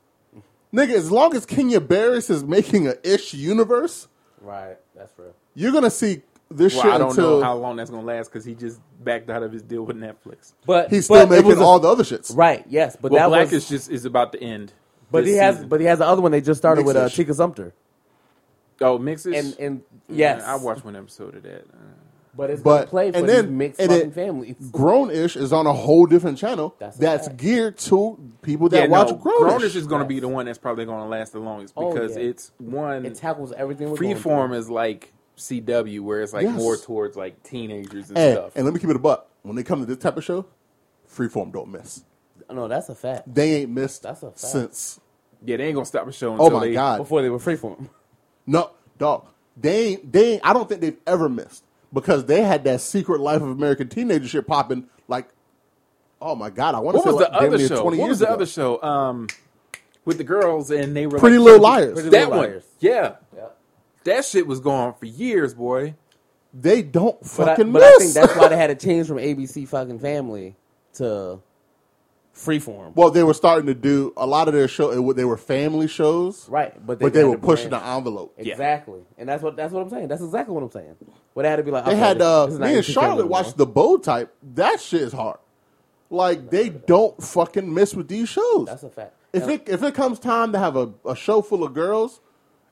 B: nigga. As long as Kenya Barris is making a ish universe,
C: Right. That's real.
B: you're gonna see this
A: Well,
B: shit
A: I don't
B: until
A: know how long that's gonna last because he just backed out of his deal with Netflix.
C: But
B: he's
C: but
B: still
C: it
B: making
C: was a-
B: all the other shits.
C: Right. Yes. But
A: Well,
C: that
A: Black
C: was.
A: is just is about to end.
C: but he
A: this
C: has.
A: season.
C: But he has the other one they just started
B: Mixed
C: with uh,
B: dish.
C: Chica Sumter.
A: oh, mixes
C: And and
A: Yeah,
C: yes,
A: I watched one episode of that. Uh,
C: But it's
B: But-
C: been played for
B: and
C: these
B: then-
C: mixed
B: and
C: fucking
B: it-
C: families.
B: Grown ish is on a whole different channel
C: That's
B: that's,
C: a fact.
B: geared to people that
A: yeah,
B: watch
A: no,
B: grown
A: Grownish is going to be
C: Yes.
A: the one that's probably going to last the longest
C: Oh,
A: because
C: yeah.
A: it's one
C: It tackles everything. We're
A: freeform is like CW, where it's like
B: Yes.
A: more towards like teenagers and
B: And,
A: stuff.
B: and let me keep it a buck. When they come to this type of show, Freeform don't miss.
C: Going through. No, that's a fact.
B: They ain't missed
C: That's a fact.
B: since.
A: yeah, they ain't gonna stop a show. Until
B: Oh my
A: they,
B: god!
C: Before they were freeform.
B: No, dog. They ain't. They ain't. I don't think they've ever missed because they had that Secret Life of American Teenager shit popping. Like, oh my god! I want to
A: What
B: say
A: was
B: like
A: the other
B: damn near
A: show?
B: twenty
A: What
B: years
A: was the
B: ago.
A: other show? Um, with the girls and they were
B: Pretty
A: like,
B: Little Liars.
C: Pretty
A: That
C: Little
A: one,
C: Liars.
A: yeah,
C: Yep.
A: that shit was going for years, boy.
B: They don't
C: But, I,
B: fucking
C: but I think
B: miss.
C: that's why they had to change from ABC fucking Family to freeform.
B: well, they were starting to do a lot of their show. It, wa- they were family shows,
C: right, but they,
B: But they
C: had
B: were
C: to
B: pushing the
C: brand-
B: envelope.
A: Yeah.
C: exactly, and that's what that's what I'm saying. That's exactly what I'm saying. But it had to be like
B: They
C: okay,
B: had
C: this-
B: uh,
C: this is not
B: me and
C: ABC
B: Charlotte
C: anymore.
B: watched the bow type. That shit is hard. Like they don't fucking miss with these shows.
C: That's a fact.
B: If
C: And-
B: it if it comes time to have a, a show full of girls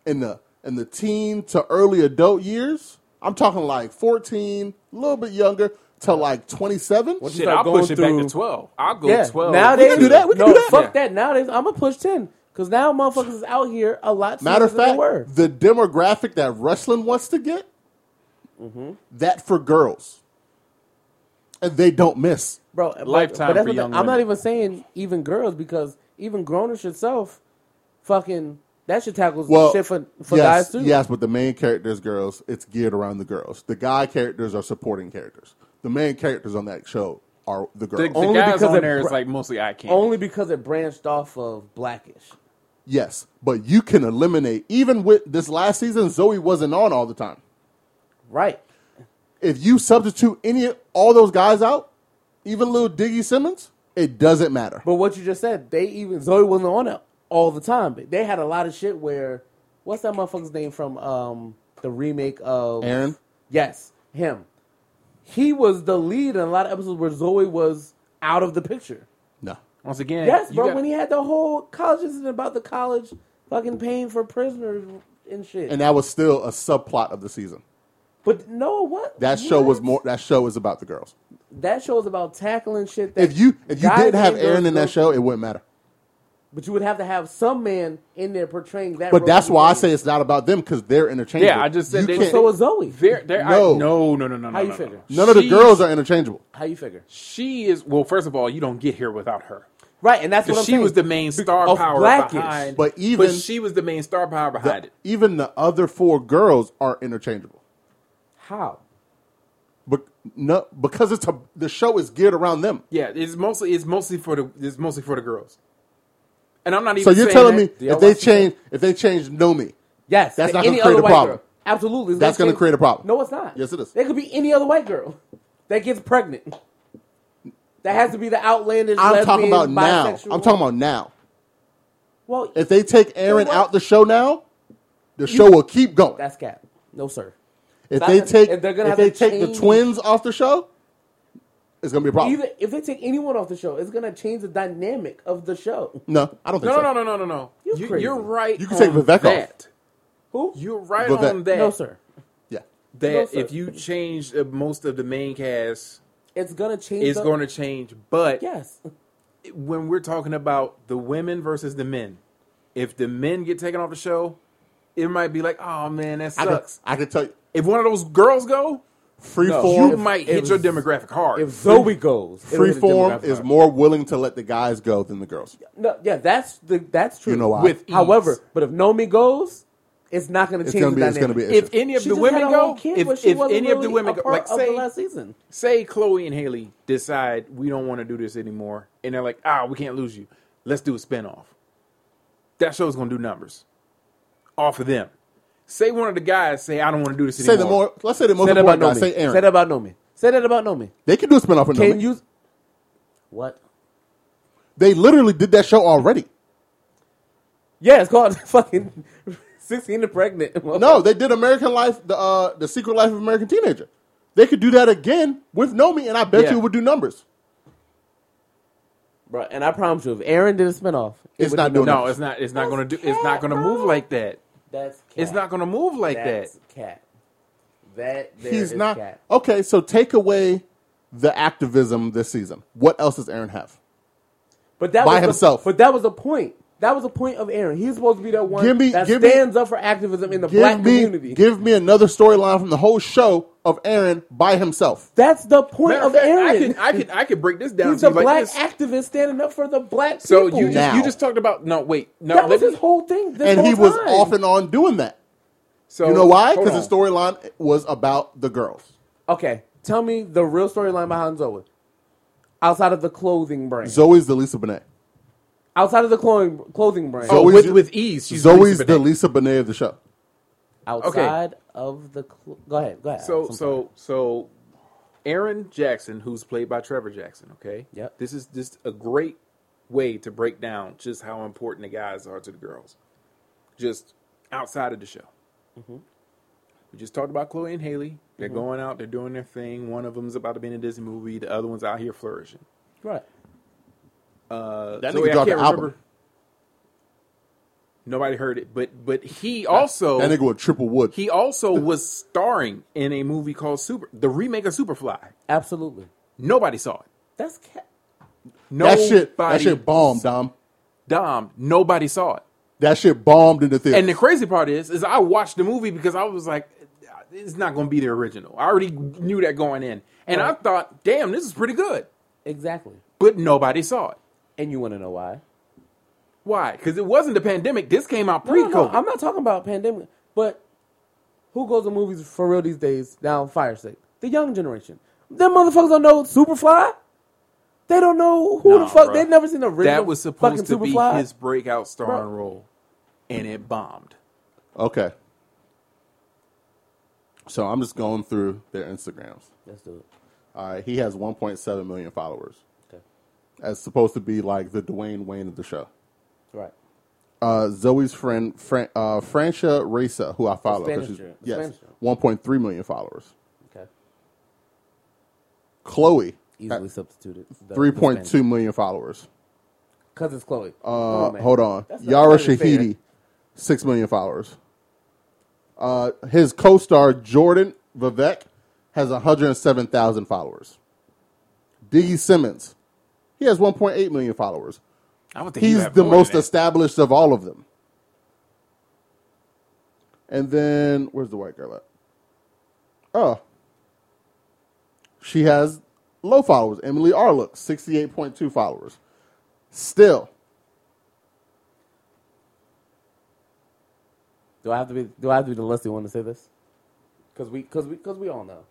B: in the in the teen to early adult years, I'm talking like 14, a little bit younger to like 27.
C: What- You
A: Shit,
C: start
A: I'll push
C: going
A: it back
C: through-
A: to twelve. I'll go
C: yeah,
A: twelve.
C: nowadays
B: can do that, we can
C: no,
B: do that.
C: fuck
A: Yeah.
C: that. Nowadays, I'm gonna push ten because now motherfuckers is out here a lot.
B: Matter of
C: sooner than they
B: fact,
C: were.
B: the demographic that wrestling wants to get
C: Mm-hmm.
B: that for girls, and they don't miss.
C: bro. but-
A: Lifetime
C: But that's
A: for
C: what
A: young
C: I'm not
A: women.
C: even saying even girls because even grownish itself, fucking that shit tackles
B: Well,
C: shit for for
B: yes,
C: guys too.
B: Yes, but the main characters, girls, it's geared around the girls. The guy characters are supporting characters. The main characters on that show are the
A: The,
B: girls.
A: the
C: Only
A: guys
C: because
A: on
C: it
A: there is
C: br-
A: like mostly I can't.
C: Only because it branched off of blackish.
B: yes, but you can eliminate even with this last season. Zoe wasn't on all the time.
C: Right.
B: If you substitute any all those guys out, even little Diggy Simmons, it doesn't matter.
C: But what you just said, they even Zoe wasn't on it all the time. But they had a lot of shit where what's that motherfucker's name from um the remake of
B: Aaron,
C: Yes, him. He was the lead in a lot of episodes where Zoe was out of the picture.
B: no,
A: Once again,
C: Yes,
A: you
C: bro.
A: gotta-
C: when he had the whole college incident about the college fucking paying for prisoners and shit.
B: and that was still a subplot of the season.
C: but no, what
B: That show was
C: what?
B: more. That show is about the girls.
C: That show is about tackling shit. That
B: If you if you
C: guys
B: didn't have
C: and girls
B: Aaron in
C: go
B: that show, it wouldn't matter.
C: But you would have to have some man in there portraying that.
B: But that's why I
C: role.
B: say it's not about them because they're interchangeable.
A: Yeah, I just said
B: You
A: they-
B: can't-
C: So is Zoe.
A: They're, they're,
B: No.
A: I, no, no, no, no,
C: How
A: no,
C: you
A: no, no.
C: figure?
B: none of the
A: She's-
B: girls are interchangeable.
C: How you figure?
A: She is well. First of all, you don't get here without her.
C: Right, and that's what I'm
A: 'Cause she
C: saying.
A: was the main star
C: of
A: power
C: Blackish.
A: behind.
B: But even-
A: she was the main star power behind it.
B: Even the other four girls are interchangeable.
C: How?
B: But no, because it's a, the show is geared around them.
A: Yeah, it's mostly it's mostly for the it's mostly for the girls. And I'm not even.
B: So you're
A: saying
B: telling
A: that-
B: me
C: y'all
B: if they
C: watch the show?
B: change if they change Nomi,
C: Yes,
B: That's
C: to
B: not gonna
C: any
B: create
C: other
B: a
C: white
B: problem.
C: Girl. Absolutely, it's
B: That's
C: gonna
B: gonna
C: change-
B: create a problem.
C: No, it's not.
B: Yes, it is.
C: There could be any other white girl that gets pregnant. That has to be the outlandish.
B: I'm talking
C: lesbian,
B: about now.
C: bisexual-
B: I'm talking about now.
C: Well,
B: If they take Aaron
C: what?
B: out the show now, the show will keep going.
C: that's cap. No, sir.
B: if
C: not
B: they
C: gonna-
B: take
C: if
B: if,
C: they're gonna have
B: they
C: to
B: take
C: change-
B: the twins off the show, it's gonna be a problem.
C: Either if they take anyone off the show, it's gonna change the dynamic of the show.
B: no, I don't think
A: No,
B: so.
A: no, no, no, no, no.
C: You're
A: You,
C: crazy.
A: you're right.
B: You can take
A: on
B: Vivek off.
A: that.
C: Who?
A: You're right
B: Vivek.
A: on that.
C: No, sir.
B: Yeah,
A: That
C: No, sir.
A: if you change uh, most of the main cast,
C: It's gonna change.
A: it's
C: the-
A: going to change. But
C: Yes.
A: when we're talking about the women versus the men, if the men get taken off the show, it might be like, oh man, that
B: I can,
A: sucks.
B: I can tell you,
A: if one of those girls go,
B: freeform,
A: you might hit your demographic hard.
C: Oh, If Zoe goes, it'll hit the
B: freeform
C: demographic
B: is
C: hard.
B: more willing to let the guys go than the girls.
C: No, yeah, that's the that's true.
B: You know why?
A: With ease.
C: However, but if Nomi goes, it's not going to
B: It's
C: change
B: gonna
C: the
B: be- it's gonna
C: dynamic.
B: be
A: if any of
C: She
A: the
C: just
A: women
C: had a whole
A: go,
C: kid
A: if,
C: where she
A: if
C: wasn't
A: any of the
C: really
A: women
C: a
A: go,
C: part
A: like
C: of the
A: say,
C: last season.
A: say Chloe and Haley decide we don't want to do this anymore, and they're like, ah, we can't lose you. Let's do a spinoff. That show's gonna do numbers off of them. Say one of the guys say, I don't want to do this
B: Say
A: anymore.
B: the more, let's say the most
C: Say that about
B: important guy.
C: Nomi.
B: Say
C: Say that
B: Aaron.
C: about Nomi. Say that about Nomi.
B: They can do a spinoff of
C: Can
B: Nomi.
C: you? What?
B: They literally did that show already.
C: Yeah, it's called fucking sixteen to pregnant.
B: No, they did American Life, the uh, the Secret Life of American Teenager. They could do that again with Nomi, and I bet
A: Yeah.
B: you it would do numbers.
C: bro. And I promise you, if Aaron did a spinoff, it
B: It's
C: would
B: not
C: be
B: doing
C: Nomi.
A: no, it's not. It's not gonna do. It's
C: cat,
A: not gonna
C: bro.
A: move like that.
C: That's cat.
A: It's not gonna move like
C: that's
A: that.
C: Cat. That there
B: He's
C: is
B: not
C: cat.
B: okay. So take away the activism this season. What else does Aaron have?
C: But that
B: by
C: was the-
B: himself.
C: but that was a point. That was a point of Aaron. He's supposed to be that one
B: Give me-
C: that
B: give me-
C: stands up for activism in the
B: Give
C: black
B: me,
C: community.
B: give me another storyline from the whole show of Aaron by himself.
C: That's the point
A: Matter
C: of
A: of fact, I
C: Aaron.
A: can I can I can break this down.
C: He's
A: to
C: a
A: you like
C: black
A: this.
C: activist standing up for the black
A: So
C: people.
A: you just,
B: Now.
A: you just talked about no wait no
C: that was
A: let me-
C: his whole thing. This
B: and he
C: whole
B: was
C: time.
B: off and on doing that.
A: so
B: You know why?
A: hold
B: Because the
A: on.
B: storyline was about the girls.
C: Okay, tell me the real storyline behind Zoe, outside of the clothing brand.
B: Zoe's the Lisa Bonet.
C: outside of the clothing clothing brand.
A: Oh,
B: Zoe's-
A: with, with ease she's
B: Zoe's
A: Lisa Bonet.
B: the Lisa Bonet of the show.
C: outside of the clo- go ahead, go ahead.
A: So
C: I'm sorry.
A: so so Aaron Jackson, who's played by Trevor Jackson, okay?
C: Yep.
A: This is just a great way to break down just how important the guys are to the girls. Just outside of the show.
B: Mm-hmm.
A: We just talked about Chloe and Haley. They're going out, they're doing their thing. One of them's about to be in a Disney movie, the other one's out here flourishing.
C: right.
A: Uh,
B: That
A: Zoe,
B: nigga
A: I
B: dropped
A: can't
B: an album.
A: remember. Nobody heard it, but but he also
B: That nigga with triple wood.
A: he also was starring in a movie called Super, the remake of Superfly.
C: Absolutely,
A: Nobody saw it.
C: that's cat.
B: that
A: Nobody,
B: shit. That shit bombed, Dom.
A: Dom. Nobody saw it.
B: That shit bombed in the theater.
A: And the crazy part is, is I watched the movie because I was like, it's not going to be the original. I already knew that going in, and I
C: Right.
A: thought, damn, this is pretty good.
C: Exactly.
A: But nobody saw it.
C: And you want to know why?
A: Why? Because it wasn't the pandemic. This came out
C: No, no,
A: pre-COVID.
C: no, I'm not talking about pandemic, but who goes to movies for real these days? Now, fire sake, the young generation. Them motherfuckers don't know Superfly. They don't know who the
A: Nah,
C: fuck.
A: bruh.
C: They've never seen the original.
A: that was
C: fucking
A: supposed to be
C: Superfly.
A: his breakout starring
C: Bruh.
A: role, and it bombed.
B: okay. So I'm just going through their Instagrams.
C: Let's do it.
B: All right, he has 1.7 million followers.
C: Okay.
B: That's supposed to be like the Dwayne Wayne of the show.
C: Right.
B: Uh, Zoe's friend, Fran, uh, Francia Reza, who I follow, 'cause
C: Spanish
B: she's-
C: girl.
B: yes,
C: Spanish girl.
B: 1.3 million followers.
C: Okay.
B: Chloe,
C: Easily substituted.
B: 3.2 million followers.
C: Because it's Chloe. Uh,
B: Uh, hold on.
C: That's not
B: Yara
C: fair.
B: Shahidi, 6 million followers. Uh, his co star, Jordan Vivek, has 107,000 followers. Diggy Simmons, he has 1.8 million followers.
A: I would think he
B: He's
A: had
B: the
A: more than
B: most
A: that.
B: established of all of them. And then, where's the white girl at? Oh. She has low followers. Emily Arlook, 68.2 followers. Still,
C: Do I have to be? Do I have to be the lusty one to say this? Because we, because we, because we all know,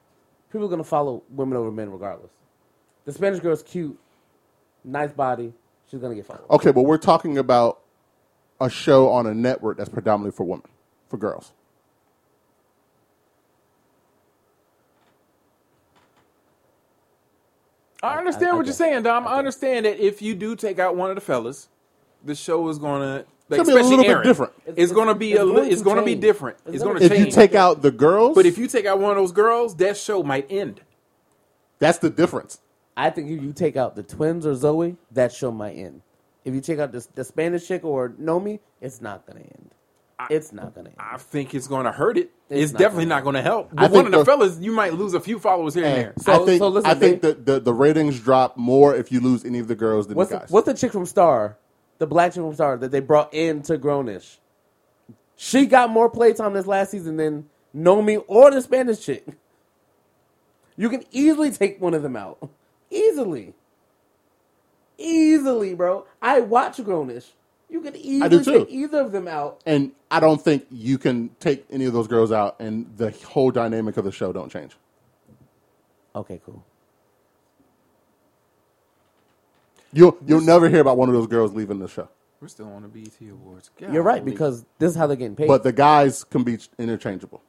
C: people are gonna follow women over men regardless. The Spanish girl's cute, nice body. She's gonna get followed.
B: Okay, but we're talking about a show on a network that's predominantly for women, for girls.
A: I understand
C: I
A: what you're
C: guess.
A: saying, Dom.
C: I
A: I,
C: guess.
A: understand that if you do take out one of the fellas, the show is gonna like,
B: gonna be a
A: especially
B: little bit
A: Aaron,
B: different.
A: It's,
C: It's-
A: gonna be
C: it's
A: a li-
C: going to
A: it's gonna be
C: change.
A: different.
C: It's
A: It's,
C: gonna
A: gonna,
B: If
A: change.
B: you take out the girls,
A: but if you take out one of those girls, that show might end.
B: that's the difference.
C: I think if you take out the twins or Zoe, that show might end. If you take out the, the Spanish chick or Nomi, it's not gonna end. it's not gonna end.
A: I think it's going to hurt it. It's,
C: not
A: definitely
C: gonna-
A: not going to help.
B: I
A: With one of
B: think
A: the
B: the-
A: fellas, you might lose a few followers here and there.
B: And
C: So-
B: I think
C: so listen,
B: I think
C: they-
B: the, the, the ratings drop more if you lose any of the girls than
C: what's
B: the
C: the,
B: guys.
C: what's the chick from Star, the black chick from Star that they brought in to Grownish? She got more playtime this last season than Nomi or the Spanish chick. You can easily take one of them out, easily, easily, bro. I watch Grownish. You can easily
B: do too.
C: take either of them out.
B: and I don't think you can take any of those girls out, and the whole dynamic of the show don't change.
C: Okay, cool.
B: You'll you'll never hear about one of those girls leaving the show.
A: We're still on the BET Awards.
C: You're right
A: Golly.
C: because this is how they're getting paid.
B: But the guys can be interchangeable.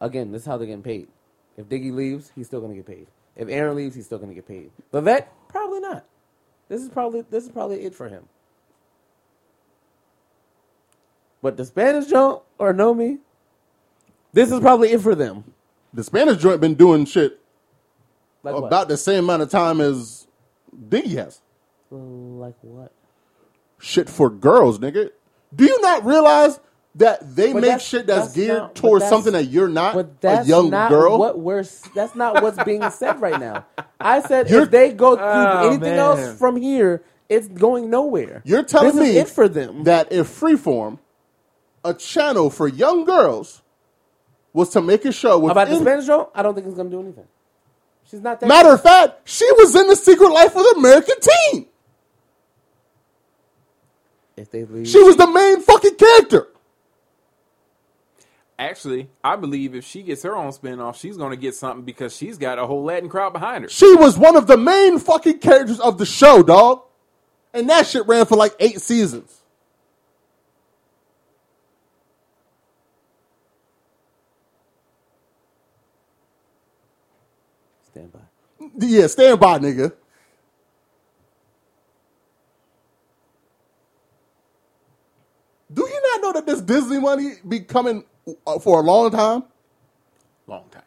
C: again, this is how they're getting paid. If Diggy leaves, he's still gonna get paid. If Aaron leaves, he's still gonna get paid. Vivek, probably not. This is probably this is probably it for him. But the Spanish jump or Nomi, this is probably it for them.
B: The Spanish joint been doing shit
C: Like
B: about
C: what?
B: the same amount of time as Diggy has.
C: like what?
B: Shit for girls, nigga. Do you not realize that they
C: But
B: make
C: that's-
B: shit that's,
C: that's
B: geared
C: not- but
B: towards
C: that's-
B: something that you're not?
C: But that's
B: a young
C: not
B: girl.
C: what we're. s- That's not what's being said right now. I said
B: You're-
C: if they go through
A: Oh,
C: anything
A: man.
C: else from here, it's going nowhere.
B: You're telling
C: this
B: me
C: is it for them.
B: that if Freeform, a channel for young girls, was to make a show with
C: About the Spanish show, I don't think it's gonna do anything. She's not that.
B: matter of fact, she was in the Secret Life of the American Teen.
C: if they leave,
B: She was the main fucking character.
A: Actually, I believe if she gets her own spinoff, she's going to get something because she's got a whole Latin crowd behind her.
B: She was one of the main fucking characters of the show, dog. And that shit ran for like eight seasons.
C: stand by.
B: Yeah, stand by, nigga. Do you not know that this Disney money be coming uh, for a long time?
A: Long time.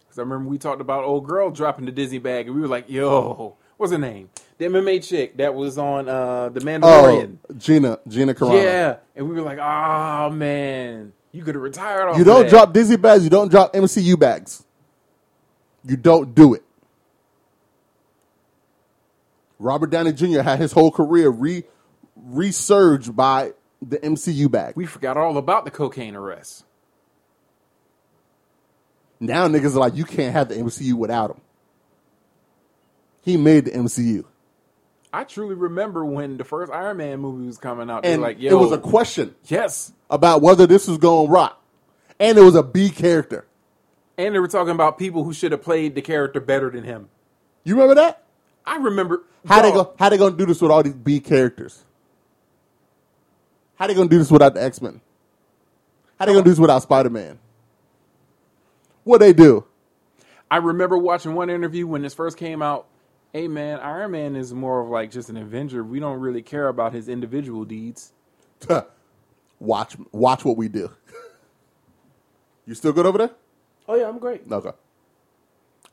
A: Because I remember we talked about old girl dropping the Disney bag, and we were like, "Yo, what's her name? The MMA chick that was on uh, the
B: Oh,
A: Mandalorian."
B: Gina, Gina Carano.
A: yeah, and we were like, "Oh man, you could have retired off."
B: You
A: of
B: don't
A: that."
B: drop Disney bags. You don't drop MCU bags. You don't do it. Robert Downey Jr. had his whole career re resurged by the MCU bag.
A: We forgot all about the cocaine arrest.
B: now niggas are like, you can't have the MCU without him. He made the MCU,
A: I truly remember when the first Iron Man movie was coming out. they
B: and
A: were like, "Yo,
B: it was a question
A: yes."
B: about whether this was going to rock, and it was a B character.
A: And they were talking about people who should have played the character better than him.
B: You remember that?
A: I remember
B: How they
A: Dog,
B: go? How they gonna do this with all these B characters? How they gonna do this without the X Men? How they gonna do this without Spider Man? What they do?
A: I remember watching one interview when this first came out. Hey man, Iron Man is more of like just an Avenger. We don't really care about his individual deeds.
B: watch, watch what we do. you still good over there?
C: Oh yeah, I'm great.
B: Okay.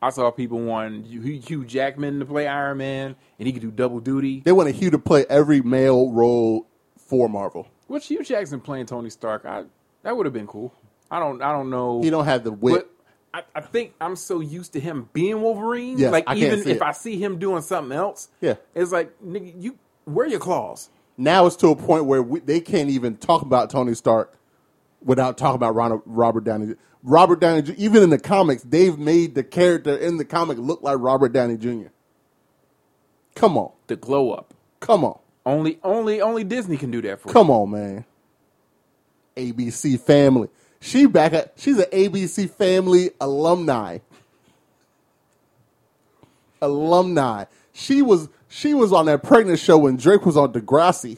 A: I saw people wanting Hugh Hugh Jackman to play Iron Man, and he could do double duty.
B: They wanted Hugh to play every male role for Marvel.
A: What's Hugh Jackman playing Tony Stark? I that would have been cool. I don't. I don't know.
B: He don't have the wit.
A: But I, I think I'm so used to him being Wolverine.
B: Yes,
A: like
B: I can't
A: even
B: see
A: if
B: it.
A: I see him doing something else,
B: Yeah.
A: it's like nigga, you wear your claws.
B: now it's to a point where we, they can't even talk about Tony Stark without talking about Ronald, Robert Downey. Jr. Robert Downey, Jr., even in the comics, they've made the character in the comic look like Robert Downey Jr. Come on,
A: The glow up.
B: come on,
A: Only, only, only Disney can do that for you.
B: come on, man. ABC Family. She back at. She's an ABC Family alumni. Alumni. She was. She was on that pregnant show when Drake was on Degrassi.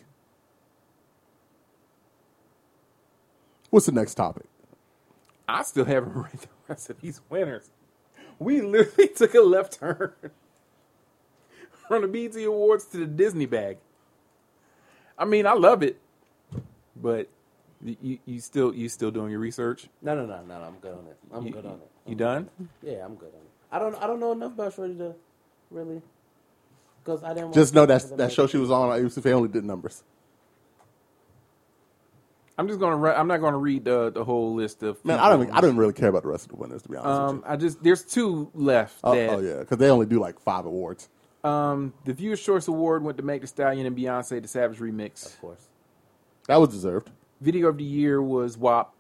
B: What's the next topic?
A: I still haven't read the rest of these winners. We literally took a left turn from the BT Awards to the Disney bag. I mean, I love it, but you, you, you still you still doing your research?
C: No, no, no, no, no. I'm good on it. I'm
A: You-
C: good on it.
A: You done?
C: Yeah, I'm good on it. I don't. I don't know enough about Shorty to really. Because I didn't. watch
B: Just know that
C: the-
B: that show she was on on ABC Family did numbers.
A: I'm just gonna. Re- I'm not gonna read the the whole list of.
B: Man, I don't even- I don't really care about the rest of the winners to be honest
A: Um,
B: with you.
A: I just there's two left.
B: Oh,
A: that,
B: oh yeah, because they only do like five awards.
A: Um, the Viewer's Choice Award went to Make the Stallion and Beyonce the Savage remix.
C: Of course.
B: That was deserved.
A: Video of the year was WAP.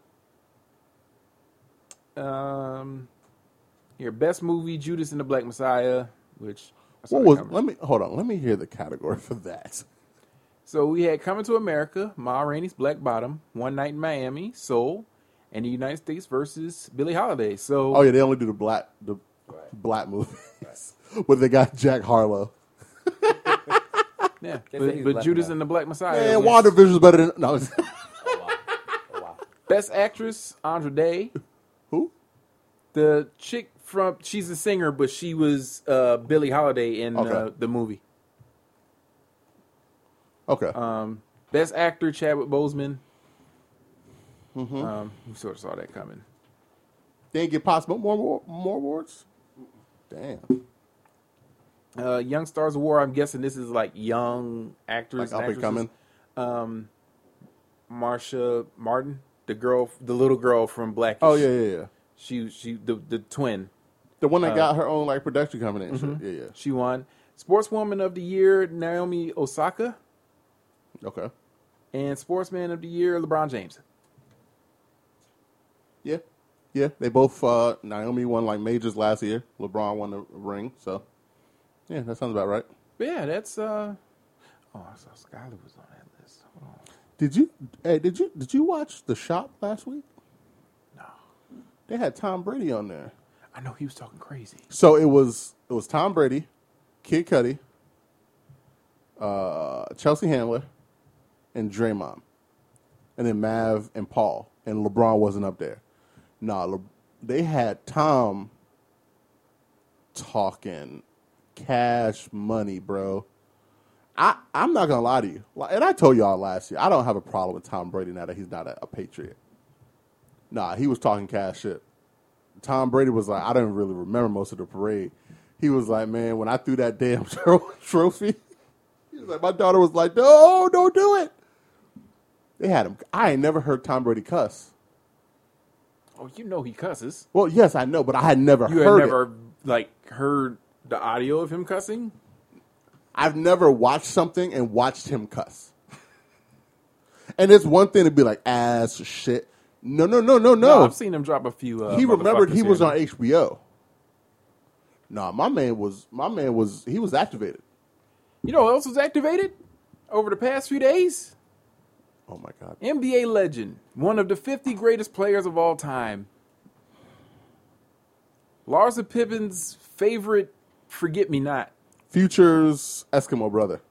A: Um, here best movie Judas and the Black Messiah, which I saw
B: What
A: that
B: was?
A: coming.
B: Let me hold on. Let me hear the category for that.
A: So we had Coming to America, Ma Rainey's Black Bottom, One Night in Miami, Soul, and the United States versus Billie Holiday. So
B: Oh yeah, they only do the black the black movies. But they got Jack Harlow.
A: yeah,
C: said he's
A: but, but
C: black
A: Judas
C: enough.
A: and the Black Messiah.
B: Man,
A: was-
B: WandaVision's better than no. it's-
C: Oh, wow.
A: Best actress Andra Day,
B: Who?
A: the chick from she's a singer, but she was uh, Billie Holiday in uh,
B: Okay.
A: the movie.
B: Okay.
A: Um, best actor Chadwick Boseman.
B: Mm-hmm.
A: Um, we sort of saw that coming.
B: they didn't get possible more more, more awards. Damn.
A: Uh, Young Stars of War. I'm guessing this is like young actors
B: Like up
A: and
B: and
A: actresses. Um,
B: coming.
A: Marsha Martin, the girl, the little girl from Black.
B: Oh yeah, yeah, yeah.
A: she she the the twin.
B: The one that got her own like production company and shit. Yeah,
A: She won Sportswoman of the Year Naomi Osaka
B: yeah. Okay.
A: and Sportsman of the Year LeBron James.
B: Yeah. Yeah. They both uh Naomi won like majors last year. LeBron won the ring, so yeah, that sounds about right.
A: But yeah, that's uh. Oh, I saw Skylar was on that list. Hold on.
B: Did you hey, did you did you watch the shop last week?
A: No,
B: They had Tom Brady on there.
A: I know he was talking crazy.
B: So it was it was Tom Brady, Kid Cudi, uh, Chelsea Handler, and Draymond, and then Mav and Paul, and LeBron wasn't up there. Nah, Le- they had Tom talking cash money, bro. I I'm not gonna lie to you, Like, and I told y'all last year I don't have a problem with Tom Brady now that he's not a, a Patriot. Nah, he was talking cash shit. Tom Brady was like, I don't really remember most of the parade. He was like, man, when I threw that damn trophy, he was like, my daughter was like, no, don't do it. They had him. I ain't never heard Tom Brady cuss.
A: Oh, you know he cusses.
B: Well, yes, I know, but I had never
A: You
B: heard
A: had never
B: it.
A: like heard the audio of him cussing.
B: I've never watched something and watched him cuss. And it's one thing to be like ass shit. No, no, no, no, no.
A: I've seen him drop a few. Uh,
B: he remembered
A: motherfuckers
B: he was
A: here.
B: on HBO. Nah, my man was my man was he was activated.
A: You know who else was activated over the past few days?
B: Oh my god.
A: NBA legend, one of the 50 greatest players of all time. Larsa Pippen's favorite forget me not,
B: Future's Eskimo brother.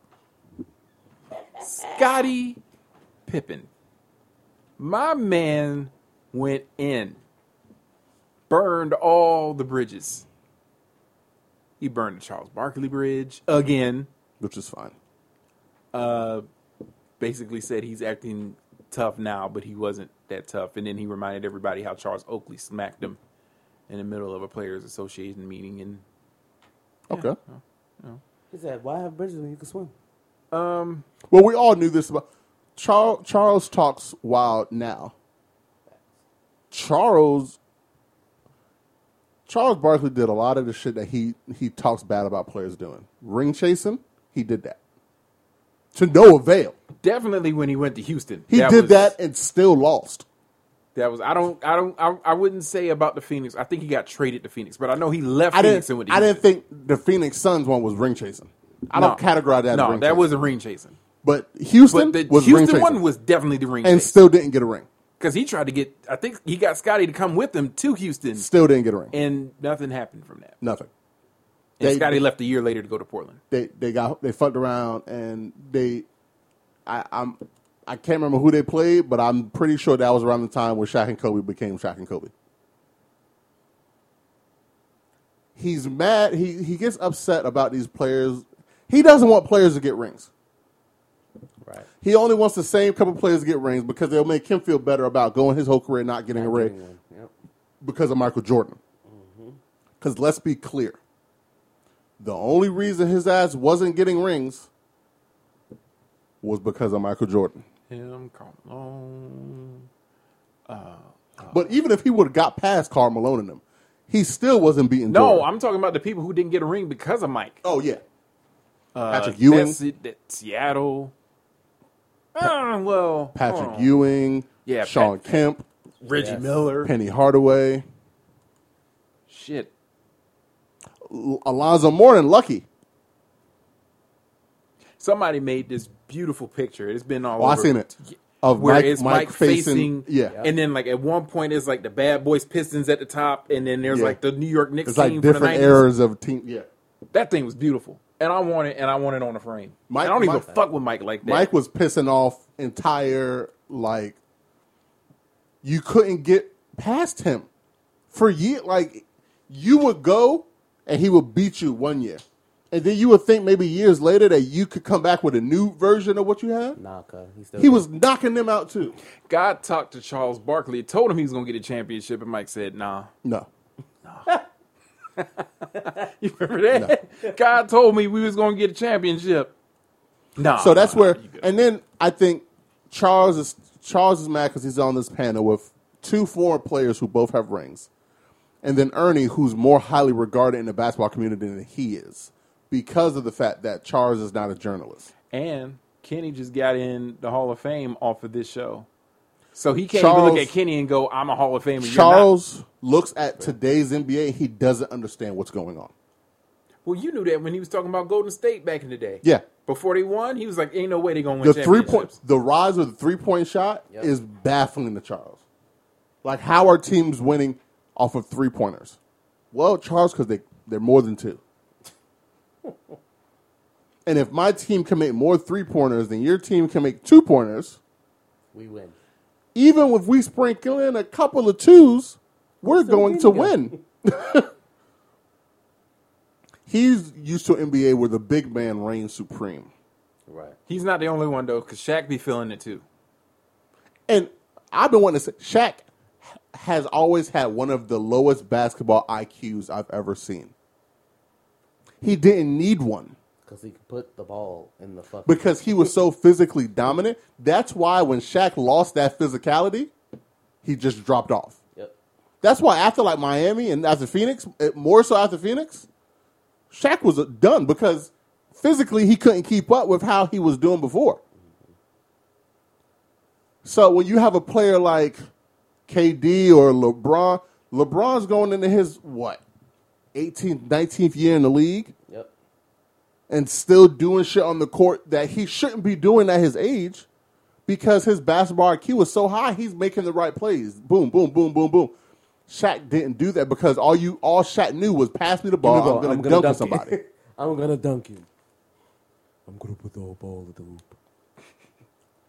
A: Scotty Pippen. My man went in, burned all the bridges. He burned the Charles Barkley Bridge again.
B: which is fine.
A: basically said he's acting tough now, but he wasn't that tough. And then he reminded everybody how Charles Oakley smacked him in the middle of a players' association meeting. And
B: Okay.
C: He said, "Why have bridges when you can swim?"
B: Well, we all knew this about Charles. Charles talks wild now. Charles. Charles Barkley did a lot of the shit that he he talks bad about players doing. Ring chasing, he did that to no avail.
A: definitely when he went to Houston,
B: He did that and still lost.
A: That was I don't I don't I, I wouldn't say about the Phoenix. I think he got traded to Phoenix, but I know he left
B: I
A: Phoenix
B: didn't.
A: and went to
B: I
A: Houston.
B: didn't think the Phoenix Suns one was ring chasing. I don't
A: No.
B: categorize that. as
A: No,
B: ring
A: that
B: chasing.
A: was a ring chasing.
B: But Houston
A: But the
B: was ring
A: Houston
B: chasing,
A: one was definitely the ring
B: and still didn't get a ring.
A: because he tried to get. I think he got Scotty to come with him to Houston,
B: Still didn't get a ring.
A: and nothing happened from that.
B: Nothing.
A: And
B: They-
A: Scotty left a year later to go to Portland.
B: they they got they fucked around and they I I'm I can't remember who they played, but I'm pretty sure that was around the time when Shaq and Kobe became Shaq and Kobe. He's mad. He he gets upset about these players. He doesn't want players to get rings.
C: Right.
B: He only wants the same couple players to get rings because they'll make him feel better about going his whole career not getting a ring
C: Yep.
B: because of Michael Jordan. Because let's be clear. The only reason his ass wasn't getting rings was because of Michael Jordan.
A: Him, Carl Malone. Oh.
B: But even if he would have got past Carl Malone and them, he still wasn't beating
A: No,
B: Jordan.
A: I'm talking about the people who didn't get a ring because of Mike.
B: Oh, yeah. Patrick
A: You
B: Ewing.
A: That's it, that Seattle. Ah, well,
B: Patrick
A: hold on.
B: Ewing.
A: Yeah,
B: Sean
A: Pat-
B: Kemp.
A: Reggie
C: Yes.
A: Miller.
B: Penny Hardaway.
A: oh, Shit.
B: L- Alonzo Moore and Lucky.
A: Somebody made this beautiful picture. It's been all
B: Oh, I
A: over.
B: seen it. Of
A: Where
B: Mike,
A: it's
B: Mike, facing, Yeah.
A: and then like at one point it's like the Bad Boys Pistons at the top, and then there's
B: Yeah.
A: like the New York Knicks
B: It's
A: team
B: like
A: from the
B: different
A: 90s.
B: eras of team. Yeah.
A: That thing was beautiful, and I want it, and I want it on a frame.
B: Mike-
A: And I don't even
B: Mike-
A: fuck with Mike like that.
B: Mike was pissing off entire like you couldn't get past him for year like you would go and he would beat you one year. And then you would think maybe years later that you could come back with a new version of what you had.
C: Nah, cuz. He, still
B: He
C: did.
B: was knocking them out too.
A: God talked to Charles Barkley, told him he was gonna get a championship, and Mike said, "Nah."
B: No.
A: You remember that? God told me we was gonna get a championship. Nah.
B: So that's
A: nah,
B: where
A: you good.
B: and then I think Charles is Charles is mad because he's on this panel with two foreign players who both have rings. and then Ernie, who's more highly regarded in the basketball community than he is, because of the fact that Charles is not a journalist.
A: and Kenny just got in the Hall of Fame off of this show, so he can't even
B: Charles-
A: look at Kenny and go, "I'm a Hall of Famer." You're
B: Charles looks at today's NBA, he doesn't understand what's going on.
A: not. Well, you knew that when he was talking about Golden State back in the day.
B: Yeah.
A: Before they won, he was like, "Ain't no way they gonna win."
B: The three point,
A: championships."
B: the rise of the three point shot
C: Yep.
B: is baffling to Charles. Like, how are teams winning off of three pointers? Well, Charles, because they they're more than two. and if my team can make more three pointers than your team can make two pointers,
C: We win.
B: even if we sprinkle in a couple of twos, we're going to win. He's used to an NBA where the big man reigns supreme.
C: Right.
A: He's not the only one though, because Shaq be feeling it too.
B: And I've been wanting to say, Shaq has always had one of the lowest basketball IQs I've ever seen. He didn't need one
C: Because he could put the ball in the fucking.
B: because he was so physically dominant. That's why when Shaq lost that physicality, he just dropped off.
C: Yep.
B: That's why after like Miami and after Phoenix, eh, more so after Phoenix, Shaq was done because physically he couldn't keep up with how he was doing before. So when you have a player like KD or LeBron, LeBron's going into his what 18th, 19th year in the league
C: Yep.
B: and still doing shit on the court that he shouldn't be doing at his age because his basketball IQ is so high, he's making the right plays. Boom, boom, boom, boom, boom. Shaq didn't do that because all you all Shaq knew was pass me the ball. I'm gonna, dunk, on
C: you.
B: somebody.
C: I'm gonna dunk you. I'm gonna put the whole ball at the hoop.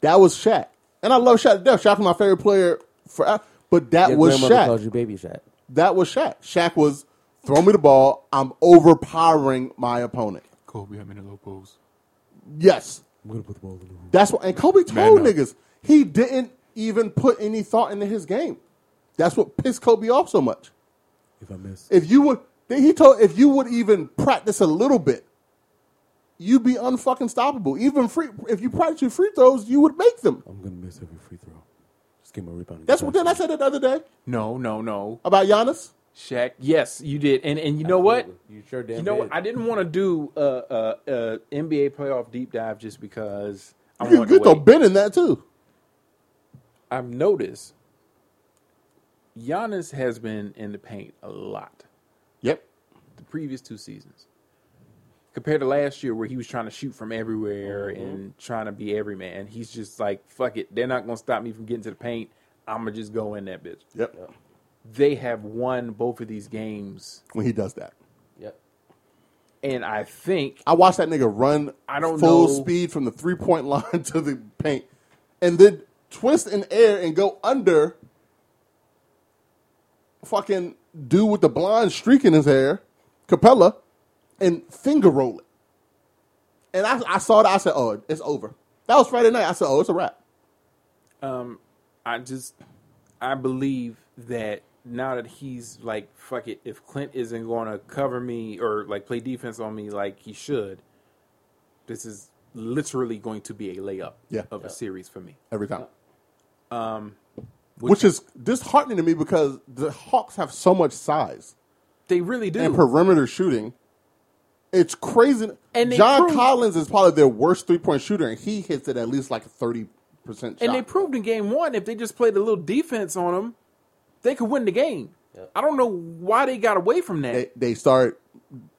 B: that was Shaq. And I love Shaq to death. Shaq's my favorite player forever. But that
C: Your
B: was
C: grandmother
B: Shaq.
C: calls you baby Shaq.
B: That was Shaq. Shaq was throw me the ball. I'm overpowering my opponent.
A: Kobe, I'm in a low pose.
B: Yes.
C: I'm gonna put the ball in the hoop.
B: That's what and Kobe told
A: Man up.
B: niggas he didn't even put any thought into his game. That's what pissed Kobe off so much.
C: If I miss,
B: If you would, he told if you would even practice a little bit, you'd be unfucking stoppable. Even free, if you practice your free throws, you would make them.
C: I'm gonna miss every free throw. Just get my rebound.
B: That's what. Then I said it the other day
A: No, no, no.
B: about Giannis.
A: Shaq, yes, you did, and and you know what?
C: You sure did.
A: You know what? I didn't want to do a, uh uh NBA playoff deep dive just because I
B: You
A: wanted
B: could
A: to
B: throw
A: wait.
B: Ben in that too.
A: I've noticed Giannis has been in the paint a lot
B: Yep.
A: the previous two seasons compared to last year where he was trying to shoot from everywhere and trying to be every man. He's just like, fuck it, they're not gonna stop me from getting to the paint. I'm gonna just go in that bitch.
B: Yep.
A: They have won both of these games,
B: When he does that,
C: Yep.
A: and I think
B: I watched that nigga run.
A: I don't
B: full
A: know.
B: speed from the three point line to the paint, and then twist in air and go under. Fucking dude with the blonde streak in his hair, Capella, and finger roll it. And I, I saw that. I said, "Oh, it's over." That was Friday night. I said, "Oh, it's a wrap."
A: I just I believe that now that he's like, fuck it, if Clint isn't going to cover me or like play defense on me like he should, this is literally going to be a layup
B: Yeah.
A: of a series for me.
B: every time. Um,
A: Um,
B: which is disheartening to me because the Hawks have so much size
A: They really do.
B: and perimeter shooting. It's crazy.
A: And they
B: John
A: proved-
B: Collins is probably their worst three point shooter, and he hits it at least like thirty percent.
A: And they proved in game one if they just played a little defense on them, they could win the game.
C: Yep.
A: I don't know why they got away from that.
B: they they start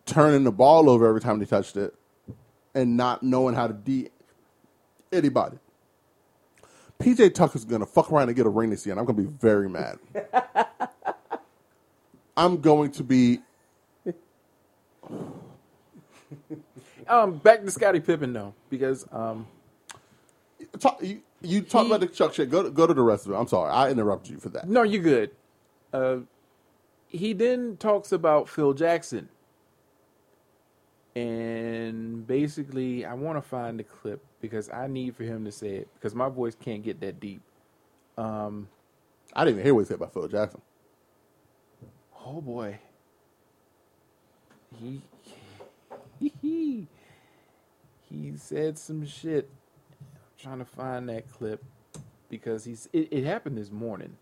B: turning the ball over every time they touched it, and not knowing how to de anybody. PJ Tucker's gonna fuck around and get a ring this year, and I'm gonna be very mad. I'm going to be
A: um, back to Scottie Pippen though, because um,
B: talk, you, you talk about the Chuck shit. Go to, go to the rest of it. I'm sorry, I interrupted you for that.
A: no, you're good. Uh, he then talks about Phil Jackson, and basically, I want to find the clip because I need for him to say it because my voice can't get that deep.
B: I didn't even hear what he said about Phil Jackson.
A: Oh boy. He he said some shit. I'm trying to find that clip because he's it, it happened this morning.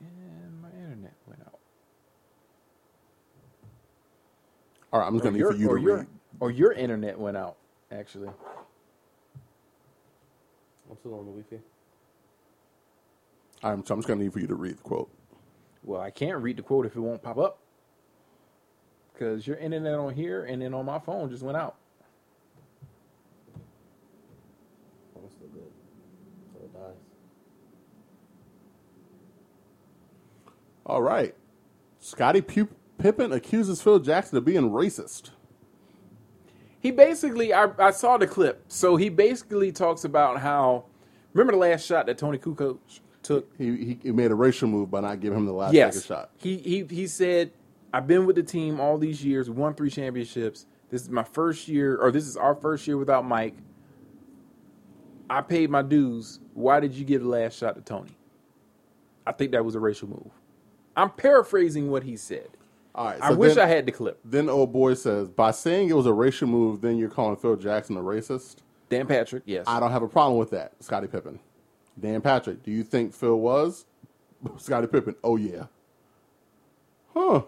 A: And my internet went out.
B: All right, I'm just
A: Or
B: gonna need
A: your,
B: for you to
A: or, your,
B: read.
A: or your internet went out, actually.
C: I'm still on the weekend.
B: I'm, so I'm just gonna need for you to read the quote.
A: Well, I can't read the quote if it won't pop up. Because your internet on here and then on my phone just went out.
C: Oh, it's still good. So it dies.
B: All right, Scotty Pu- Pippen accuses Phil Jackson of being racist.
A: he basically I, I saw the clip so he basically talks about how remember the last shot that tony kukoc took
B: He, he he made a racial move by not giving him the last
A: yes
B: second shot.
A: he, he he said i've been with the team all these years won three championships this is my first year or this is our first year without mike i paid my dues why did you give the last shot to tony i think that was a racial move i'm paraphrasing what he said
B: All right,
A: i
B: so
A: wish
B: then-
A: i had the clip
B: Then old boy says, by saying it was a racial move, then you're calling Phil Jackson a racist.
A: dan patrick yes
B: I don't have a problem with that, Scottie Pippen. Dan Patrick, do you think Phil was? Scottie Pippen, oh yeah. Huh.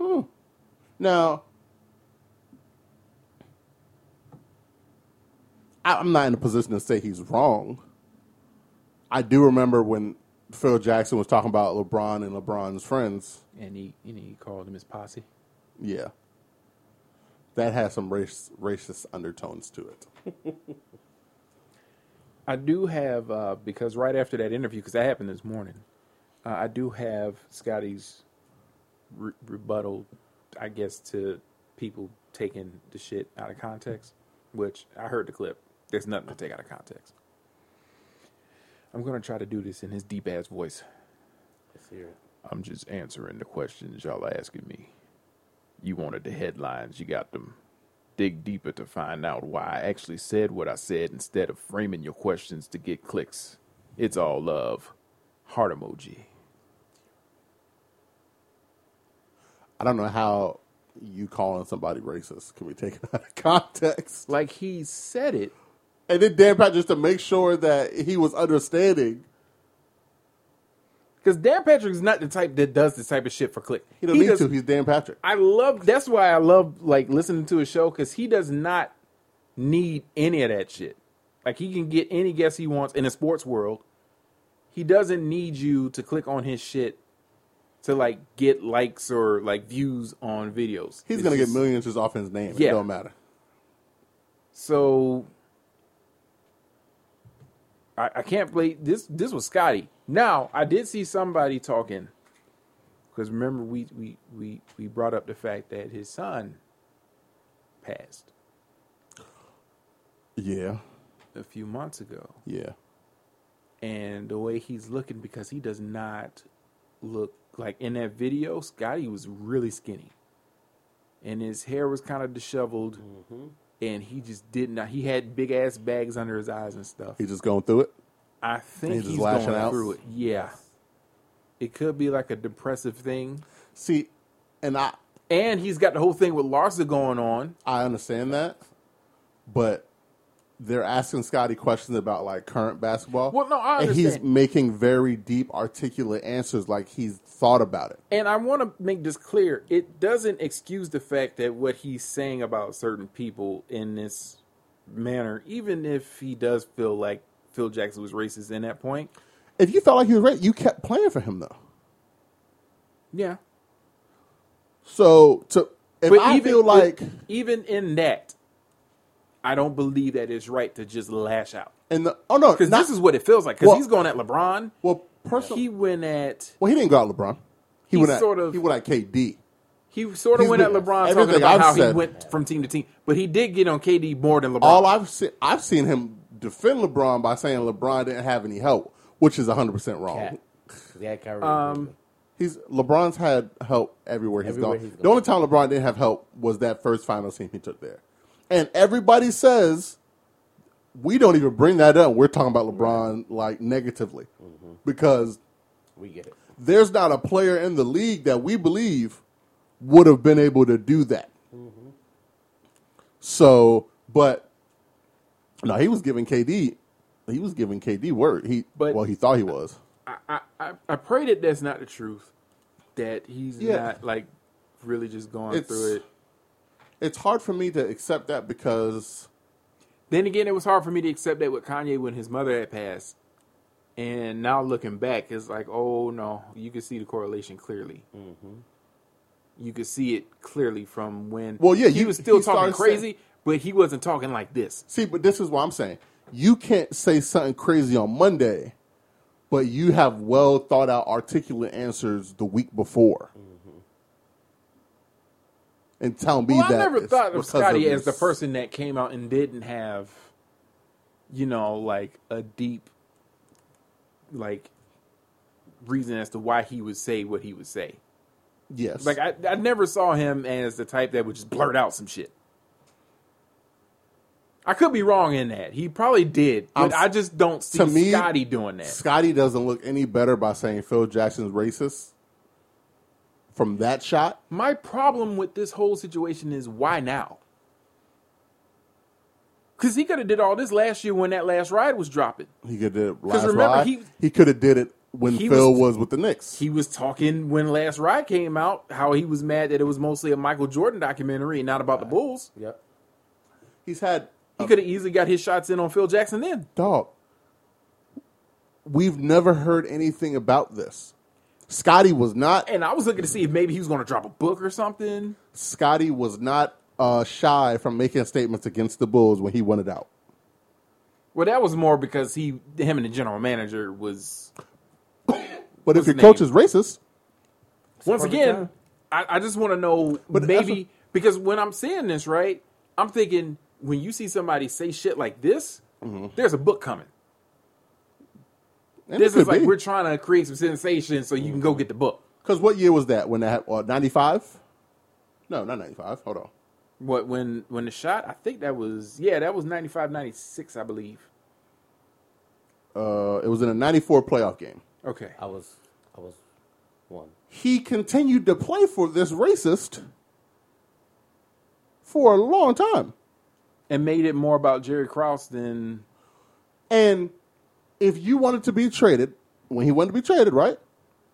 B: Hmm. Now, I- I'm not in a position to say he's wrong. I do remember when Phil Jackson was talking about LeBron and LeBron's friends.
A: and he and he called him his posse
B: Yeah. That has some race, racist undertones to it.
A: I do have uh, because right after that interview, because that happened this morning, uh, I do have Scotty's re- rebuttal, I guess, to people taking the shit out of context. Which I heard the clip. There's nothing to take out of context. I'm gonna try to do this in his deep ass voice.
C: Let's hear it.
A: I'm just answering the questions y'all asking me. You wanted the headlines, you got them. Dig deeper to find out why I actually said what I said instead of framing your questions to get clicks. It's all love. Heart emoji.
B: I don't know how you calling somebody racist can be taken out of context.
A: Like he said it.
B: And then Dan Patrick, just to make sure that he was understanding,
A: Because Dan Patrick's not the type that does this type of shit for click.
B: he don't need
A: does-
B: to. He's Dan Patrick.
A: I love that's why I love like listening to his show because he does not need any of that shit. Like he can get any guess he wants in the sports world. He doesn't need you to click on his shit to like get likes or like views on videos.
B: He's
A: It's
B: going to get
A: just-
B: millions just off his name.
A: Yeah.
B: It don't matter.
A: So I, I can't play this. This was Scotty. Now I did see somebody talking because remember we, we we we brought up the fact that his son passed
B: Yeah.
A: a few months ago,
B: Yeah.
A: and the way he's looking because he does not look like in that video. Scotty was really skinny, and his hair was kind of disheveled. and he just did not. He had big ass bags under his eyes and stuff.
B: He's just going through it.
A: I think
B: he's
A: he's,
B: just lashing
A: going
B: out?
A: through it. Yeah, it could be like a depressive thing,
B: See, and I
A: and he's got the whole thing with Larsa going on.
B: I understand that, but they're asking Scotty questions about like current basketball.
A: Well, no, I
B: and he's
A: understand.
B: making very deep, articulate answers, like he's thought about it.
A: And I want to make this clear: it doesn't excuse the fact that what he's saying about certain people in this manner, even if he does feel like Phil Jackson was racist in that point.
B: If you felt like he was right, you kept playing for him though.
A: Yeah,
B: So to if I feel like
A: even in that, I don't believe that it's right to just lash out
B: and the oh no,
A: because
B: not-
A: this is what it feels like. Because
B: Well-
A: he's going at LeBron.
B: well personal.
A: he went at
B: well, he didn't go out LeBron.
A: He
B: He, went at,
A: sort of-
B: he went at KD.
A: he sort of
B: He's
A: went at
B: been-
A: LeBron talking
B: everything
A: about
B: I've
A: how
B: said-
A: he went from team to team, but he did get on KD more than LeBron.
B: All I've seen, I've seen him defend LeBron by saying LeBron didn't have any help, which is hundred percent wrong.
C: Cat. 'Cause he had Kyrie.
B: He's LeBron's had help everywhere he's
C: Everywhere
B: gone.
C: he's
B: The
C: gone.
B: only time LeBron didn't have help was that first final team he took there. And everybody says we don't even bring that up. We're talking about LeBron like negatively because
C: we get it.
B: there's not a player in the league that we believe would have been able to do that. So, but no, he was giving KD. He was giving KD word. He
A: But-
B: well, he thought he was.
A: I, I, I pray that that's not the truth. That he's
B: Yeah.
A: not like really just going
B: It's-
A: through it.
B: It's hard for me to accept that because
A: Then again, it was hard for me to accept that with Kanye when his mother had passed. And now looking back, it's like, oh no, you can see the correlation clearly. You could see it clearly from when.
B: Well, yeah,
A: he
B: you-
A: was still
B: he
A: talking
B: started
A: crazy,
B: saying-
A: but he wasn't talking like this.
B: See, but this is what I'm saying. You can't say something crazy on Monday, but you have well thought out, articulate answers the week before. And tell me
A: Mm-hmm. Well, I
B: that
A: never
B: it's
A: thought of
B: because
A: Scotty
B: of
A: as the
B: this.
A: person that came out and didn't have, you know, like a deep, like reason as to why he would say what he would say.
B: Yes,
A: Like I, I never saw him as the type that would just blurt out some shit. I could be wrong in that. He probably did, but
B: I'm-
A: i just don't see
B: to me,
A: Scotty doing that.
B: Scotty doesn't look any better by saying Phil Jackson's racist from that shot.
A: My problem with this whole situation is why now? Because he could have did all this last year when that last ride was dropping.
B: He could have did it last
A: remember,
B: ride. He,
A: he-
B: could have did it when
A: he
B: Phil was,
A: was-
B: with the Knicks.
A: He was talking when last ride came out how he was mad that it was mostly a Michael Jordan documentary and not about the Bulls.
C: Yep.
B: He's had
A: He could have easily got his shots in on Phil Jackson then.
B: dog, we've never heard anything about this. Scotty was not.
A: And I was looking to see if maybe he was going to drop a book or something.
B: Scotty was not uh, shy from making statements against the Bulls when he wanted out.
A: Well, that was more because he, him, and the general manager was
B: But if
A: What's
B: your
A: his
B: coach
A: name?
B: is racist,
A: once
C: part of
A: again.
C: time.
A: I, I just want to know
B: But that's
A: maybe because when I'm seeing this, right, I'm thinking when you see somebody say shit like this, there's a book coming.
B: Mm-hmm. and
A: This
B: it
A: is
B: could
A: like
B: be.
A: we're trying to create some sensation so you can go get the book.
B: Because what year was that when that happened? Ninety five? No, not ninety five. Hold on.
A: What when when the shot? I think that was yeah, that was 95, 96, I believe.
B: Uh, it was in a ninety four playoff game.
A: Okay,
C: I was, I was one.
B: He continued to play for this racist for a long time.
A: and made it more about Jerry Krause than
B: And if you wanted to be traded, when he wanted to be traded, right?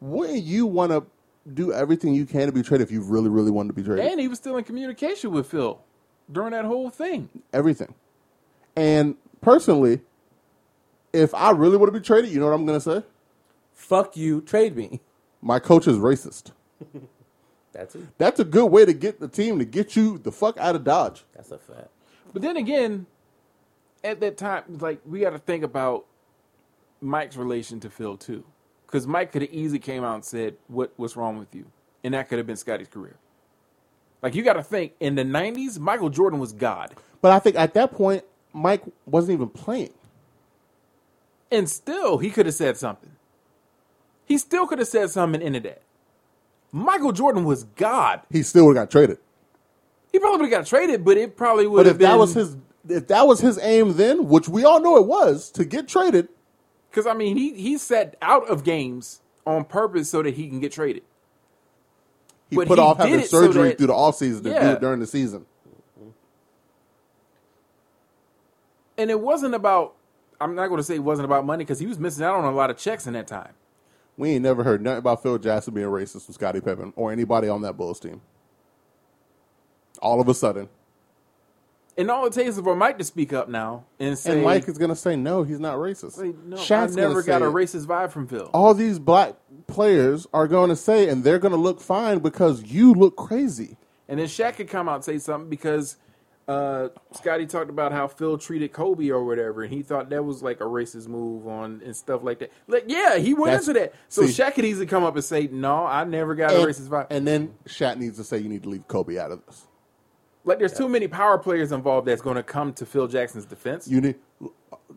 B: Wouldn't you want to do everything you can to be traded if you really, really wanted to be traded?
A: and he was still in communication with Phil during that whole thing.
B: everything. And personally, if I really want to be traded, you know what I'm going to say?
C: Fuck you. Trade me.
B: My coach is racist.
C: That's it.
B: That's a good way to get the team to get you the fuck out of Dodge.
C: That's a fact.
A: But then again, at that time, like we got to think about Mike's relation to Phil too, because Mike could have easily came out and said, "What what's wrong with you?" and that could have been Scotty's career. Like you got to think in the '90s, Michael Jordan was God,
B: But I think at that point, Mike wasn't even playing.
A: and still he could have said something. He still could have said something and ended that. Michael Jordan was God.
B: He still would have got traded.
A: He probably got traded, but it probably would
B: But
A: have
B: if
A: been.
B: that was his, if that was his aim then, which we all know it was, to get traded,
A: Because, I mean, he, he sat out of games on purpose so that he can get traded.
B: he
A: But
B: put
A: he
B: off
A: did
B: having
A: it so
B: surgery
A: that-
B: through the offseason to do
A: Yeah.
B: it during the season.
A: And it wasn't about, I'm not going to say it wasn't about money because he was missing out on a lot of checks in that time.
B: We ain't never heard nothing about Phil Jackson being racist with Scottie Pippen or anybody on that Bulls team. All of a sudden,
A: And all it takes is for Mike to speak up now and say,
B: and Mike is gonna say no, he's not racist.
A: say, no,
B: Shaq's
A: I never
B: gonna
A: got
B: say
A: a
B: it.
A: racist vibe from Phil.
B: all these black players are going to say, and they're going to look fine because you look crazy.
A: And then Shaq could come out and say something because uh, Scotty talked about how Phil treated Kobe or whatever, and he thought that was like a racist move on and stuff like that. Like, yeah, he went
B: That's-
A: into that. So
B: see-
A: Shaq could easily come up and say, "No, I never got a
B: And,
A: racist vibe."
B: and then Shaq needs to say, you need to leave Kobe out of this.
A: like, there's too many power players involved that's going to come to Phil Jackson's defense.
B: You need,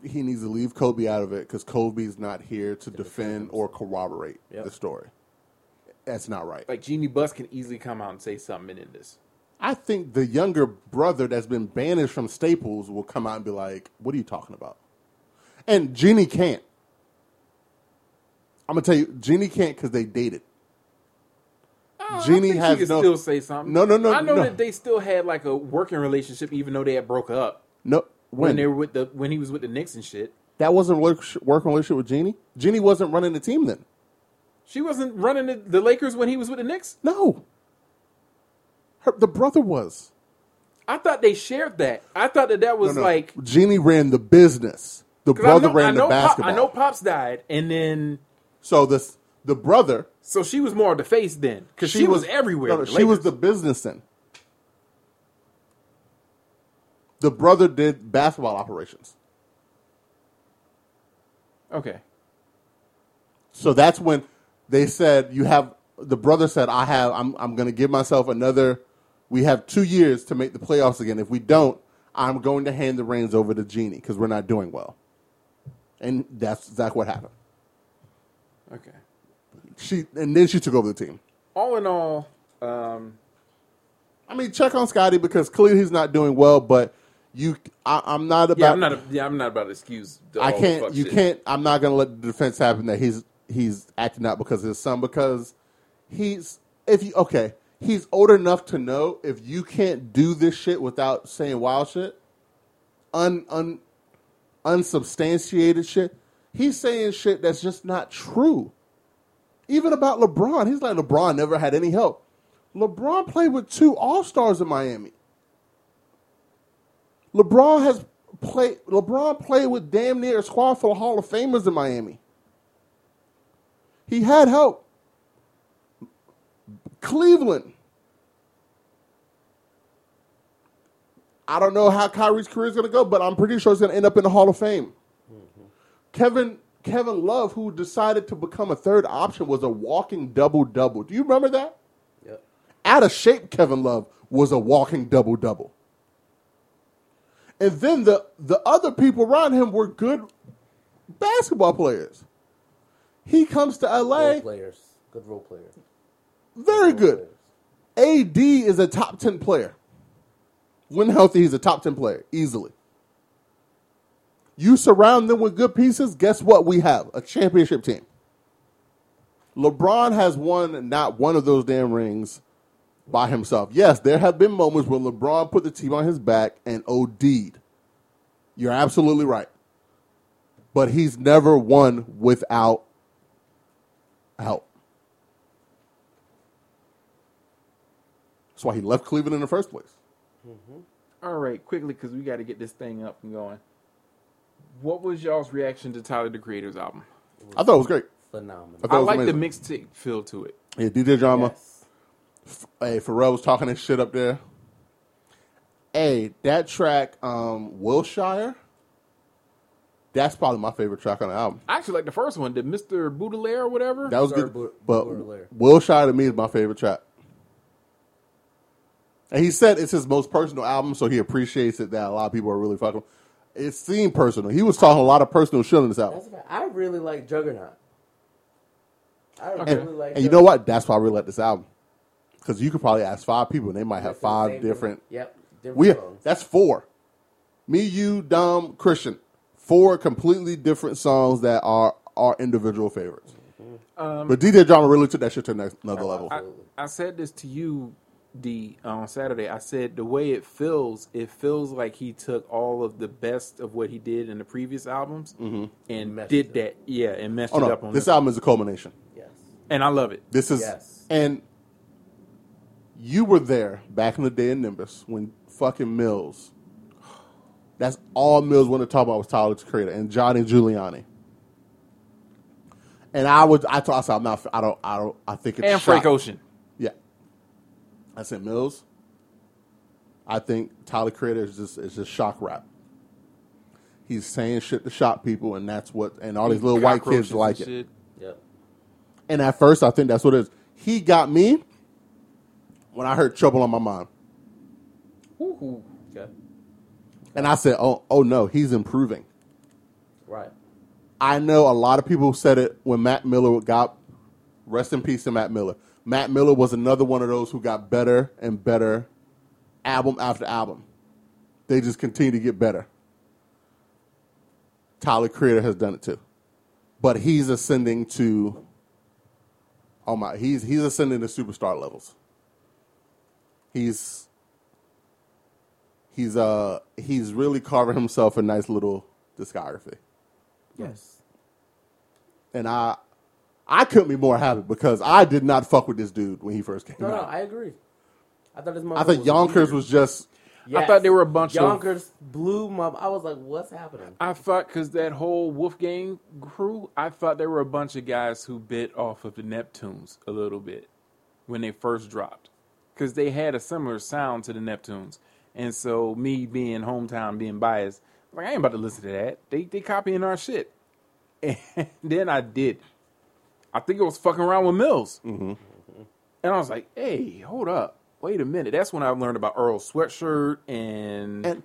B: he needs to leave Kobe out of it because Kobe's not here to defend or corroborate
C: Yep.
B: the story. That's not right.
A: like Jeannie Buss can easily come out and say something in this.
B: I think the younger brother that's been banished from Staples will come out and be like, "What are you talking about?" And Jeannie can't. I'm gonna tell you, Jeannie can't because they dated.
A: Uh, I
B: Jeannie
A: think
B: has
A: she could
B: no-
A: still say something.
B: No, no, no,
A: I know
B: no.
A: that they still had like a working relationship, even though they had broke up
B: No,
A: when,
B: when,
A: they were with the when he was with the Knicks and shit.
B: that wasn't work, working relationship with Jeannie. Jeannie wasn't running the team then.
A: She wasn't running the, the Lakers when he was with the Knicks.
B: No, her the brother was.
A: I thought they shared that. I thought that that was
B: No, no.
A: like
B: Jeannie ran the business. The
A: 'cause I
B: brother
A: know, I
B: ran the
A: know Pop,
B: basketball.
A: I know pops died, and then
B: so this the brother
A: so she was more of the face then because she, was, everywhere.
B: no, no,
A: with the
B: she was
A: Lakers.
B: the business end. The brother did basketball operations.
A: okay.
B: So that's when they said you have the brother said I have I'm I'm going to give myself another we have 2 years to make the playoffs again. If we don't, I'm going to hand the reins over to Genie cuz we're not doing well. And that's exactly what happened.
A: Okay.
B: She and then she took over the team.
A: All in all, um,
B: I mean, check on Scotty because clearly he's not doing well, but you I, I'm not about
A: yeah, I'm not. A, yeah, I'm not about to excuse. The,
B: I
A: all the Oh, fuck
B: can't. You
A: shit.
B: can't. I'm not gonna let the defense happen that he's he's acting out because of his son because he's if you okay he's old enough to know if you can't do this shit without saying wild shit, un un unsubstantiated shit. He's saying shit that's just not true. Even about LeBron, he's like LeBron never had any help. LeBron played with two All Stars in Miami. LeBron has played. LeBron played with damn near a squad full of Hall of Famers in Miami. He had help. Cleveland. I don't know how Kyrie's career is going to go, but I'm pretty sure he's going to end up in the Hall of Fame. Kevin Kevin Love, who decided to become a third option, was a walking double double. Do you remember that?
C: Yep.
B: out of shape Kevin Love was a walking double double. And then the the other people around him were good basketball players. He comes to LA,
C: Role players. Good role player.
B: very
C: Role
B: good.
C: players.
B: AD is a top 10 player. When healthy, he's a top 10 player easily. You surround them with good pieces, guess what we have? A championship team. LeBron has won not one of those damn rings by himself. Yes, there have been moments where LeBron put the team on his back and OD'd. You're absolutely right. But he's never won without help. That's why he left Cleveland in the first place.
A: All right, quickly because we got to get this thing up and going. What was y'all's reaction to Tyler the Creator's album?
B: I thought it was great.
C: Phenomenal.
B: I thought
A: I
B: it was
A: like the mixtape
B: amazing.
A: feel to it.
B: Yeah, DJ Drama.
C: Yes.
B: Hey, Pharrell was talking his shit up there. Hey, that track, um, Wilshire. That's probably my favorite track on the album.
A: I actually like the first one, the Mister Baudelaire or whatever.
B: That was
C: Sorry,
B: good,
C: Bu-
B: but
C: Baudelaire.
B: Wilshire to me is my favorite track. And he said it's his most personal album, so he appreciates it that a lot of people are really fucking. It seemed personal. He was talking a lot of personal shit on this album.
C: That's about, I really like Juggernaut. I
A: Okay.
C: really like
B: And you know what? That's why I really like this album. because you could probably ask five people and they might have
C: That's the
B: five
C: same
B: different.
C: thing. Yep. Different
B: We
C: songs.
B: that's four. Me, you, Dom, Christian, four completely different songs that are our individual favorites.
A: Mm-hmm.
B: but DJ Drama really took that shit to the next, another level.
A: I, I said this to you, D, on Saturday. I said the way it feels, it feels like he took all of the best of what he did in the previous albums
B: Mm-hmm.
A: and
C: Messed
A: did
C: it up.
A: that. Yeah, and messed
B: oh
A: it
B: no,
A: up on
B: this
A: this,
B: album is a culmination.
C: Yes.
A: and I love it.
B: This is
C: Yes.
B: and you were there back in the day in Nimbus when fucking Mills. That's all Mills wanted to talk about was Tyler the Creator and Johnny Giuliani. And I was I told I said I'm not I don't I don't I think it's
A: And
B: shot.
A: Frank Ocean.
B: Yeah. I said Mills. I think Tyler Creator is just is just shock rap. He's saying shit to shock people, and that's what and all these little white
A: Cockroaches
B: kids
A: and
B: like it.
A: shit.
C: Yep.
B: And at first, I think that's what it is. He got me when I heard Trouble on My Mind.
C: Woohoo. Okay.
B: And I said, oh, oh no, he's improving.
C: Right.
B: I know a lot of people said it when Matt Miller got, rest in peace to Matt Miller. Matt Miller was another one of those who got better and better album after album. They just continue to get better. Tyler Creator has done it too. But he's ascending to, oh my, he's, he's ascending to superstar levels. He's, he's, uh, he's really carving himself a nice little discography
C: Yes.
B: and I I couldn't be more happy because I did not fuck with this dude when he first came
C: No, no,
B: out.
C: I agree. I thought his mom.
B: I, think Yonkers was just
A: I thought they were a bunch of-
C: Yonkers blew my. I was like, what's happening?
A: I thought because that whole Wolfgang crew, I thought there were a bunch of guys who bit off of the Neptunes a little bit when they first dropped, because they had a similar sound to the Neptunes. And so me being hometown, being biased, like I ain't about to listen to that. They they copying our shit. And then I did. I think it was fucking around with Mills.
B: Mm-hmm.
A: And I was like, hey, hold up. Wait a minute. That's when I learned about Earl Sweatshirt and,
B: and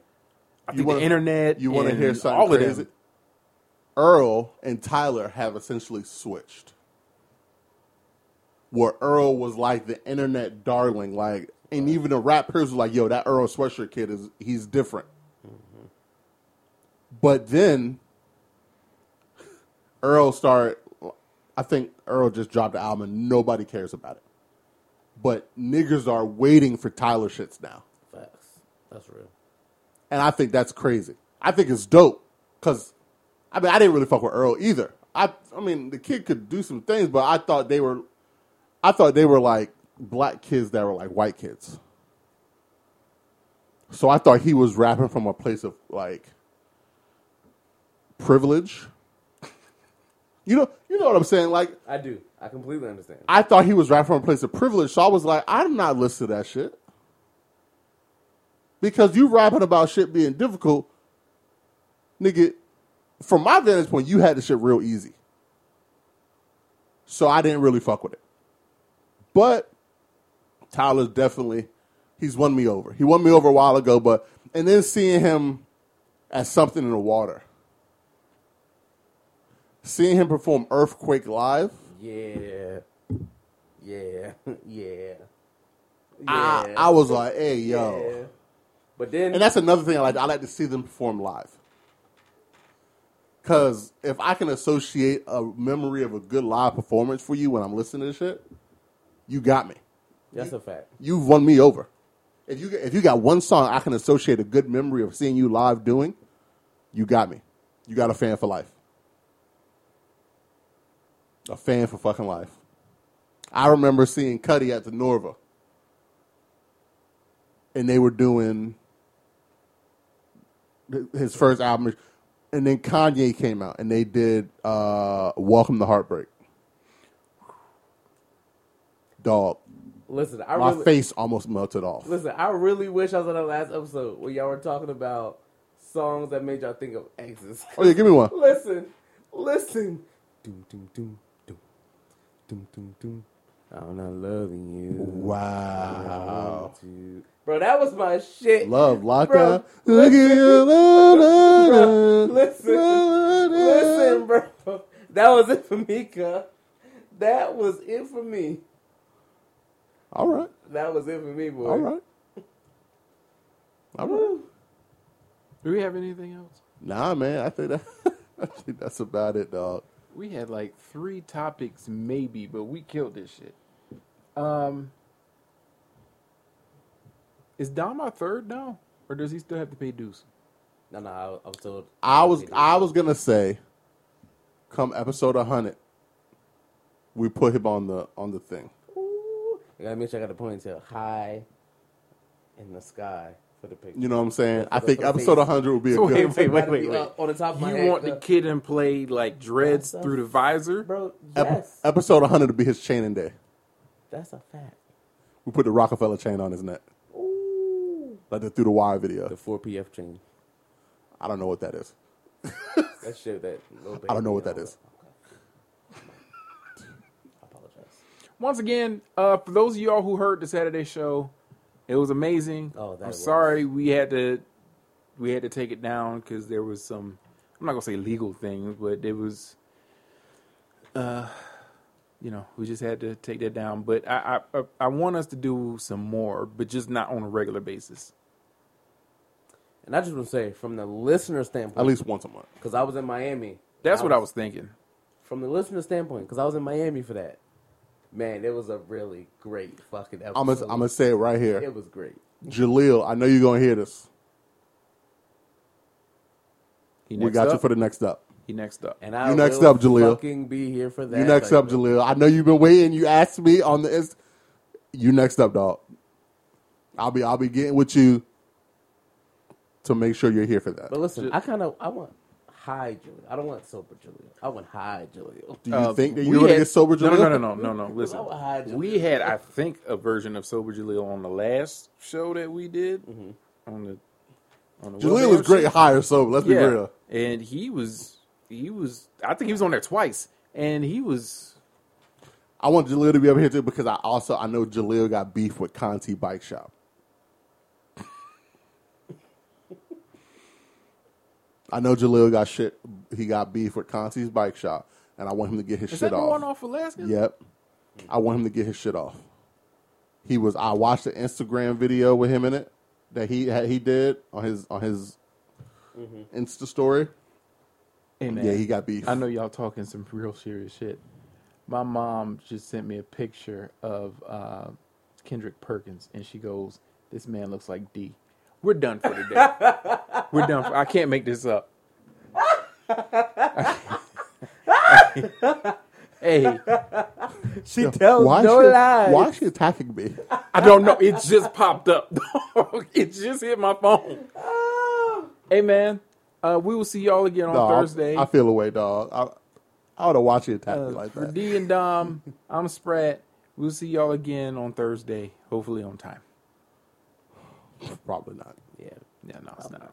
A: I
B: you
A: think
B: wanna-
A: the internet.
B: You want to
A: and
B: hear something
A: all of them.
B: crazy? Earl and Tyler have essentially switched. Where Earl was like the internet darling, like, and even the rap peers were like, "Yo, that Earl sweatshirt kid is he's different."
A: Mm-hmm.
B: But then Earl started. I think Earl just dropped the album and nobody cares about it. But niggers are waiting for Tyler shits now.
C: Facts. That's real.
B: And I think that's crazy. I think it's dope because I mean I didn't really fuck with Earl either. I I mean the kid could do some things, but I thought they were, I thought they were like black kids that were like white kids. So I thought he was rapping from a place of like privilege. You know, you know what I'm saying. Like
C: I do. I completely understand.
B: I thought he was rapping from a place of privilege, so I was like, I'm not listening to that shit. Because you rapping about shit being difficult, nigga, from my vantage point, you had the shit real easy. So I didn't really fuck with it. But Tyler's definitely, he's won me over. He won me over a while ago, but, and then seeing him as something in the water, seeing him perform Earthquake Live.
C: yeah. Yeah. yeah.
B: I, I was like, hey, yo.
C: Yeah. But then
B: And that's another thing I like. I like to see them perform live. Because if I can associate a memory of a good live performance for you when I'm listening to shit, you got me.
C: that's a fact.
B: You've won me over. If you, if you got one song I can associate a good memory of seeing you live doing, you got me. You got a fan for life. A fan for fucking life. I remember seeing Cuddy at the Norva. And they were doing th- his first album. And then Kanye came out and they did uh, Welcome to Heartbreak. Dog.
C: Listen, I
B: My
C: really
B: face almost melted off.
C: listen. I really wish I was on the last episode where y'all were talking about songs that made y'all think of exes.
B: Oh, yeah, give me one.
C: listen, listen. Doom, doom, doom, doom, doom, doom, doom. I'm not loving you.
B: Wow.
C: Want you. Bro, that was my shit.
B: Love, lock
C: Bro,
B: up. Look at
C: listen.
B: you. la, la, la,
C: Bro, listen.
B: la, la,
C: Listen, bro. That was it for me, cuz. That was it for me.
B: All right.
C: That was it for me, boy.
B: All right. All right.
A: Do we have anything else?
B: Nah, man. I think that. I think that's about it, dog.
A: We had like three topics, maybe, but we killed this shit. Um, is Dom our third now, or does he still have to pay dues?
C: No, no, I, I was told.
B: I was I was gonna say, come episode hundred, we put him on the on the thing.
C: I gotta make sure I got the ponytail high in the sky for the picture.
B: You know what I'm saying? I
C: the-
B: think
C: for the
B: episode
C: face.
B: hundred would be a
A: So
B: good.
A: Wait, wait,
C: Gotta
A: wait,
C: be
A: wait.
C: up On the top of
A: You
C: my head,
A: want the
C: uh,
A: kid and play like dreads
C: That's a-
A: through the visor?
C: bro?
B: ep-
C: Yes,
B: Episode hundred would be his chaining day.
C: that's a fact.
B: We put the Rockefeller chain on his neck,
C: Ooh,
B: like the through the wire video.
C: the four PF chain.
B: I don't know what that is.
C: That shit. That little
B: I don't know what
C: baby
B: that
C: on
B: is.
C: the- Okay. I apologize.
A: Once again, uh, for those of y'all who heard the Saturday show, it was amazing.
C: Oh, that
A: I'm
C: was-
A: sorry we had to we had to take it down because there was some. I'm not gonna say legal things, but it was. Uh, you know, we just had to take that down. But I I I- I want us to do some more, but just not on a regular basis.
C: And I just want to say, from the listener
B: At
C: standpoint,
B: least once a month.
C: because I was in Miami.
A: That's what I was thinking.
C: From the listener standpoint, because I was in Miami for that. Man, it was a really great fucking episode.
B: I'm gonna I'm gonna say it right here.
C: It was great.
B: Jaleel, I know you're gonna hear this.
A: He
B: We got
A: up.
B: you for the next up.
A: He next up.
C: And I
B: You next
C: will
B: up, Jaleel.
C: Fucking be here for that.
B: You next up,
C: segment.
B: Jaleel. I know you've been waiting. You asked me on the inst- You next up, dog. I'll be I'll be getting with you to make sure you're here for that.
C: But listen,
A: Ju-
C: I kind of I want high Jaleel. I don't want sober Jaleel. I want high Jaleel.
B: Do you
A: Uh,
B: think that
A: we
B: you're gonna
A: had-
B: get sober,
A: No,
B: Jaleel?
A: no, no, no, no, no. no. Listen,
C: I would hide Jaleel.
A: we had, I think, a version of sober Jaleel on the last show that we did on the. On the
B: Jaleel
A: Well
B: was great,
A: Damn show.
B: higher sober. Let's be real.
A: yeah, and he was, he was. I think he was on there twice, and he was.
B: I want Jaleel to be up here too because I also I know Jaleel got beef with Conti Bike Shop. I know Jaleel got shit. He got beef with Conti's Bike Shop, and I want him to get his
A: Is
B: shit
A: that the
B: off.
A: one off Alaska?
B: Yep. I want him to get his shit off. He was. I watched the Instagram video with him in it that he had, he did on his on his
A: Mm-hmm.
B: Insta story.
A: Hey, man,
B: Yeah, he got beef.
A: I know y'all talking some real serious shit. My mom just sent me a picture of uh, Kendrick Perkins, and she goes, "This man looks like D." We're done for today. We're done. For, I can't make this up. hey,
C: She tells
B: why
C: no
B: she,
C: lies.
B: Why is she attacking me?
A: I don't know. It just popped up. it just hit my phone. Hey, man. Uh, we will see y'all again on
B: Dog,
A: Thursday.
B: I feel away, dog. I, I would have watched you attack me like
A: for
B: that.
A: D and Dom, I'm Spratt. We'll see y'all again on Thursday, hopefully on time.
B: Probably not.
C: Yeah.
A: Yeah, no, it's not.